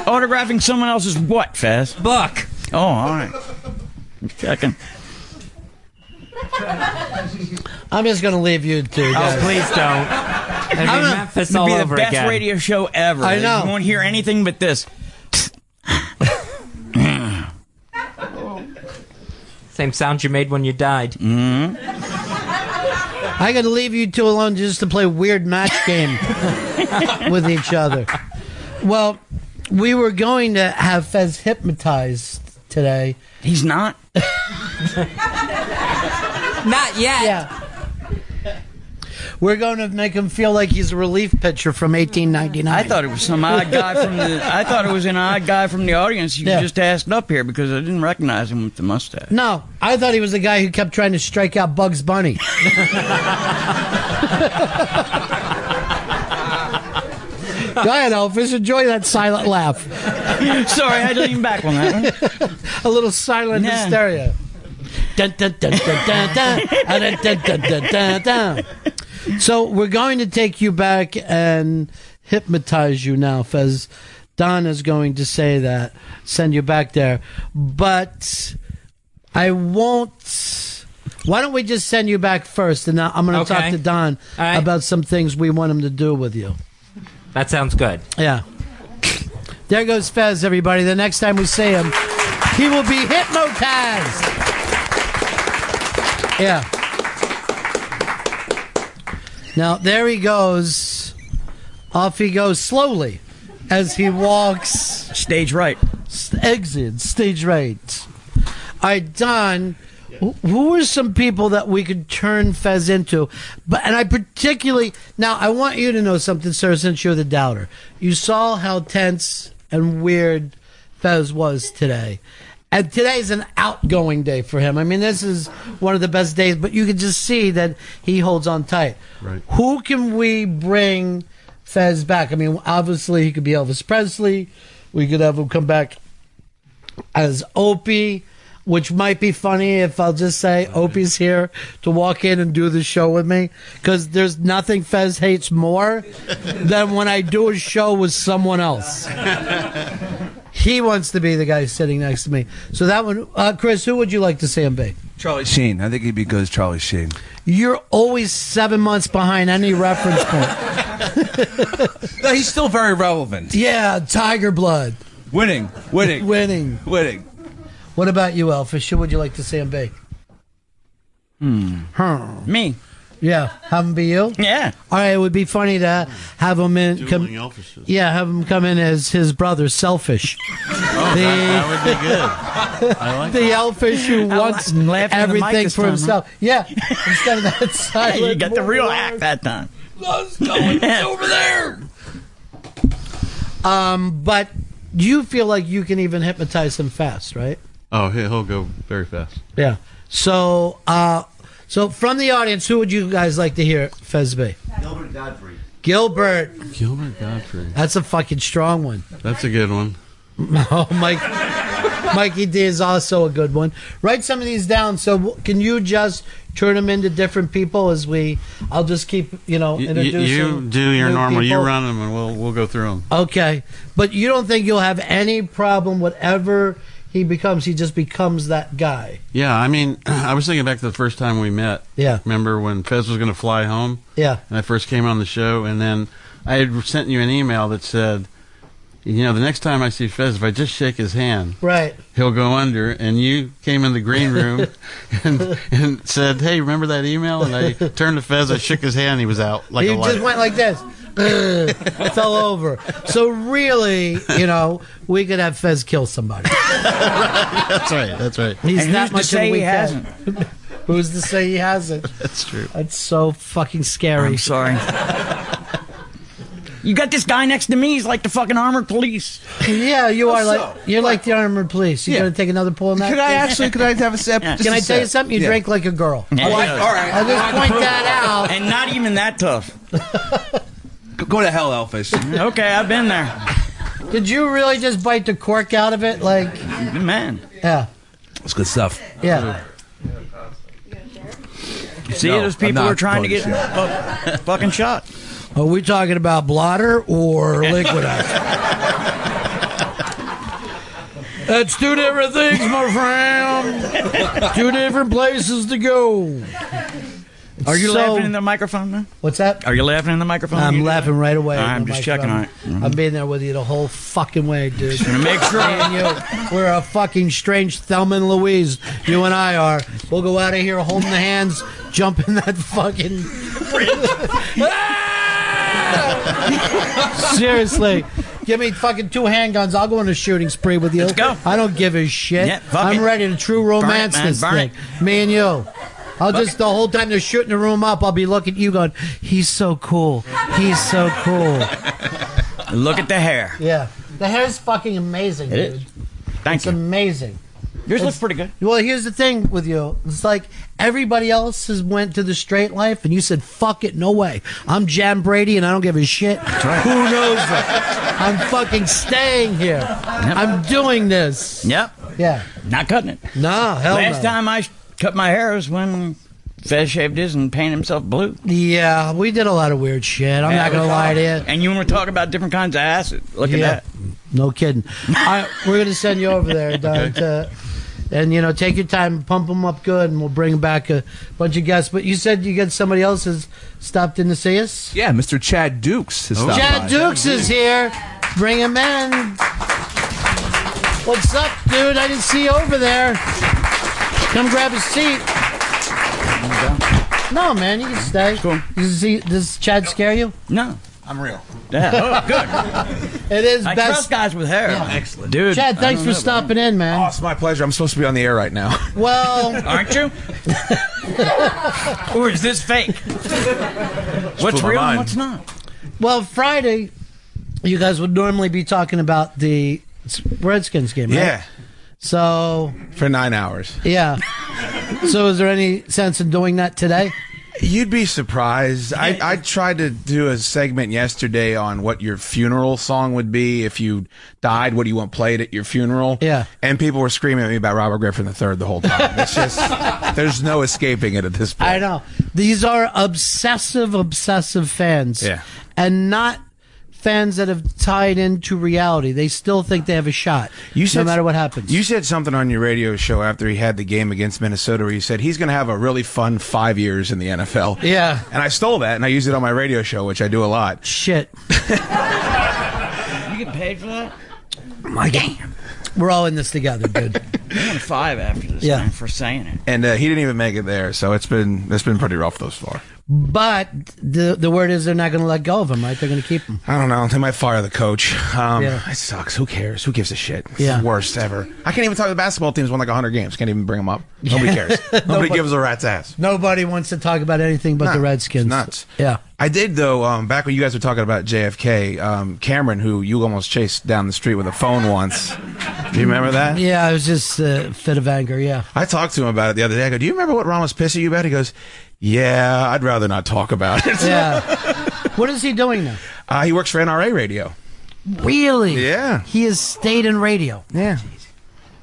S5: Autographing someone else's what, Fez?
S41: Book.
S5: Oh, all right. I'm Checking.
S6: I'm just going to leave you two
S5: Oh,
S6: guys.
S41: please don't. It'd be
S5: I'm gonna-
S41: Memphis
S5: it'd
S41: all
S5: be the
S41: over
S5: best
S41: again.
S5: radio show ever.
S6: I know.
S5: You won't hear anything but this.
S9: <coughs>
S41: Same sound you made when you died. Mm-hmm.
S6: I could leave you two alone just to play weird match game with each other. Well, we were going to have Fez hypnotized today.
S5: He's
S6: <laughs>
S5: not.
S41: Not yet.
S6: We're going to make him feel like he's a relief pitcher from 1899.
S5: I thought it was
S6: <laughs>
S5: some odd guy from the. I thought it was an odd guy from the audience. You
S6: Yeah.
S5: just asked up here because I didn't recognize him with the mustache.
S6: No, I thought he was the guy who kept trying to strike out Bugs
S5: <laughs>
S6: Bunny. Go ahead, Elvis. Enjoy that silent laugh.
S5: Sorry, I had to lean back on that
S6: one. <laughs> A little silent
S5: Yeah.
S6: hysteria. Dun, dun, dun, dun, <laughs> dun, dun. Ah, dun, dun, dun, dun, dun, dun. So we're going to take you back and hypnotize you now, Fez. Don is going to say that, send you back there. But I won't. Why don't we just send you back first, and now I'm going to
S41: Okay.
S6: talk to Don
S41: All right.
S6: about some things we want him to do with you.
S41: That sounds good.
S6: Yeah. There goes Fez, everybody. The next time we see him, he will be hypnotized. Yeah. Now, there he goes. Off he goes slowly as he walks. Stage
S5: right.
S6: Exit, stage right. All right, Don, wh- who are some people that we could turn Fez into? But And I particularly, now I want you to know something, sir, since you're the doubter. You saw how tense and weird Fez was today. And today's an outgoing day for him. I mean, this is one of the best days, but you can just see that he holds on tight. Right. Who can we bring Fez back? I mean, obviously, he could be Elvis Presley. We could have him come back as Opie, which might be funny if I'll just say Opie's here to walk in and do the show with me. Because there's nothing Fez hates more than when I do a show with someone else. He wants to be the guy sitting next to me. So that one, uh, Chris, who would you like to see him be?
S42: Charlie Sheen. I think he'd be good as Charlie Sheen.
S6: You're always seven months behind any reference point.
S42: No, he's still very relevant.
S6: Yeah, Tiger Blood.
S42: Winning, winning,
S6: <laughs> winning,
S42: winning.
S6: What about you, Elfish? Who would you like to see him be?
S5: Hmm.
S6: Huh.
S5: Me.
S6: Yeah, have him be you.
S5: Yeah.
S6: All right, it would be funny to have him in. Come,
S45: Dueling Elvises.
S6: yeah, have him come in as his brother, Selfish.
S45: Oh, that, that would be good. I like
S6: the elfish who
S45: I
S6: wants
S45: like- laughing in the mic
S6: everything
S45: this
S6: for
S45: time,
S6: himself. Yeah, instead of that
S5: Hey,
S6: silent.
S5: you got the real
S6: monologue.
S5: act that time.
S6: over
S5: <laughs>
S6: there. Um, but you feel like you can even hypnotize him fast, right?
S45: Oh, he- he'll go very fast.
S6: Yeah. So, uh, so from the audience, who would you guys like to hear Fezbe?
S45: Gilbert Godfrey.
S6: Gilbert.
S45: Gilbert Godfrey.
S6: That's a fucking strong one. <laughs>
S45: That's a good one.
S6: Oh, Mike. Mikey D is also a good one. Write some of these down. So, w- can you just turn them into different people as we? I'll just keep, you know,
S45: You,
S6: introducing.
S45: you do your
S6: new
S45: normal. You
S6: people.
S45: run them, and we'll we'll go through them.
S6: Okay, but you don't think you'll have any problem whatever he becomes. He just becomes
S45: <laughs>
S6: that guy. <laughs>
S45: Yeah, I mean, <clears throat> I was thinking back to the first time we met.
S6: Yeah.
S45: Remember when Fez was going to fly home?
S6: Yeah.
S45: And I first came on the show, and then I had sent you an email that said, you know, the next time I see Fez, if I just shake his hand,
S6: Right.
S45: he'll go under. And you came in the green
S6: <laughs>
S45: room and, <laughs> and said, hey, remember that email? And I turned to Fez, I shook his hand, he was out like
S6: he
S45: a light.
S6: just went like this. <laughs> Ugh, it's all over. So really, you know, we could have Fez kill somebody.
S45: <laughs> that's right. That's right.
S6: He's
S45: And
S6: not
S45: who's to
S6: much
S45: say
S6: of a
S45: he
S6: weak guy.
S45: hasn't?
S6: who's to say he hasn't?
S45: That's true.
S6: That's so fucking scary.
S5: I'm sorry. You got this guy next to me. He's like the fucking armored police.
S6: Yeah, you are
S5: So,
S6: like you're like the armored police. You
S5: Yeah.
S6: gonna take another pull on that?
S5: Could I actually-
S6: Could I have a sip?
S5: Just
S6: Can
S5: a
S6: I tell you
S5: sip.
S6: something? You
S5: Yeah.
S6: drink like a girl.
S5: I'll just point that out. And not even that tough.
S42: Go to hell, Elfish.
S5: okay, I've been there.
S6: Did you really just bite the cork out of it? Like,
S5: man.
S6: yeah,
S42: That's good stuff.
S6: yeah.
S5: See,
S6: No,
S5: those
S6: I'm
S5: people
S6: not
S5: are trying to
S6: going
S5: get
S6: to
S5: fu- fucking shot.
S6: Are we talking about blotter or liquidizer? That's two different things, my friend. two different places to go.
S5: Oh, Are you
S6: So-
S5: laughing in the microphone now?
S6: What's that?
S5: Are you laughing in the microphone? You
S6: I'm
S5: do
S6: laughing right away.
S5: All right, I'm
S6: with my
S5: just checking on it. <laughs>
S6: microphone. I've been there with you the whole fucking way, dude.
S5: gonna make sure.
S6: Me and you, we're a fucking strange Thelma and Louise. You and I are. We'll go out of here holding the hands, jump in that
S5: <laughs>
S6: fucking. Seriously. Give me fucking two handguns. I'll go on a shooting spree with you. Let's
S5: go.
S6: I don't give a shit.
S5: Yeah, fuck
S6: I'm
S5: it.
S6: ready to true romance
S5: man,
S6: this
S5: burn
S6: thing. Me and you. I'll just the whole time they're shooting the room up, I'll be looking at you going, He's so cool. He's so
S5: <laughs>
S6: cool.
S5: Look at the hair.
S6: Yeah. The hair's fucking amazing,
S5: It
S6: dude.
S5: is. Thank
S6: it's
S5: you.
S6: amazing.
S5: Yours looks
S6: It's-
S5: pretty good.
S6: Well, here's the thing with you. It's like everybody else has went to the straight life, and you said, "Fuck it, no way." I'm Jan Brady, and I don't give a shit. Who knows? it? I'm fucking staying here. I'm doing this.
S5: Yep.
S6: Yeah.
S5: Not cutting it.
S6: Nah, hell
S5: Last
S6: no.
S5: time I sh- cut my hair was when Fez shaved his and painted himself blue.
S6: Yeah, we did a lot of weird shit. I'm
S5: Yeah,
S6: not gonna
S5: we-
S6: lie to you.
S5: And you want to talk about different kinds of acid. Look
S6: Yeah.
S5: at that.
S6: No kidding. All right, we're gonna send you over there, Don. To, and you know, take your time, pump them up good, and we'll bring back a bunch of guests. But you said you got somebody else has stopped in to see us.
S42: Yeah, Mr. Chad Dukes has stopped
S6: Chad
S42: by.
S6: Dukes is here. Bring him in. What's up, dude? I didn't see you over there. Come grab a seat. No, man, you can stay. Cool. Does, he, does Chad scare you?
S5: No.
S42: I'm real.
S45: <laughs>
S25: <laughs>
S5: Yeah. Oh, good.
S6: It is
S5: I
S6: best.
S5: trust guys with hair.
S42: Excellent.
S5: Dude.
S6: Chad,
S5: I
S6: thanks
S5: don't
S6: for
S5: know,
S6: stopping in, man.
S25: Oh, it's my pleasure. I'm supposed to be on the air right now. <laughs>
S6: Well, <laughs>
S5: Aren't you? or is this fake? what's
S25: blew
S5: real
S25: my
S5: and
S25: mind.
S5: what's not?
S6: well, Friday, you guys would normally be talking about the Redskins game, right?
S25: Yeah.
S6: So,
S25: For nine hours. <laughs>
S6: yeah. so, is there any sense in doing that today?
S25: You'd be surprised. I, I tried to do a segment yesterday on what your funeral song would be if you died. What do you want played at your funeral? Yeah. And people were screaming at me about Robert Griffin III the whole time.
S6: <laughs>
S25: It's just, there's no escaping it at this point.
S6: I know. These are obsessive, obsessive fans.
S25: Yeah.
S6: And not fans that have tied into reality. They still think they have a shot.
S25: You said,
S6: no matter what happens.
S25: You said something on your radio show after he had the game against Minnesota where you said he's going to have a really fun five years in the NFL.
S6: Yeah.
S25: And I stole that and I used it on my radio show, which I do a lot.
S6: Shit.
S5: You get paid for that?
S25: My
S6: We're all in this together, dude.
S5: <laughs> I'm on five after this
S25: Yeah.
S5: man, for saying it.
S25: And uh, he didn't even make it there, so it's been it's been pretty rough thus far.
S6: But the the word is they're not going to let go of him, right? They're going to keep him.
S25: I don't know. They might fire the coach. Um,
S6: Yeah.
S25: It sucks. Who cares? Who gives a shit? It's
S6: Yeah.
S25: the worst ever. I can't even talk to the basketball teams won like 100 games. Can't even bring them up.
S6: <laughs>
S25: Nobody cares. Nobody, gives a rat's ass.
S6: Nobody wants to talk about anything but the Redskins. Nuts. Yeah.
S25: I did though. Um, back when you guys were talking about JFK, um, Cameron, who you almost chased down the street with a phone once. Do you remember that?
S6: Yeah, it was just a fit of anger.
S25: <laughs>
S6: Yeah.
S25: I talked to him about it the other day. I go, "Do you remember what Ron was pissing you about?" He goes, "Yeah, I'd rather not talk about it."
S6: Yeah. what is he doing now?
S25: Uh, he works for NRA Radio.
S6: Really?
S25: Yeah.
S6: He has stayed in radio.
S25: Yeah.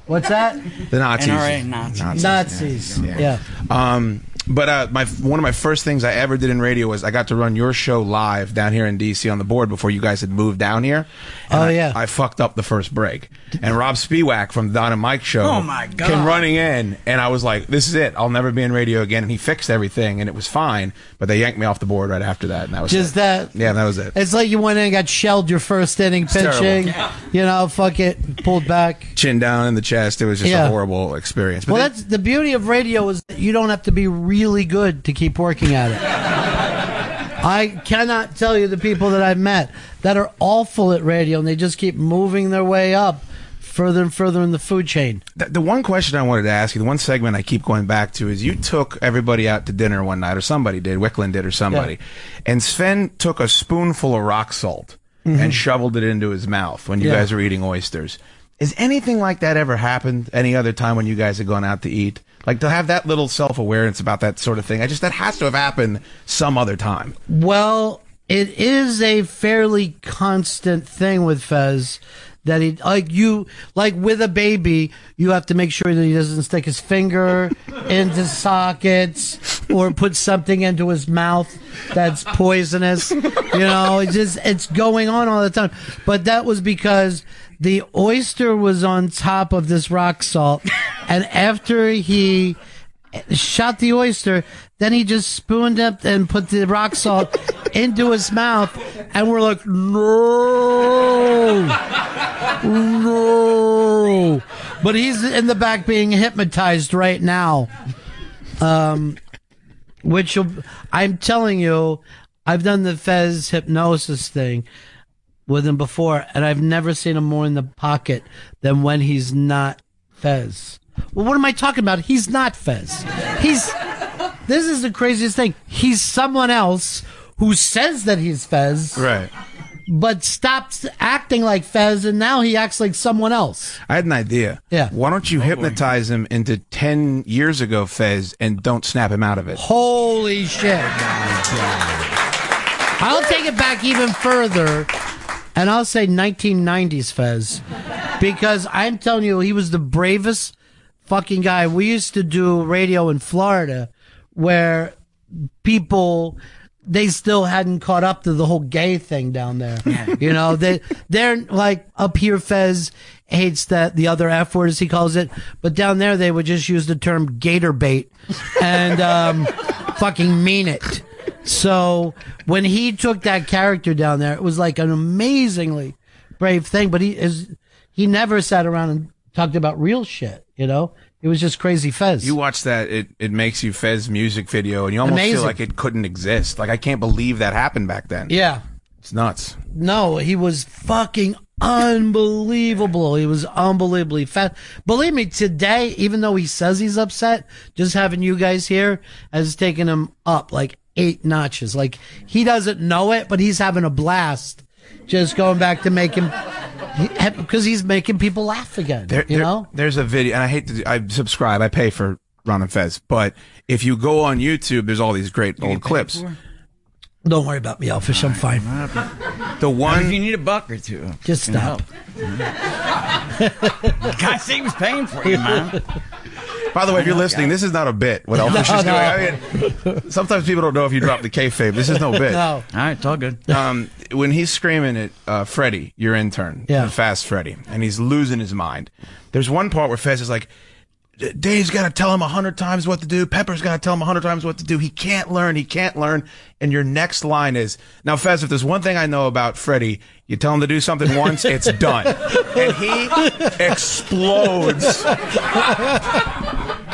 S6: What's that?
S25: The Nazis.
S5: NRA Nazis.
S6: Nazis. Yeah.
S25: Um, but uh, my one of my first things I ever did in radio was I got to run your show live down here in DC on the board before you guys had moved down here. oh yeah, I, fucked up the first break, and Rob Spiewak from the Don and Mike show.
S5: Oh, my God.
S25: Came running in, and I was like, "This is it. I'll never be in radio again." And he fixed everything, and it was fine. But they yanked me off the board right after that, and that was
S6: Just
S25: it.
S6: that-
S25: Yeah, that was it.
S6: It's like you went in and got shelled your first inning
S25: terrible.
S6: pitching.
S25: Yeah.
S6: You know, fuck it, pulled back.
S25: Chin down in the chest. It was just
S6: Yeah.
S25: a horrible experience. But
S6: Well,
S25: then-
S6: that's the beauty of radio is that you don't have to be really good to keep working at it. I cannot tell you the people that I've met that are awful at radio and they just keep moving their way up further and further in the food chain.
S25: The, the one question I wanted to ask you, the one segment I keep going back to is you took everybody out to dinner one night, or somebody did, Wicklund did, or somebody, and Sven took a spoonful of rock salt
S6: Mhm.
S25: and shoveled it into his mouth when you
S6: Yeah.
S25: guys were eating oysters. Has anything like that ever happened any other time when you guys had gone out to eat? Like to have that little self awareness about that sort of thing. I just, that has to have happened some other time.
S6: Well, it is a fairly constant thing with Fez that he like you like with a baby, you have to make sure that he doesn't stick his finger into sockets or put something into his mouth that's poisonous. You know, it's just it's going on all the time. But that was because the oyster was on top of this rock salt and after he shot the oyster. Then he just spooned up and put the rock salt <laughs> into his mouth, and we're like, no, no. But he's in the back being hypnotized right now. Um, which will, I'm telling you, I've done the Fez hypnosis thing with him before, and I've never seen him more in the pocket than when he's not Fez. Well, what am I talking about? He's not Fez. He's this is the craziest thing. He's someone else who says that he's Fez,
S25: Right.
S6: but stops acting like Fez, and now he acts like someone else.
S25: I had an idea. Yeah. Why don't you hypnotize him into 10 years ago, Fez, and don't snap him out of it?
S6: Holy shit. I'll take it back even further and I'll say 1990s Fez because I'm telling you, he was the bravest fucking guy. We used to do radio in Florida where people. They still hadn't caught up to the whole gay thing down there. You know, they, they're like up here, Fez hates that the other F word as he calls it, but down there they would just use the term gator bait and, um, <laughs> fucking mean it. So when he took that character down there, it was like an amazingly brave thing. But he is he never sat around and talked about real shit. You know, it was just crazy fez.
S25: You watch that, it, it makes you Fez music video, and you almost
S6: Amazing.
S25: feel like it couldn't exist. Like, I can't believe that happened back then.
S6: yeah,
S25: It's nuts.
S6: no, he was fucking unbelievable. He was unbelievably fat. Believe me, today, even though he says he's upset, just having you guys here has taken him up like eight notches. Like he doesn't know it, but he's having a blast just going back to making because he's making people laugh again.
S25: There-
S6: you
S25: there-
S6: know,
S25: There's a video, and I hate to, do- I subscribe, I pay for Ron and Fez. But if you go on YouTube, there's all these great old clips.
S6: Don't worry about me, Elfish. I'm fine.
S25: The one
S5: if you need a buck or two,
S6: Just
S5: you know.
S6: stop.
S5: <laughs> God seems paying for you, man.
S25: By the way, if you're listening, this is not a bit.
S5: <laughs>
S25: What Elfish
S5: Oh No,
S25: is doing.
S5: no.
S25: I mean, sometimes people don't know if you dropped the kayfabe. This is no bit.
S5: No. All right, it's all good.
S25: Um, when he's screaming at uh, Freddy, your intern,
S5: Yeah.
S25: Fast Freddy, and he's losing his mind. There's one part where Fez is like, "D- Dave's got to tell him a hundred times what to do. Pepper's got to tell him a hundred times what to do. He can't learn. He can't learn. And your next line is, now Fez, if there's one thing I know about Freddy, you tell him to do something once, it's
S5: <laughs>
S25: done. and he
S6: <laughs>
S25: explodes.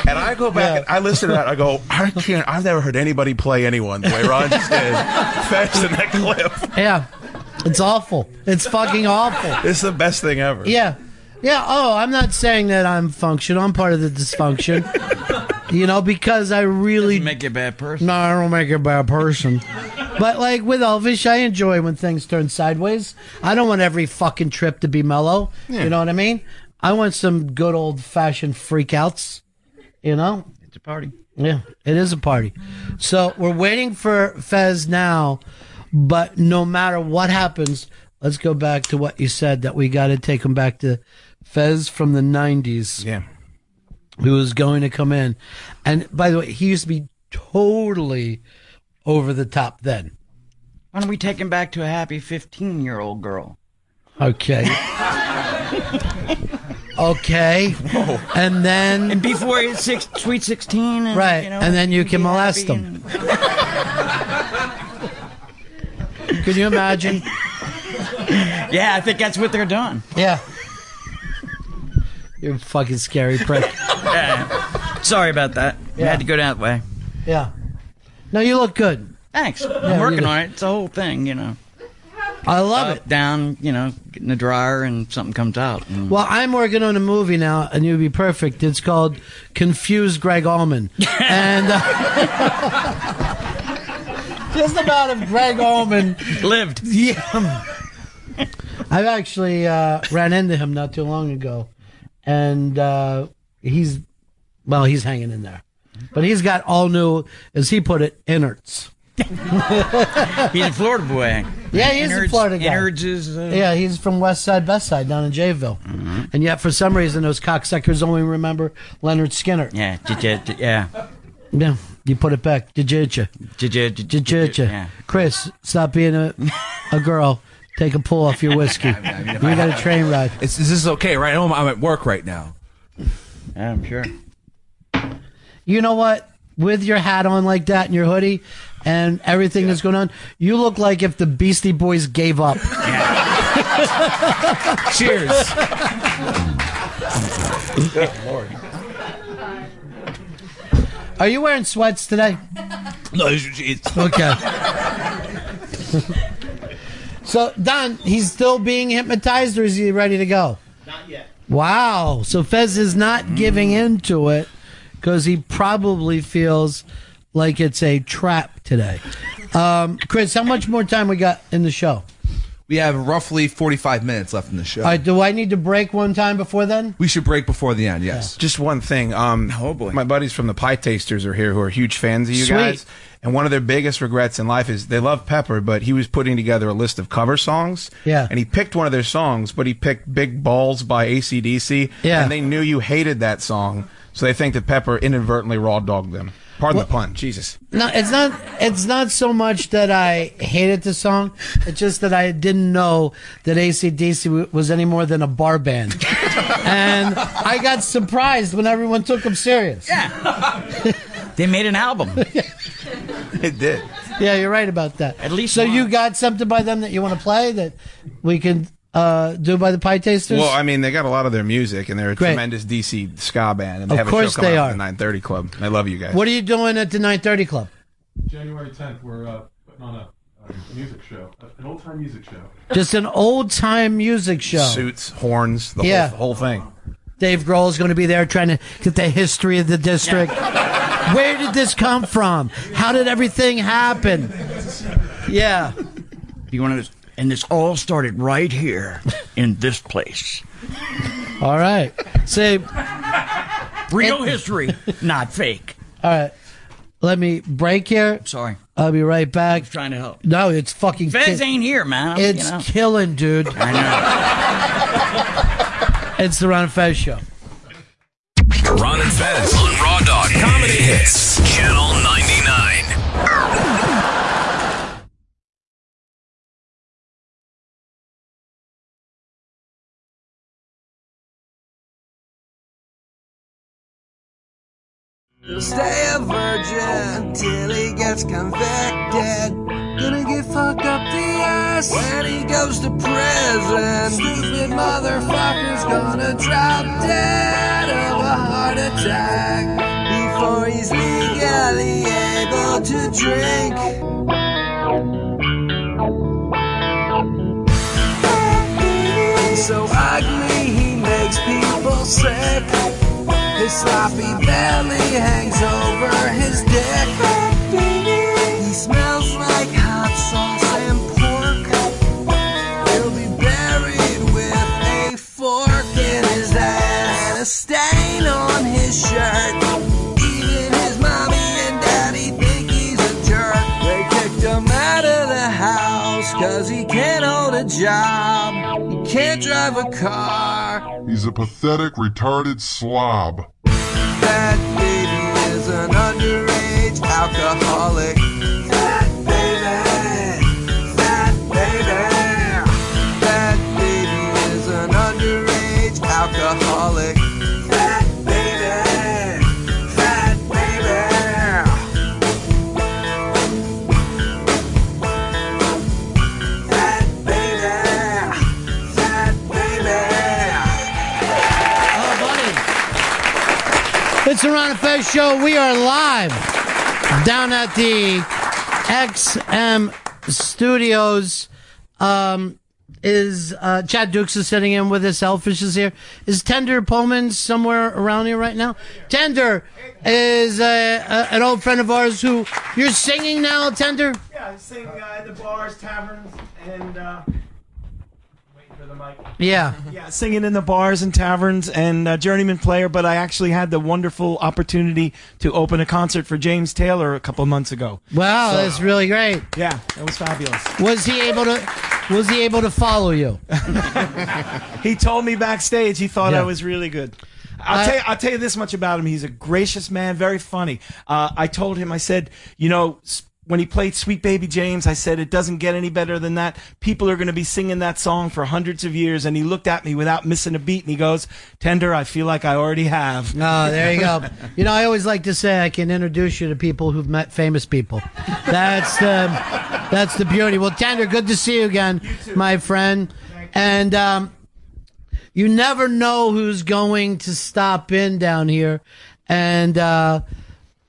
S25: And I go back and I listen to that. I go, I can't. I've never heard anybody play anyone the way Ron just did.
S7: <laughs>
S25: Fast in that clip.
S6: Yeah, it's awful. It's fucking awful.
S25: It's the best thing ever.
S6: Yeah. Yeah. Oh, I'm not saying that I'm functional. I'm part of the dysfunction. you know, because I really
S5: Make you a bad person.
S6: No, I don't make a bad person. but like with Elvish, I enjoy when things turn sideways. I don't want every fucking trip to be mellow.
S5: Yeah.
S6: You know what I mean? I want some good old fashioned freakouts. You know?
S5: It's a party.
S6: Yeah, it is a party. So we're waiting for Fez now, but no matter what happens, let's go back to what you said that we got to take him back to Fez from the 90s.
S25: Yeah.
S6: Who was going to come in. And by the way, he used to be totally over the top then.
S5: Why don't we take him back to a happy 15 year old girl? <laughs>
S6: Okay. okay. And then.
S5: And before he's six, sweet 16. And,
S6: Right.
S5: you know,
S6: and then you
S5: he'd
S6: can
S5: be
S6: molest
S5: happy
S6: them. <laughs> Can you imagine?
S5: and- yeah, I think that's what they're doing.
S6: Yeah. You're a fucking scary prick.
S5: Yeah. Sorry about that. I had to go that way.
S6: Yeah. No, you look good.
S5: Thanks.
S6: you
S5: I'm working
S6: do.
S5: on it. It's the whole thing, you know.
S6: I love
S5: it. Down, you know, get in the dryer and something comes out. you know.
S6: Well, I'm working on a movie now, and you'll be perfect. It's called Confuse Greg Allman. and uh, just about if Greg Allman
S5: lived.
S6: Yeah. I've actually uh, ran into him not too long ago, and uh, he's well, he's hanging in there, but he's got all new, as he put it, innards.
S5: Mm. he's a Florida boy.
S6: Yeah, he is a
S5: Innards-
S6: Florida guy.
S5: innards is, uh,
S6: yeah, he's from West Side, Best Side, down in Jayville. And yet, for some reason, those cocksuckers only remember Leonard Skinner.
S5: Yeah, j- j- j- yeah.
S6: Yeah, you put it back. Jijicha.
S5: J- j- j- j-
S6: Jijicha.
S5: yeah.
S6: Chris, stop being a, a girl. Take a pull off your whiskey. you got a train ride.
S10: It's, is this okay? Right, I'm, I'm at work right now.
S5: Yeah, I'm sure.
S6: You know what? With your hat on like that and your hoodie and everything that's going on, you look like if the Beastie Boys gave up. <laughs>
S10: Cheers.
S25: <laughs>
S5: Good lord.
S6: Are you wearing sweats today?
S10: No, it's, it's
S6: Okay. so Don, he's still being hypnotized, or is he ready to go? Not yet. Mm. Wow. So Fez is not giving in to it because he probably feels like it's a trap today. Um, Chris, how much more time we got in the show?
S10: We have roughly 45 minutes left in the show.
S6: All right. Do I need to break one time before then?
S10: we should break before the end. Yes.
S25: Just one thing. Um, My buddies from the Pie Tasters are here who are huge fans of you
S10: Sweet.
S25: guys. And one of their biggest regrets in life is they love Pepper, but he was putting together a list of cover songs.
S6: Yeah.
S25: And he picked one of their songs, but he picked Big Balls by ACDC.
S6: Yeah.
S25: And they knew you hated that song. So they think that Pepper inadvertently raw dogged them. Pardon the pun. Jesus.
S6: No, it's not. It's not so much that I hated the song. It's just that I didn't know that ACDC w- was any more than a bar
S5: <laughs>
S6: band, and I got surprised when everyone took them serious.
S5: They made an album.
S25: it did.
S6: <laughs> Yeah, you're right about that. At least. So you got something by them that you want to play that we can uh, do by the Pie Tasters.
S25: Well, I mean, they got a lot of their music, and they're a
S6: Great.
S25: tremendous DC ska band, and they
S6: Of
S25: have a
S6: course
S25: show coming
S6: they
S25: out
S6: are.
S25: at the 930 Club. I love you guys.
S6: what are you doing at the 9:30 Club?
S46: January 10th, we're uh, putting on a, a music show, an old time music show.
S6: Just an old time music show.
S25: Suits, horns, the
S6: Yeah.
S25: whole, whole thing.
S6: Dave Grohl is going to be there trying to get the history of the district. Where did this come from? How did everything happen?
S39: <laughs>
S6: Yeah.
S5: You want to, and this all started right here in this place.
S6: All right. Say,
S5: Real history, not fake.
S6: All right. Let me break here.
S5: Sorry.
S6: I'll be right back.
S5: trying to help.
S6: No, it's fucking.
S5: Fez
S6: ki-
S5: ain't here, man. I'm- you
S6: it's
S5: know.
S6: killing, dude. I know. it's the Ron Fez show.
S1: Ron and Fez on Raw Dog Comedy Hits, Channel 99.
S7: Stay a virgin until he gets convicted. Gonna get fucked up the ass when he goes to prison. Stupid motherfucker's gonna drop dead of a heart attack before he's legally able to drink. So ugly, he makes people sick. His sloppy belly hangs over his dick. He smells like hot sauce and pork. He'll be buried with a fork in his ass and a stain on his shirt. Even his mommy and daddy think he's a jerk. They kicked him out of the house cause he can't hold a job. He can't drive a car.
S38: He's a pathetic, retarded slob.
S7: That baby is an underage alcoholic. That baby, that baby. That baby is an underage alcoholic. That baby, that baby. That baby, that baby.
S6: It's the Ron and Fez show. We are live down at the XM Studios. Um, is uh, Chad Dukes is sitting in with us. Elfish is here. Is Tender Pullman somewhere around here right now? Tender is uh, a, an old friend of ours who you're singing now. Tender.
S47: Yeah, I sing uh, at the bars, taverns, and uh, waiting for the mic.
S6: Yeah.
S47: Yeah, singing in the bars and taverns and uh, journeyman player. But I actually had the wonderful opportunity to open a concert for James Taylor a couple months ago.
S6: Wow,
S47: So-
S6: that's really great.
S47: Yeah, that was fabulous.
S6: Was he able to? Was he able to follow you?
S47: he told me backstage he thought
S6: Yeah.
S47: I was really good. I'll, tell you, I'll tell you this much about him. He's a gracious man, very funny. Uh, I told him, I said, you know, s- when he played Sweet Baby James, I said, it doesn't get any better than that. People are going to be singing that song for hundreds of years. And he looked at me without missing a beat and he goes, Tender, I feel like I already have.
S6: No, Oh, there you
S47: <laughs>
S6: go. You know, I always like to say I can introduce you to people who've met famous people. That's the that's the beauty. Well, Tender, good to see you again, my friend. And um, you never know who's going to stop in down here. And uh,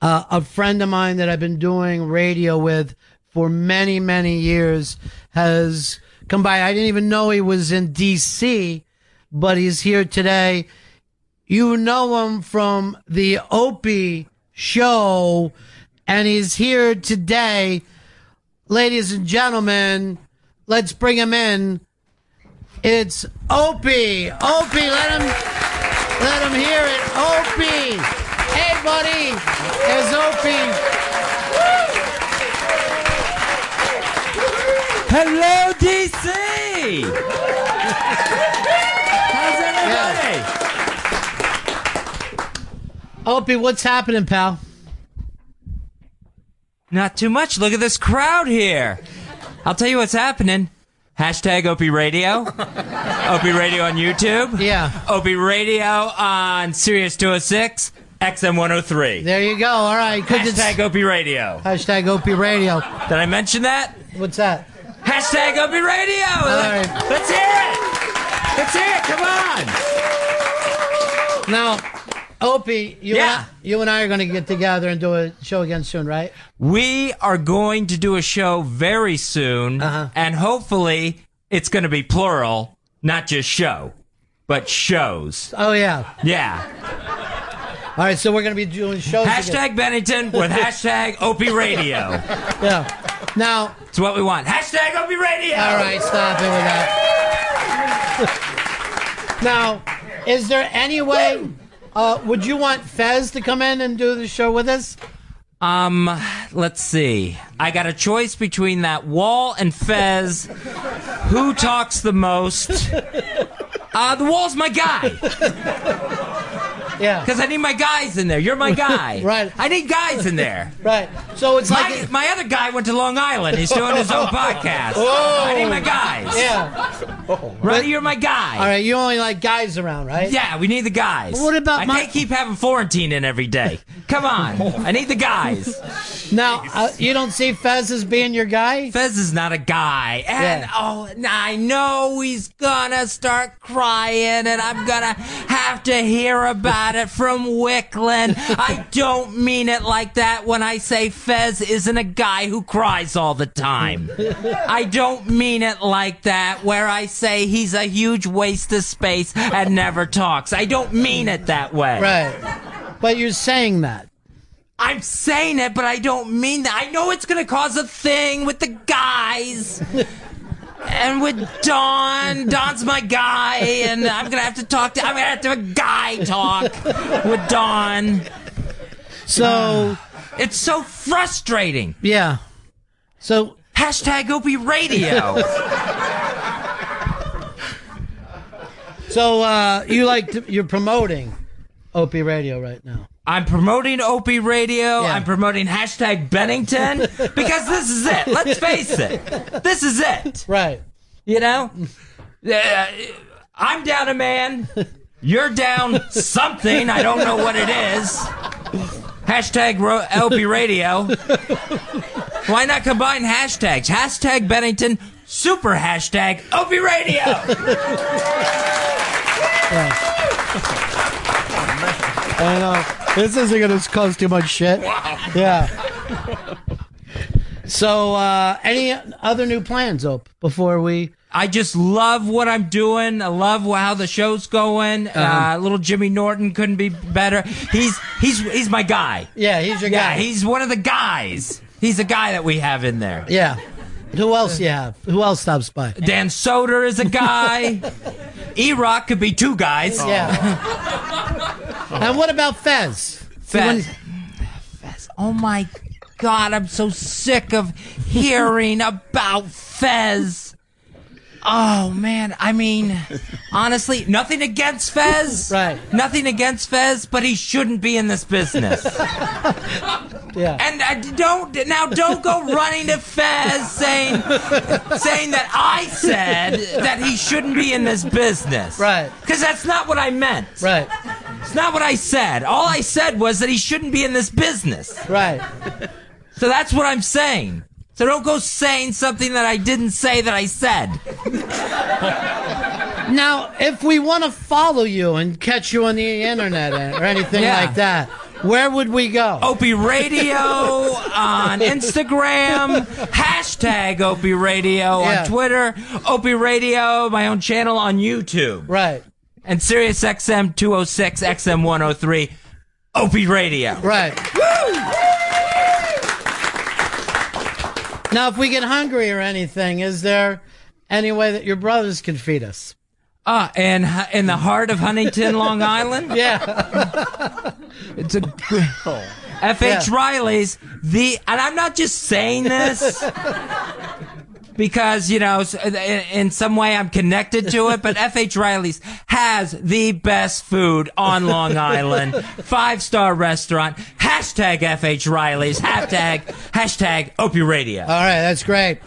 S6: uh, a friend of mine that I've been doing radio with for many, many years has come by. I didn't even know he was in D.C., but he's here today. You know him from the Opie show, and he's here today. Ladies and gentlemen, let's bring him in. It's Opie. Opie, let him let him hear it. Opie. Hey buddy. There's Opie.
S9: Hello, DC. How's everybody?
S6: Opie, what's happening, pal?
S9: Not too much. Look at this crowd here. I'll tell you what's happening. Hashtag OP
S6: <laughs>
S9: Radio. OP Radio on YouTube.
S6: Yeah.
S9: OP Radio on Sirius 206, XM 103.
S6: There you go. All right. Good to
S9: Hashtag OP Radio.
S6: Hashtag Opie Radio.
S9: Did I mention that?
S6: What's that?
S9: Hashtag OP Radio. Let's hear it. Let's hear it. Come on.
S6: Now, Opie, you
S9: Yeah.
S6: and I, you and I are going to get together and do a show again soon, right?
S9: We are going to do a show very soon,
S6: Uh-huh.
S9: and hopefully it's going to be plural, not just show, but shows.
S6: Oh yeah.
S9: Yeah.
S6: All right, so we're going to be doing shows.
S9: Hashtag
S6: again.
S9: Bennington
S6: <laughs>
S9: with hashtag OP Radio.
S6: Yeah. Now,
S9: It's what we want. Hashtag OP Radio.
S6: All right, stop it with that. now, is there any way? Uh, would you want Fez to come in and do the show with us?
S9: Um, let's see. I got a choice between that wall and Fez. Who talks the most? Uh, the wall's my guy.
S6: <laughs> Yeah.
S9: Because I need my guys in there. You're my guy.
S6: Right.
S9: I need guys in there.
S6: Right. So it's
S9: my, like. My other guy went to Long Island. He's doing
S6: <laughs>
S9: his own podcast.
S6: Oh.
S9: I need my guys.
S6: Yeah.
S9: Ronnie, you're my guy.
S6: All right, you only like guys around, right?
S9: Yeah, we need the guys.
S6: But what about
S9: I
S6: my-
S9: can't keep having Florentine in every day. Come on, I need the guys.
S6: Now uh, you don't see Fez as being your guy.
S9: Fez is not a guy, and
S6: Yeah.
S9: oh, now I know he's gonna start crying, and I'm gonna have to hear about it from Wickland. I don't mean it like that when I say Fez isn't a guy who cries all the time. I don't mean it like that where I say he's a huge waste of space and never talks. I don't mean it that way.
S6: Right. But you're saying that.
S9: I'm saying it, but I don't mean that. I know it's going to cause a thing with the guys. And with Don, Don's my guy, and I'm gonna have to talk to. I'm gonna have to have a guy talk with Don.
S6: So
S9: <sighs> it's so frustrating.
S6: Yeah. So
S9: hashtag Opie Radio.
S6: <laughs> So uh, you like to, you're promoting Opie Radio right now.
S9: I'm promoting Opie Radio.
S6: Yeah.
S9: I'm promoting hashtag Bennington because this is it. Let's face it,
S6: <laughs>
S9: this is it.
S6: Right.
S9: You know, Uh, I'm down a man. You're down something. I don't know what it is. Hashtag ro- LP Radio. Why not combine hashtags? Hashtag Bennington. Super hashtag LP Radio.
S6: I know this isn't going to cause too much shit.
S9: Wow.
S6: Yeah. So uh, any other new plans, Op? Before we
S9: I just love what I'm doing. I love wh- how the show's going. Uh,
S6: Uh-huh.
S9: little Jimmy Norton couldn't be better. He's he's he's my guy.
S6: yeah, he's your
S9: Yeah,
S6: guy.
S9: he's one of the guys. He's the guy that we have in there.
S6: yeah. Who else you have? Who else stops by?
S9: Dan Soder is a
S6: <laughs>
S9: guy. E Rock could be two guys. Oh.
S6: Yeah. And what about Fez?
S9: Fez. Fez. Oh my God, I'm so sick of hearing about Fez. Oh man, I mean, honestly, nothing against Fez. Right. Nothing against Fez, but he shouldn't be in this business.
S6: <laughs> Yeah.
S9: And I don't now don't go running to Fez saying <laughs> saying that I said that he shouldn't be in this business. Right. Cuz that's not what I meant.
S6: Right.
S9: It's not what I said. All I said was that he shouldn't be in this business.
S6: Right.
S9: So that's what I'm saying. So don't go saying something that I didn't say that I said.
S6: Now, if we want to follow you and catch you on the internet or anything
S9: Yeah.
S6: like that, where would we go?
S9: Opie
S6: <laughs>
S9: Radio on Instagram, hashtag Opie Radio
S6: Yeah.
S9: on Twitter, Opie Radio, my own channel on YouTube.
S6: Right.
S9: And SiriusXM 206, XM 103, Opie Radio.
S6: Right. Now, if we get hungry or anything, is there any way that your brothers can feed us?
S9: Ah, and hu- in the heart of Huntington, Long Island.
S6: <laughs> Yeah.
S9: It's a <laughs> good. F.H.
S6: Yeah.
S9: Riley's the, and I'm not just saying this because you know s- in, in some way I'm connected to it, but <laughs> F.H. Riley's has the best food on Long Island, five star restaurant. Hashtag F.H. Riley's. Hashtag hashtag Opie Radio.
S6: All right, that's great.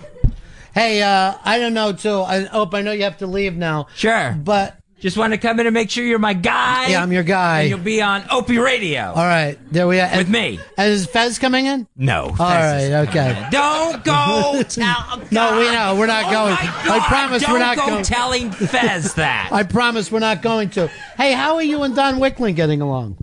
S6: Hey, uh, I don't know too. I hope I know you have to leave now.
S9: Sure,
S6: but
S9: just want to come in and make sure you're my guy.
S6: Yeah, I'm your guy.
S9: And you'll be on Opie Radio.
S6: All right, there we are.
S9: With me.
S6: And is Fez coming in?
S9: No.
S6: All
S9: Fez
S6: right, okay.
S9: Don't go tell.
S6: <laughs> No, we know we're not
S9: Oh
S6: going.
S9: my
S6: I
S9: God,
S6: promise
S9: don't
S6: we're not
S9: go
S6: going.
S9: telling
S6: <laughs>
S9: Fez that.
S6: I promise we're not going to. Hey, how are you and Don Wickling getting along?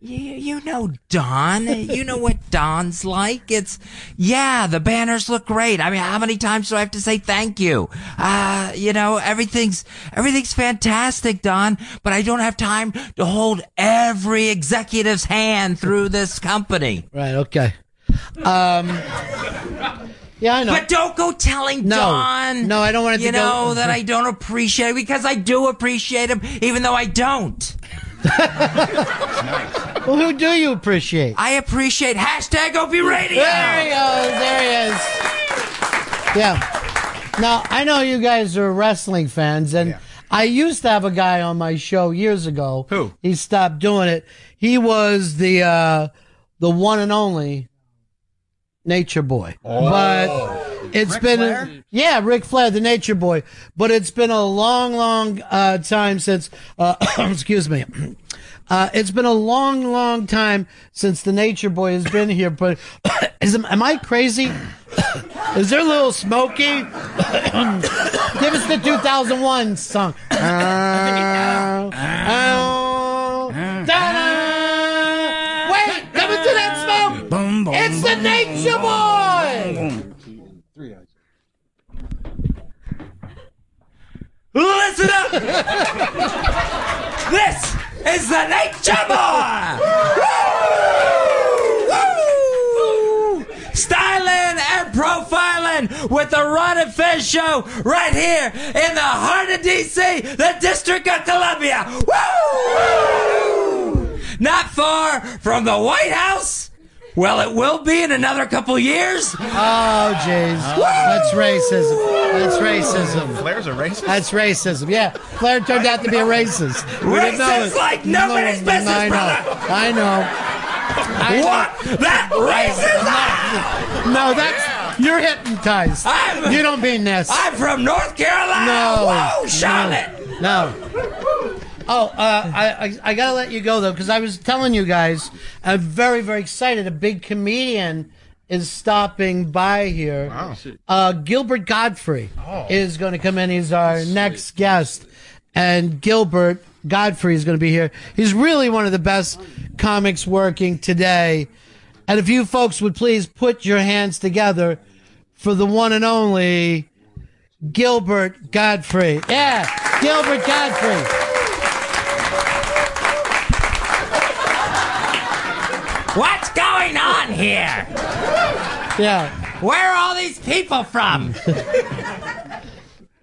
S9: You, you know Don. You know what Don's like. It's yeah, the banners look great. I mean, how many times do I have to say thank you? Uh, you know, everything's everything's fantastic, Don, but I don't have time to hold every executive's hand through this company.
S6: Right. Okay. Um. Yeah, I know.
S9: But don't go telling
S6: No.
S9: Don.
S6: No, I don't want it
S9: You
S6: <laughs> to go- <laughs>
S9: know that I don't appreciate it because I do appreciate him, even though I don't.
S6: Well, who do you appreciate?
S9: I appreciate hashtag OP Radio.
S6: There he goes. There he is. Yeah. Now, I know you guys are wrestling fans, and I used to have a guy on my show years ago. Who? He stopped doing it. He was the uh, the one and only Nature Boy.
S7: Oh.
S6: But it's
S39: Ric
S6: been
S39: Flair?
S6: yeah, Ric Flair, the Nature Boy. But it's been a long, long uh, time since. Uh, <clears throat> excuse me. Uh, it's been a long, long time since the Nature Boy has been here. But <clears throat> is am I crazy? <coughs> is there a little Smokey? <coughs> Give us the 2001
S39: <coughs>
S6: song. <coughs> Ow, ow, da-da. Wait, come into that smoke. it's the Nature Boy.
S9: Listen up! this is the Nature Boy! Woo! Woo! Styling and profiling with the Rod and Fez show right here in the heart of DC, the District of Columbia. Woo! Not far from the White House. Well, it will be in another couple years.
S6: Oh, jeez. That's racism. That's racism. Flair's a racist? That's racism. Yeah. Flair turned out to be a racist. We didn't know
S9: Racist
S6: it.
S9: like
S6: No,
S9: nobody's business,
S6: I know.
S9: brother.
S6: I know. I
S9: What? That
S6: racism? No, that's. You're hypnotized.
S9: I'm-
S6: you don't mean this.
S9: I'm from North Carolina.
S6: No.
S9: Whoa,
S6: No.
S9: Charlotte.
S6: No. Oh, uh, I, I I gotta let you go though because I was telling you guys I'm very very excited. A big comedian is stopping by here. Wow. Uh, Gilbert Godfrey is going to come in. He's our next guest, and Gilbert Godfrey is going to be here. He's really one of the best comics working today. And if you folks would please put your hands together for the one and only Gilbert Godfrey. Yeah, Gilbert Godfrey.
S9: What's going on here?
S6: Yeah.
S9: Where are all these people
S6: <laughs>
S9: from?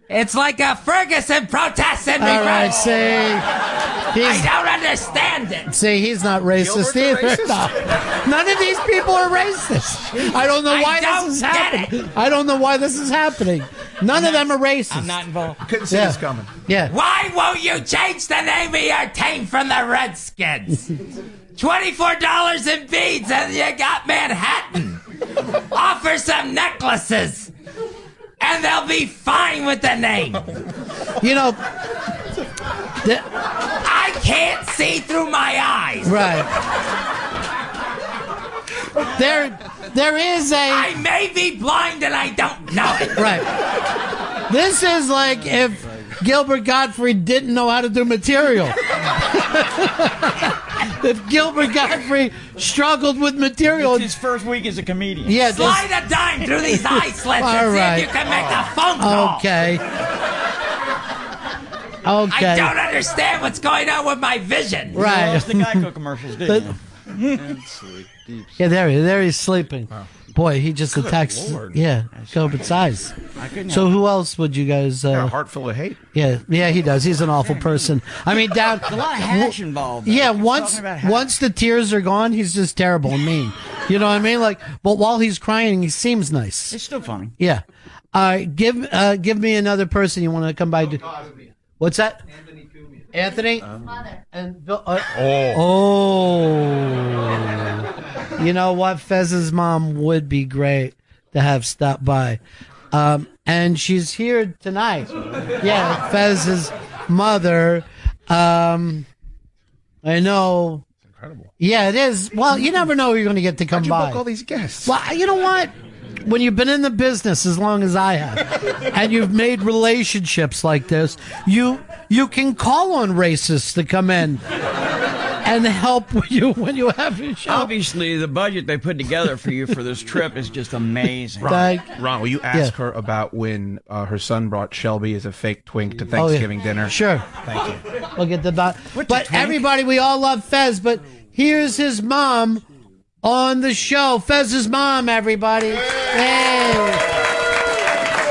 S9: it's like a Ferguson protest in me.
S6: All right,
S9: bro.
S6: see, he's-
S9: I don't understand it.
S6: See, he's not racist either. <laughs> No. None of these people are racist. I don't know
S9: I
S6: why
S9: don't
S6: this is
S9: get
S6: happening. I don't know why this is happening. None of them are racist.
S9: I'm not involved.
S6: Couldn't see this coming. Yeah.
S9: Why won't you change the name of your team from the Redskins? Twenty-four dollars in beads, and you got Manhattan. Offer some necklaces, and they'll be fine with the name.
S6: You know, the-
S9: I can't see through my eyes.
S6: right. There, there is a.
S9: I may be blind, and I don't know it.
S6: Right. This is like if Gilbert Godfrey didn't know how to do material. <laughs> if Gilbert Godfrey struggled with material.
S39: His first week as a comedian.
S6: Yeah, this-
S9: Slide a dime through these eye slits
S6: <laughs> All
S9: and see
S6: right.
S9: if you can make a phone call.
S6: Okay. Okay.
S9: I don't understand what's going on with my vision.
S6: Right.
S39: That's the
S6: <laughs>
S39: Geico commercials,
S6: But-
S39: didn't you?
S6: Yeah, there he there he's sleeping. Boy, he just
S39: Good
S6: attacks.
S39: Lord.
S6: Yeah, Gilbert's eyes.
S39: I couldn't
S6: So
S39: help
S6: who else would you guys? Uh,
S39: Got a
S6: heart full
S39: of hate.
S6: Yeah, yeah, he does. He's an awful person. I mean, down.
S39: There's a lot of hash involved.
S6: Yeah,
S39: Keep
S6: once
S39: talking about hash.
S6: once the tears are gone, he's just terrible and mean. You know what I mean? Like, but while he's crying, he seems nice.
S39: It's still funny.
S6: Yeah. Uh, give uh, give me another person you want to come by. to, what's that? Anthony and Bill, uh, oh. You know what? Fez's mom would be great to have stopped by. Um, and she's here tonight. Yeah, Fez's mother. Um, I know. Incredible. Yeah, it is. Well, you never know who you're going to get to come
S25: How'd you
S6: by.
S25: book all these guests?
S6: Well, you know what? When you've been in the business as long as I have, and you've made relationships like this, you you can call on racists to come in and help <laughs> you when you have your show.
S39: Obviously, the budget they put together for you for this trip is just amazing.
S25: Ron, Ron, will you ask her about when uh, her son brought Shelby as a fake twink to
S6: Oh, yeah.
S25: Thanksgiving dinner?
S6: Sure.
S25: Thank you.
S6: Look at the dot. But everybody, we all love Fez, but here's his mom on the show. Fez's mom, everybody. Hey.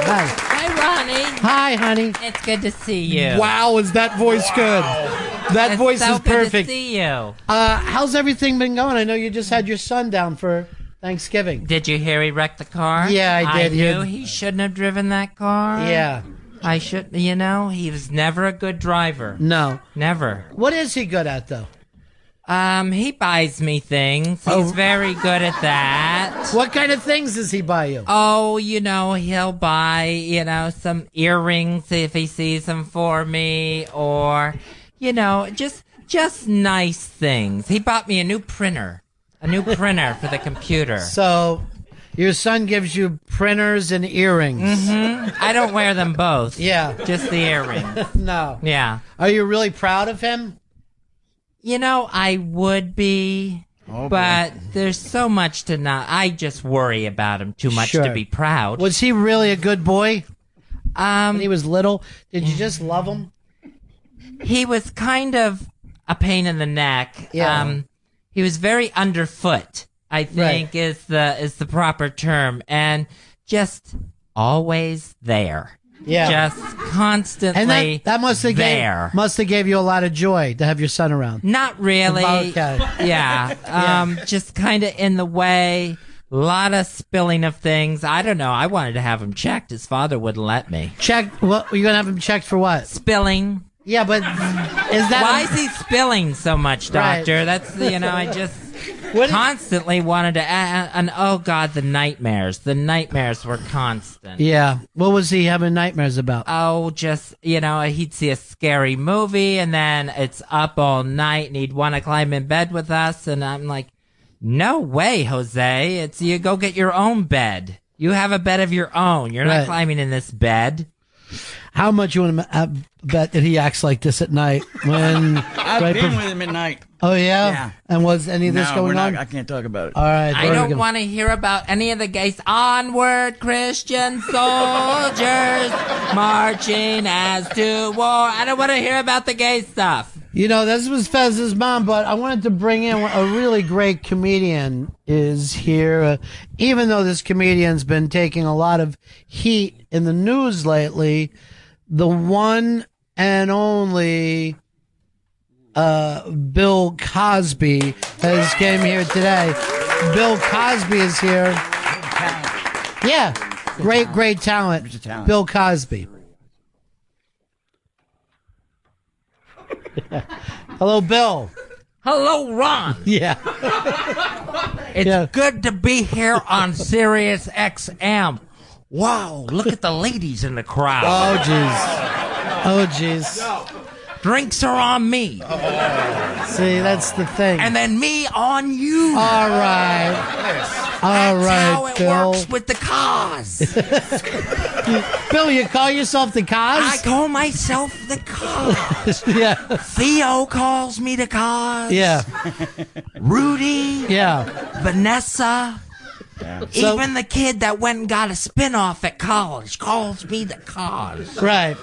S6: Hi.
S40: Hi, Ronnie.
S6: Hi, honey.
S40: It's good to see you.
S6: Wow, is that voice good? That
S9: It's
S6: voice
S9: so
S6: is
S9: good to
S6: perfect.
S9: see you.
S6: Uh, how's everything been going? I know you just had your son down for Thanksgiving.
S9: Did you hear he wrecked the car?
S6: Yeah, I did.
S9: I knew
S6: You-
S9: he shouldn't have driven that car.
S6: Yeah.
S9: I should. You know, he was never a good driver.
S6: No,
S9: never.
S6: What is he good at though?
S9: Um, he buys me things. He's very good at that.
S6: Oh. What kind of things does he buy you?
S9: Oh, you know, he'll buy, you know, some earrings if he sees them for me or, you know, just just nice things. He bought me a new printer. A new printer for the computer.
S6: So, Oh, your son gives you printers and earrings.
S9: Mm-hmm. I don't wear them both.
S6: Yeah.
S9: Just the earrings.
S6: <laughs> no.
S9: Yeah.
S6: Are you really proud of him?
S9: You know, I would be, but there's so much to not. I just worry about him too much to
S6: Sure.
S9: be proud.
S6: Was he really a good boy? Um, when he was little, did you just love him?
S9: He was kind of a pain in the neck.
S6: Yeah.
S9: Um, he was very underfoot. I think is the is the proper term, and just always there.
S6: Yeah.
S9: Just constantly.
S6: And that, that must have
S9: there.
S6: gave must have gave you a lot of joy to have your son around.
S9: Not really.
S6: Okay.
S9: Yeah.
S6: <laughs> Yeah.
S9: Um, Just kind of in the way. A lot of spilling of things. I don't know. I wanted to have him checked. His father wouldn't let me.
S6: Check. What you gonna have him checked for? What
S9: spilling?
S6: Yeah, but is that
S9: Why is he spilling so much,
S6: Right.
S9: doctor? That's you know. I
S6: <laughs>
S9: just constantly wanted to. a- a- And oh god, the nightmares. The nightmares were constant.
S6: Yeah. What was he having nightmares about?
S9: Oh, just you know, he'd see a scary movie, and then it's up all night, and he'd want to climb in bed with us, and I'm like, no way, Jose. It's you go get your own bed. You have a bed of your own. You're
S6: Right.
S9: not climbing in this bed.
S6: How much you want to uh, bet that he acts like this at night when?
S5: <laughs> I've
S6: right
S5: been
S6: bef-
S5: with him at night.
S6: oh yeah?
S5: Yeah.
S6: And was any of this
S5: No, we're
S6: going
S5: not-
S6: on?
S5: I can't talk about it.
S6: All right.
S9: I don't want to hear about any of the gays. Onward, Christian soldiers marching as to war. I don't want to hear about the gay stuff.
S6: You know, this was Fez's mom, but I wanted to bring in a really great comedian is here. Uh, even though this comedian's been taking a lot of heat in the news lately, the one and only uh, Bill Cosby has came here today. Bill Cosby is here. Yeah, great, great talent.
S5: talent.
S6: Bill Cosby. Hello, Bill.
S9: Hello, Ron.
S6: <laughs> Yeah.
S9: It's good to be here on Sirius XM. Wow, look at the ladies in the crowd.
S6: Oh, jeez. Oh, jeez.
S9: Drinks are on me.
S6: See, that's the thing.
S9: And then me on you.
S6: All right. All right,
S9: how it
S6: Bill.
S9: works with the cause.
S6: <laughs> Bill, you call yourself the
S9: I
S6: cause?
S9: call myself the cause.
S6: <laughs> yeah.
S9: Theo calls me the cause.
S6: Yeah.
S9: Rudy.
S6: Yeah.
S9: Vanessa.
S6: So-
S9: Even the kid that went and got a spin-off at college calls me the cause.
S6: Right.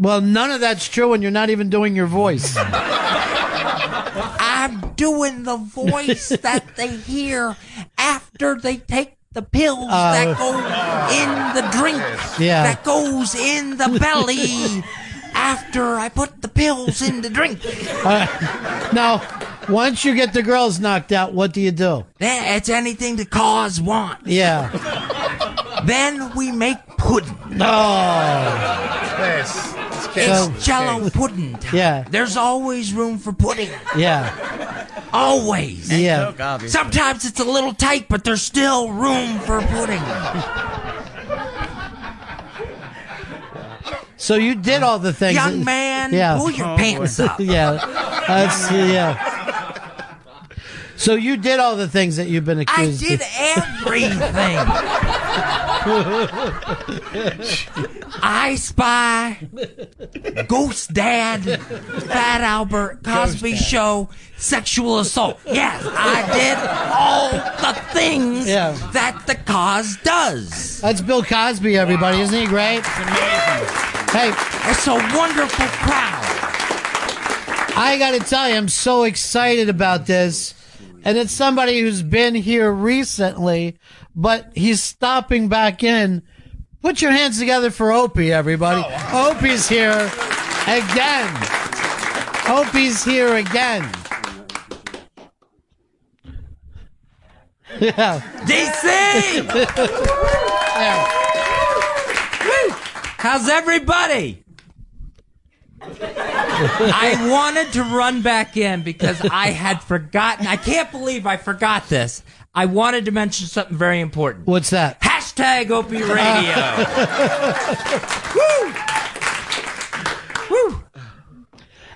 S6: Well, none of that's true and you're not even doing your voice.
S9: I'm doing the
S6: <laughs>
S9: voice that they hear after they take the pills
S6: Oh.
S9: that go in the drink
S6: Yeah.
S9: that goes in the
S6: <laughs>
S9: belly after I put the pills in the drink.
S6: All right. Now, once you get the girls knocked out, what do you do?
S9: Yeah, it's anything the cause wants. <laughs>
S6: Yeah.
S9: Then we make pudding.
S6: Oh.
S9: Yes.
S6: So-
S9: It's jello pudding time.
S6: Yeah.
S9: There's always room for pudding.
S6: Yeah.
S9: Always.
S6: Yeah.
S9: Sometimes it's a little tight, but there's still room for pudding.
S6: So you did all the things.
S9: Young man, pull your Oh, pants boy. up.
S6: <laughs> yeah. That's yeah. So you did all the things that you've been
S9: I
S6: accused
S9: did everything.
S6: <laughs>
S9: <laughs> I spy, Ghost Dad, Fat Albert, Cosby Show, sexual assault. Yes, I did all the things that the cause does.
S6: That's Bill Cosby, everybody. Isn't he great? Hey,
S9: it's a wonderful crowd.
S6: I got to tell you, I'm so excited about this. And it's somebody who's been here recently, but he's stopping back in. Put your
S9: Oh.
S6: hands together for Opie, everybody. Opie's here again. Hope he's here again. <laughs> Yeah. <laughs>
S9: DC! How's everybody? I wanted to run back in because I had forgotten. I can't believe I forgot this. I wanted to mention something very important.
S6: What's that?
S9: Hashtag OP
S6: <laughs>
S9: Radio.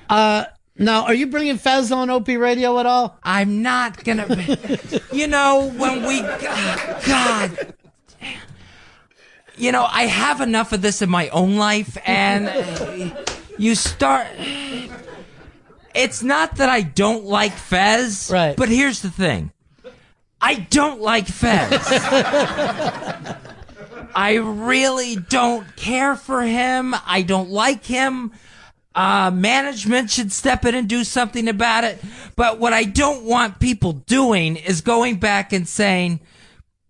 S6: Uh, now, are you bringing Fez on OP Radio at all?
S9: I'm not gonna. Woo! you know, when we. God, God. You know, I have enough of this in my own life, and uh, you start. It's not that I don't like Fez, right. but here's the thing I don't like
S6: <laughs>
S9: Fez. I really don't care for him. I don't like him. Uh, management should step in and do something about it. But what I don't want people doing is going back and saying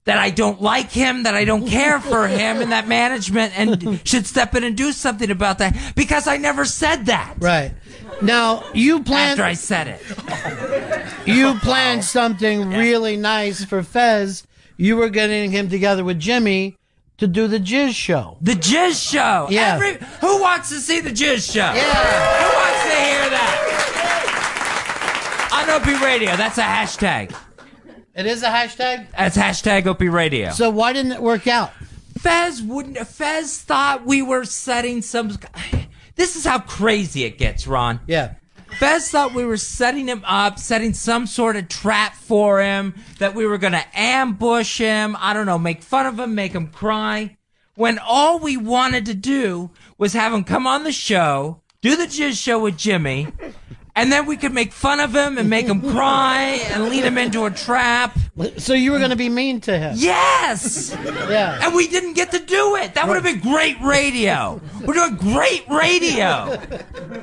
S9: that I don't like him, that I don't care for him, and that management
S6: <laughs>
S9: and should step in and do something about that because I never said that.
S6: Right. Now, you plan.
S9: After I said it.
S6: <laughs> you planned something really nice for Fez. You were getting him together with Jimmy to do the Jizz show.
S9: The Jizz show.
S6: Yeah.
S9: Every, who wants to see the Jizz show? Yeah. Who wants to hear that? On OP Radio, that's a hashtag.
S6: It is a hashtag.
S9: That's hashtag OP Radio.
S6: So why didn't it work out?
S9: Fez wouldn't. Fez thought we were setting some. This is how crazy it gets, Ron.
S6: Yeah.
S9: Fez thought we were setting him up, setting some sort of trap for him, that we were going to ambush him. I don't know, make fun of him, make him cry. When all we wanted to do was have him come on the show, do the Jizz show with Jimmy, and then we could make fun of him and make him cry and lead him into a trap.
S6: So you were going to be mean to him.
S9: Yes.
S6: Yeah.
S9: And we didn't get to do it. That would have been great radio. We're doing great radio.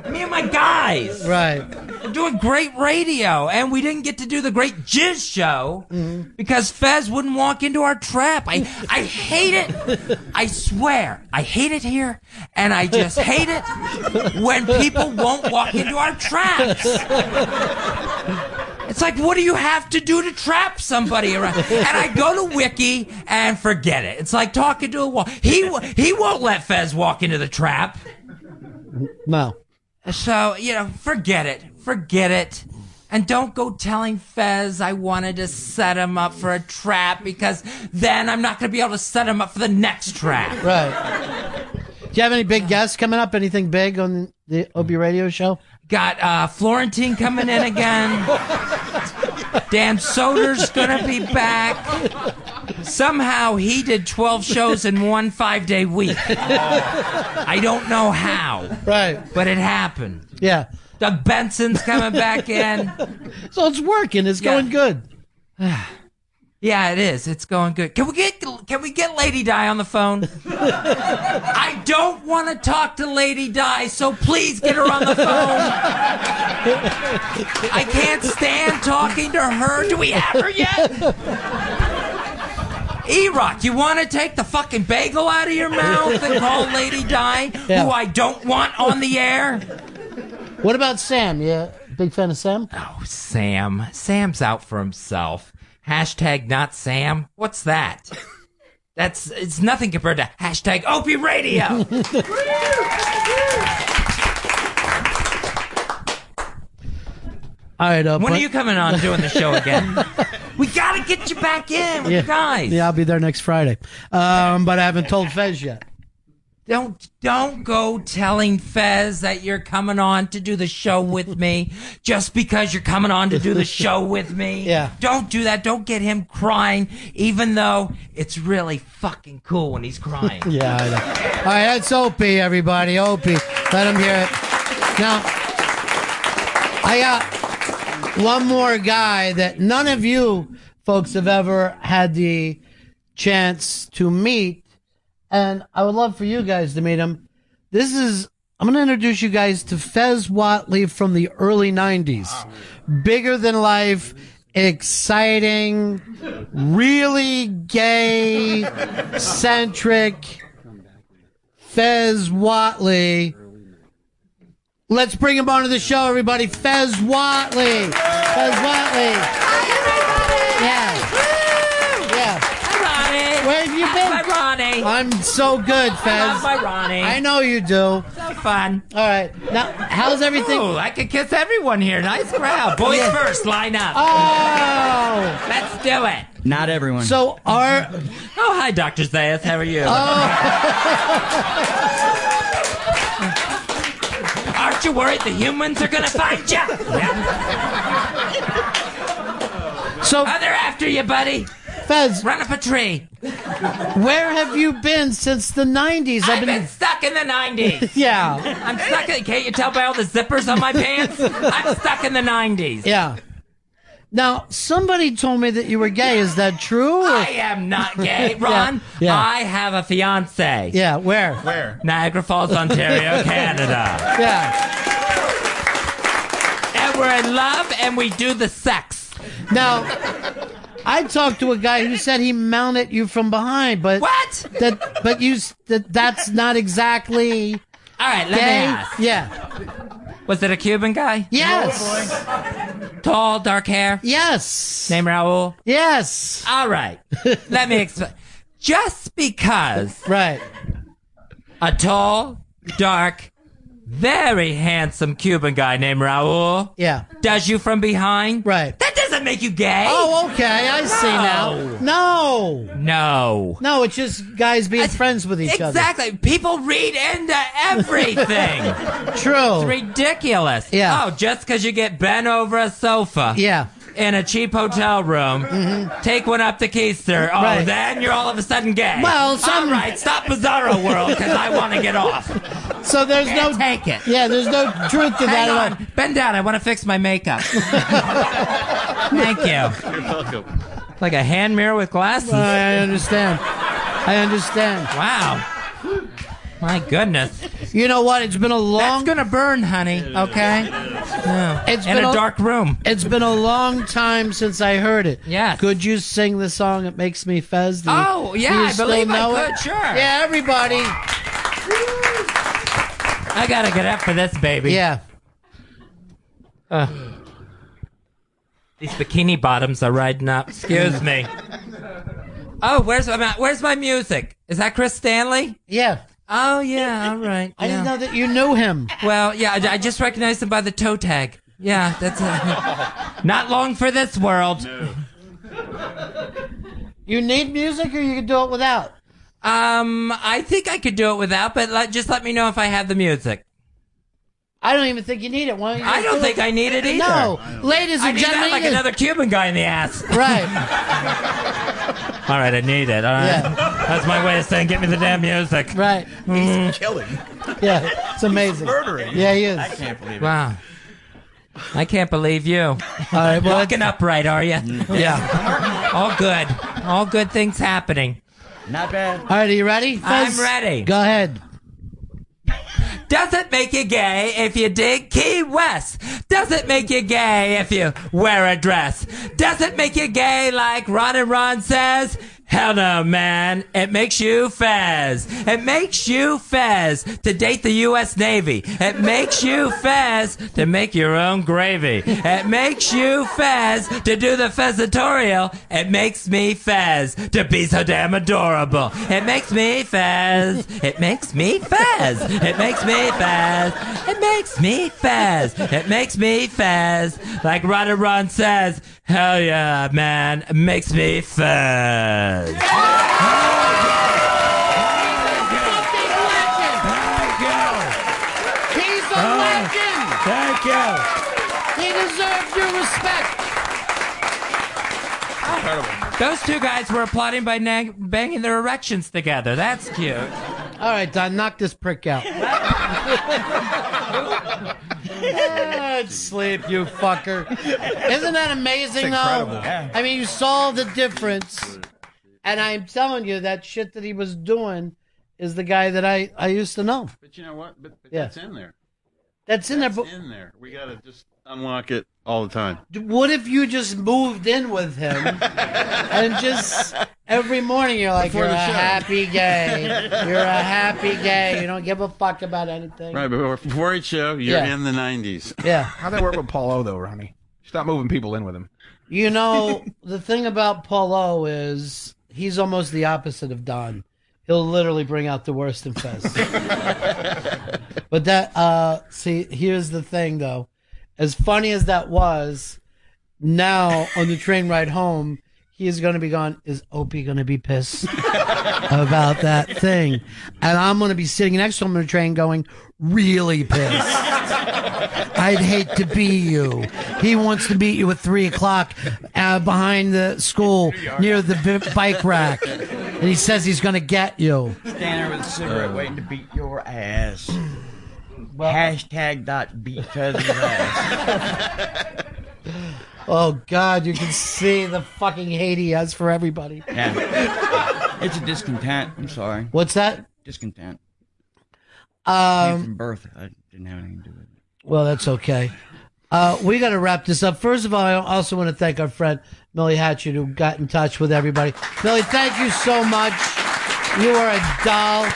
S9: Me and my guys.
S6: Right.
S9: We're doing great radio. And we didn't get to do the great Jizz show because Fez wouldn't walk into our trap. I, I hate it. I swear. I hate it here. And I just hate it when people won't walk into our traps. It's like, what do you have to do to trap somebody around? And I go to Wiki and forget it. It's like talking to a wall. He wo- he won't let Fez walk into the trap.
S6: No.
S9: So you know, forget it, forget it, and don't go telling Fez I wanted to set him up for a trap because then I'm not going to be able to set him up for the next trap.
S6: Right. Do you have any big guests coming up? Anything big on the OB Radio show?
S9: Got uh, Florentine coming in again. Dan Soder's gonna be back. Somehow he did 12 shows in one five day week. I don't know how.
S6: Right.
S9: But it happened.
S6: Yeah.
S9: Doug Benson's coming back in.
S6: So it's working. It's going good.
S9: Yeah, it is. It's going good. Can we get can we get Lady Di on the phone? I don't want to talk to Lady Di, so please get her on the phone. I can't stand talking to her. Do we have her yet? E-Rock, you want to take the fucking bagel out of your mouth and call Lady Di, who I don't want on the air?
S6: What about Sam? Yeah, big fan of Sam.
S9: Oh, Sam. Sam's out for himself. Hashtag not Sam. What's that? That's it's nothing compared to hashtag OP
S6: <laughs>
S9: Radio.
S6: All right. Uh,
S9: when are
S6: but-
S9: you coming on doing the show
S6: <laughs>
S9: again? we gotta get you back in with
S6: yeah.
S9: the guys.
S6: Yeah, I'll be there next Friday. Um, but I haven't told Fez yet.
S9: Don't don't go telling Fez that you're coming on to do the show with
S6: <laughs>
S9: me just because you're coming on to do the show with me.
S6: Yeah.
S9: Don't do that. Don't get him crying, even though it's really fucking cool when he's crying.
S6: <laughs> Yeah, I know. All right, that's OP, everybody. OP. Let him hear it. Now, I got one more guy that none of you folks have ever had the chance to meet, and I would love for you guys to meet him. This is, I'm going to introduce you guys to Fez Watley from the early 90s. Bigger than life. Exciting, really gay <laughs> centric, Fez Watley Let's bring him onto the show, everybody. Fez Watley. Fez Watley. Yeah. Yeah. Where have you been?
S9: Ronnie.
S6: I'm so good, Fez.
S9: love my Ronnie.
S6: I know you do.
S9: So fun.
S6: All right. Now, how's everything?
S9: Ooh, Oh, I could kiss everyone here. Nice crowd. Boys
S6: Yeah.
S9: first, line up.
S6: Oh.
S9: Let's do it.
S39: Not everyone.
S6: So uh, our
S9: Oh, hi, Dr. Zayas. How are you?
S6: Oh. <laughs>
S9: Aren't you worried the humans are going to find you?
S6: <laughs> So
S9: oh, they're after you, buddy.
S6: Fez,
S9: run up a tree.
S6: Where have you been since the 90s? I've been
S9: Stuck in the '90s.
S6: <laughs> Yeah.
S9: I'm stuck. In, can't you tell by all the zippers on my pants? I'm stuck in the '90s.
S6: Yeah. Now, somebody told me that you were gay. Is that true?
S9: I am not gay, Ron.
S6: <laughs> Yeah. yeah.
S9: I have a fiance.
S6: Yeah, where?
S9: Where? Niagara Falls,
S6: <laughs>
S9: Ontario, Canada.
S6: Yeah.
S9: And we're in love and we do the sex.
S6: Now, I talked to a guy who said he mounted you from behind, but
S9: what?
S6: That, but you s- that that's not exactly.
S9: All right, let
S6: gay.
S9: me ask.
S6: Yeah.
S9: Was it a Cuban guy?
S7: Oh,
S6: Yes.
S9: Oh, Tall, dark hair?
S6: Yes.
S9: Name Raul?
S6: Yes.
S9: All
S6: <laughs>
S9: right. Let me explain. Just because.
S6: Right.
S9: A tall, dark, very handsome Cuban guy named Raul.
S6: Yeah.
S9: Does you from behind?
S6: Right.
S9: That doesn't make you gay.
S6: Oh, okay. I see now. No.
S9: No.
S6: No, it's just guys being friends with each
S9: Exactly. People read into everything.
S6: other. True.
S9: It's ridiculous.
S6: Yeah.
S9: Oh, just because you get bent over a sofa.
S6: Yeah. Mm-hmm.
S9: In a cheap hotel room, take one up the keister. Oh,
S6: Right.
S9: then you're all of a sudden gay.
S6: <laughs> Well, some-
S9: all right, stop Bizarro World because I want to get off.
S6: So there's no
S9: take it.
S6: Yeah, there's no truth to that
S9: Hang
S6: at all.
S9: on, bend down. I want to fix my
S6: <laughs>
S9: makeup. Thank
S45: <laughs>
S9: you.
S45: You're welcome.
S9: Like a hand mirror with glasses.
S6: Well, I understand. I understand.
S9: Wow. My goodness.
S6: You know what? It's been a
S9: That's
S6: long.
S9: gonna burn, honey. Okay. No.
S6: It's
S9: in
S6: been
S9: a dark room.
S6: It's been a long time since I heard it.
S9: Yes.
S6: Could you sing the song? It makes me fez. Do you-
S9: Oh,
S6: do
S9: yeah,
S6: you
S9: I
S6: still
S9: believe I
S6: know it?
S9: could, sure.
S6: Yeah, everybody.
S9: I gotta get up for this, baby.
S6: Yeah.
S9: Uh, these bikini bottoms are riding up. Excuse me. Oh, where's my where's my music? Is that Chris Stanley?
S6: Yeah.
S9: Oh yeah. All right.
S6: I didn't
S9: yeah.
S6: know that you knew him.
S9: Well, yeah. I, I just recognized him by the toe tag. Yeah, that's uh, not long for this world.
S6: <laughs> You need music, or you can do it without.
S9: Um, I think I could do it without, but let, just let me know if I have the music.
S6: I don't even think you need it. Why you
S9: I
S6: just
S9: don't
S6: do
S9: think
S6: it?
S9: I need it either.
S6: uh, No, ladies
S9: I
S6: and
S9: need that
S6: gentlemen.
S9: like
S6: it-
S9: another Cuban guy in the ass.
S6: <laughs> Right.
S9: <laughs> All right, I need it. All right, that's my way of saying, get me the damn music.
S6: Right.
S9: Mm.
S39: Killing.
S6: Yeah. It's amazing.
S39: murdering.
S6: Yeah, he is.
S39: I can't believe it.
S9: Wow. I can't believe you. All
S6: right, well,
S9: Walking upright, are you? Yeah. All good. All good things happening.
S39: Not bad.
S6: All right, are you ready?
S9: I'm
S6: Fez?
S9: ready.
S6: Go ahead.
S9: Does it make you gay if you dig Key West? Does it make you gay if you wear a dress? Does it make you gay like Ron and Ron says? Hell no, man. It makes you fez. It makes you fez to date the U.S. Navy. It makes you fez to make your own gravy. It makes you fez to do the fezzatorial. It makes me fez to be so damn adorable. It makes me fez. It makes me fez. It makes me fez. It makes me fez. It makes me fez. Like Ron and Ron says, hell yeah, man. It makes me fez.
S6: He's a legend.
S47: Thank you.
S6: He deserves your respect.
S9: <laughs> Those two guys were applauding by nag- banging their erections together. That's cute.
S6: All right, Don, knock this prick out. Good sleep, you fucker. Isn't that amazing,
S7: It's
S6: though?
S7: incredible. Yeah.
S6: I mean, you saw the difference, and I'm telling you, that shit that he was doing is the guy that I, I used to know.
S45: But you know what? But, but
S6: Yeah.
S45: that's in there.
S6: That's in there,
S45: That's
S6: but
S45: in there. We gotta just Unlock it all the time.
S6: What if you just moved in with him and just every morning you're like,
S45: Before
S6: you're a
S45: the show."
S6: happy gay. You're a happy gay. You don't give a fuck about anything.
S45: Right before, before each show, you're
S6: Yeah.
S45: in the '90s.
S6: Yeah.
S25: How'd that work with Paul O though, Ronnie? Stop moving people in with him.
S6: You know, the thing about Polo is he's almost the opposite of Don. He'll literally bring out the worst in Fez. but that, uh, see, here's the thing though. As funny as that was, now on the train ride home, he is going to be gone. Is Opie going to be pissed about that thing? And I'm going to be sitting next to him on the train going, really pissed. I'd hate to be you. He wants to meet you at three o'clock uh, behind the school near the bi- bike rack, and he says he's going to get you.
S39: Stand there with a cigarette
S5: Uh.
S39: waiting to beat your ass. Hashtag dot beat
S6: <laughs>
S39: cousin's ass.
S6: Oh God, you can see the fucking hate he has for everybody.
S39: Yeah.
S5: It's a discontent. I'm sorry.
S6: What's that?
S5: Discontent. Came
S6: Um,
S5: from birth. I didn't have anything to do with it.
S6: Well, that's okay. Uh, we got to wrap this up. First of all, I also want to thank our friend Millie Hatchett who got in touch with everybody. Millie, thank you so much. You are a doll.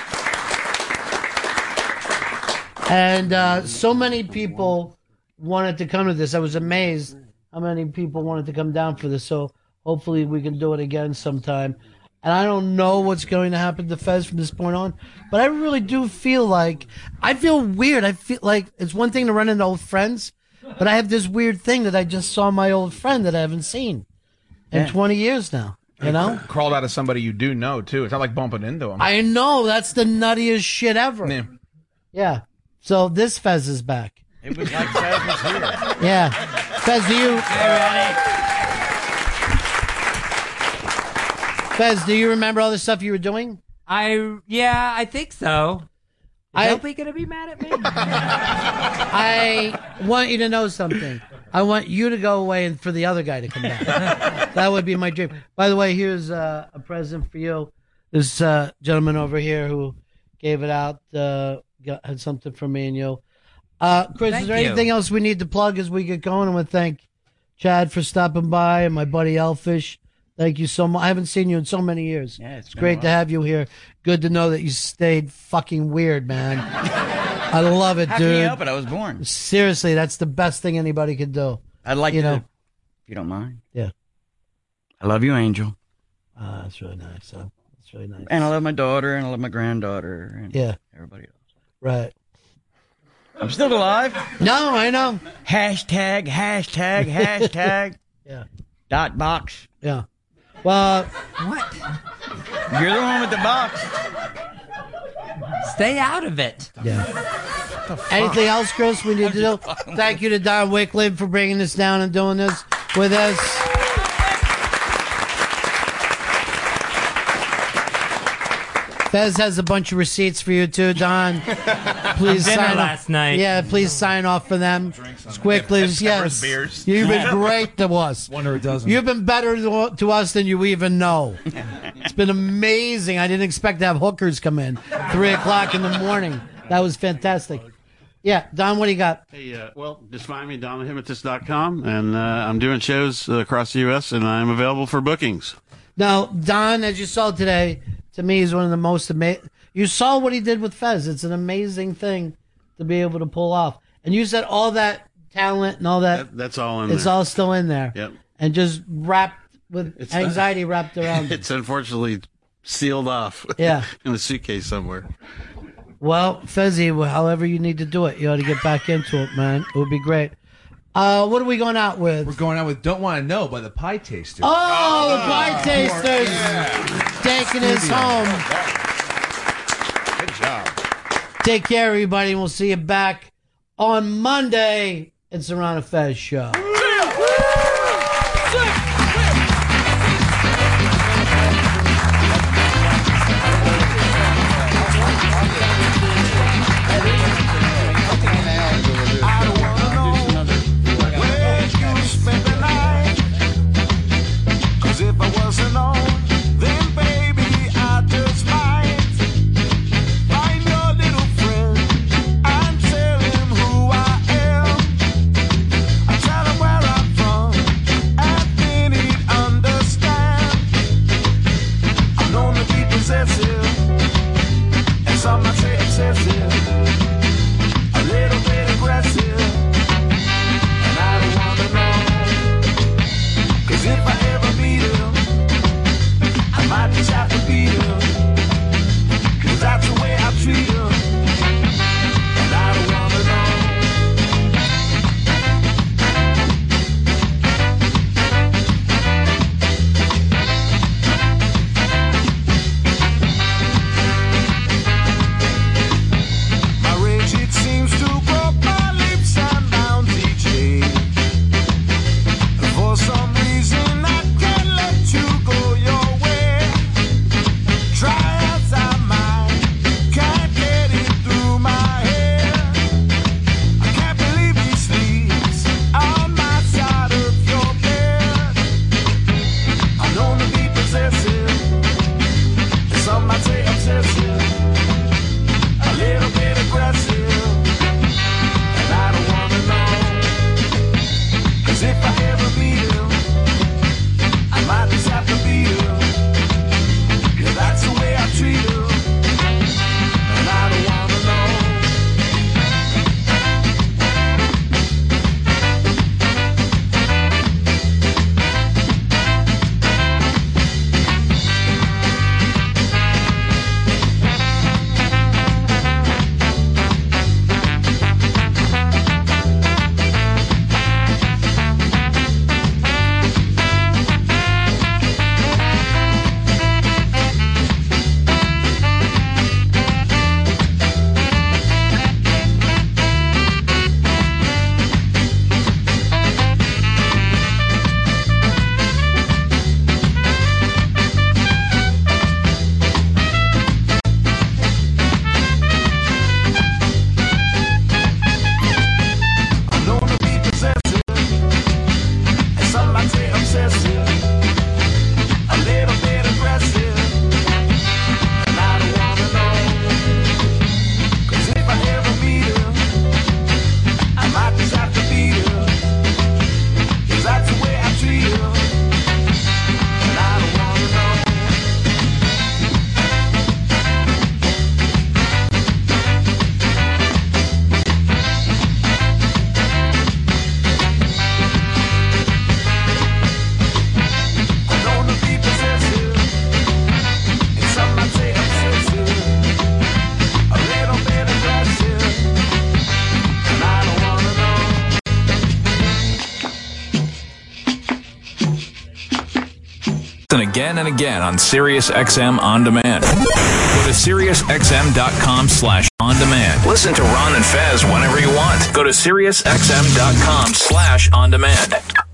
S6: And uh, so many people wanted to come to this. I was amazed how many people wanted to come down for this. So hopefully we can do it again sometime. And I don't know what's going to happen to Fez from this point on, but I really do feel like I feel weird. I feel like it's one thing to run into old friends, but I have this weird thing that I just saw my old friend that I haven't seen in
S25: Yeah.
S6: 20 years now. You know?
S25: crawled out of somebody you do know too. It's not like bumping into them.
S6: I know that's the nuttiest shit ever. Yeah. So this Fez is back.
S39: It was like Fez was here.
S6: Yeah. Fez, do you Fez, do you remember all the stuff you were doing?
S41: I yeah, I think so. Is
S6: I-
S41: Opie gonna be mad at me?
S6: I want you to know something. I want you to go away and for the other guy to come
S5: <laughs>
S6: back. that would be my dream. By the way, here's uh, a present for you. This uh, gentleman over here who gave it out uh, got, had something for me and you. Uh, Chris,
S40: Thank
S6: is there
S40: you.
S6: anything else we need to plug as we get going? I want to thank Chad for stopping by and my buddy Elfish. Thank you so much. I haven't seen you in so many years. Yeah, it's
S5: been a
S6: great to
S5: while.
S6: have you here. Good to know that you stayed fucking weird,
S5: <laughs>
S6: man. I love it,
S5: How
S6: dude.
S5: can you help it? I was born. If
S6: Seriously, that's the best thing anybody could do.
S5: I'd like
S6: you
S5: to-
S6: know.
S5: you don't mind.
S6: Yeah.
S5: I love you, Angel.
S6: Ah, that's really nice. Huh? That's really nice.
S5: And I love my daughter, and I love my granddaughter, and
S6: Yeah.
S5: everybody else.
S6: Right.
S5: I'm still alive.
S6: No, I know.
S5: Hashtag, hashtag,
S6: <laughs>
S5: hashtag.
S6: Yeah.
S5: Dot box.
S6: Yeah. Well,
S41: what?
S5: You're the one with the box.
S41: Stay out of it.
S6: Anything else, Chris? We need to
S5: <laughs>
S6: do. Thank you to Don Wicklin for bringing this down and doing this with us. Fez has a bunch of receipts for you too, Don. Please
S41: Dinner
S6: sign
S41: last
S6: off.
S41: night.
S6: Yeah, please sign off for them. Squicklers, yes.
S41: beers.
S6: You've been great to us.
S39: One or a dozen.
S6: You've been better to, to us than you even know. It's been amazing. I didn't expect to have hookers come in three o'clock in the morning. That was fantastic. Yeah, Don, what do you got?
S45: Hey, uh, well, just find me DonHimatis.com, and uh, I'm doing shows uh, across the U.S. and I'm available for bookings.
S6: Now, Don, as you saw today, to me, is one of the most amazing. You saw what he did with Fez. It's an amazing thing to be able to pull off. And you said all that talent and all that,
S45: That's all in
S6: it's
S45: there.
S6: all still in there.
S45: Yep.
S6: And just wrapped with
S45: It's-
S6: anxiety wrapped around
S45: <laughs>
S6: it.
S45: It's unfortunately sealed off.
S6: Yeah.
S45: <laughs> in a suitcase somewhere.
S6: Well, Fezzi, well, however you need to do it, you ought to get back into it, man. It would be great. Uh, what are we going out with? We're
S10: going out with Don't Want to Know by the Pie Tasters.
S6: Oh, the pie tasters taking us
S10: Studio.
S6: home.
S10: Good job.
S6: Take care, everybody. and We'll see you back on Monday. It's the Ron and Fez show.
S7: Cause if I wasn't on, then baby, I just might find your little friend and tell him who I am. obsessive, a little bit aggressive, and I don't wanna know. 'Cause if I ever meet him, I might just have to beat him. 'Cause that's the way I treat him, and I don't wanna know. My rage, it seems to grow my lips and bounds each day. For some reason, I can't let you go your way. Try as I might, can't get it through my head. I can't believe he sleeps on my side of your bed. I'm known to be possessive, some might say obsessive a little bit aggressive, and I don't wanna know. 'Cause if I ever meet him, I might just have to beat him. 'Cause that's the way I treat him, and I don't wanna know. I'm known to be possessive, and some might say obsessive, a little bit aggressive, and I don't wanna know. 'Cause if I ever meet him, I might just have to beat him. 'Cause that's the way I treat him, and I don't wanna know. I'm known to be possessive, and some might say obsessive, a little bit aggressive, and I don't wanna know.
S1: And again and again on Sirius XM On Demand. Go to SiriusXM.com slash on demand. Listen to Ron and Fez whenever you want. Go to SiriusXM.com slash on demand.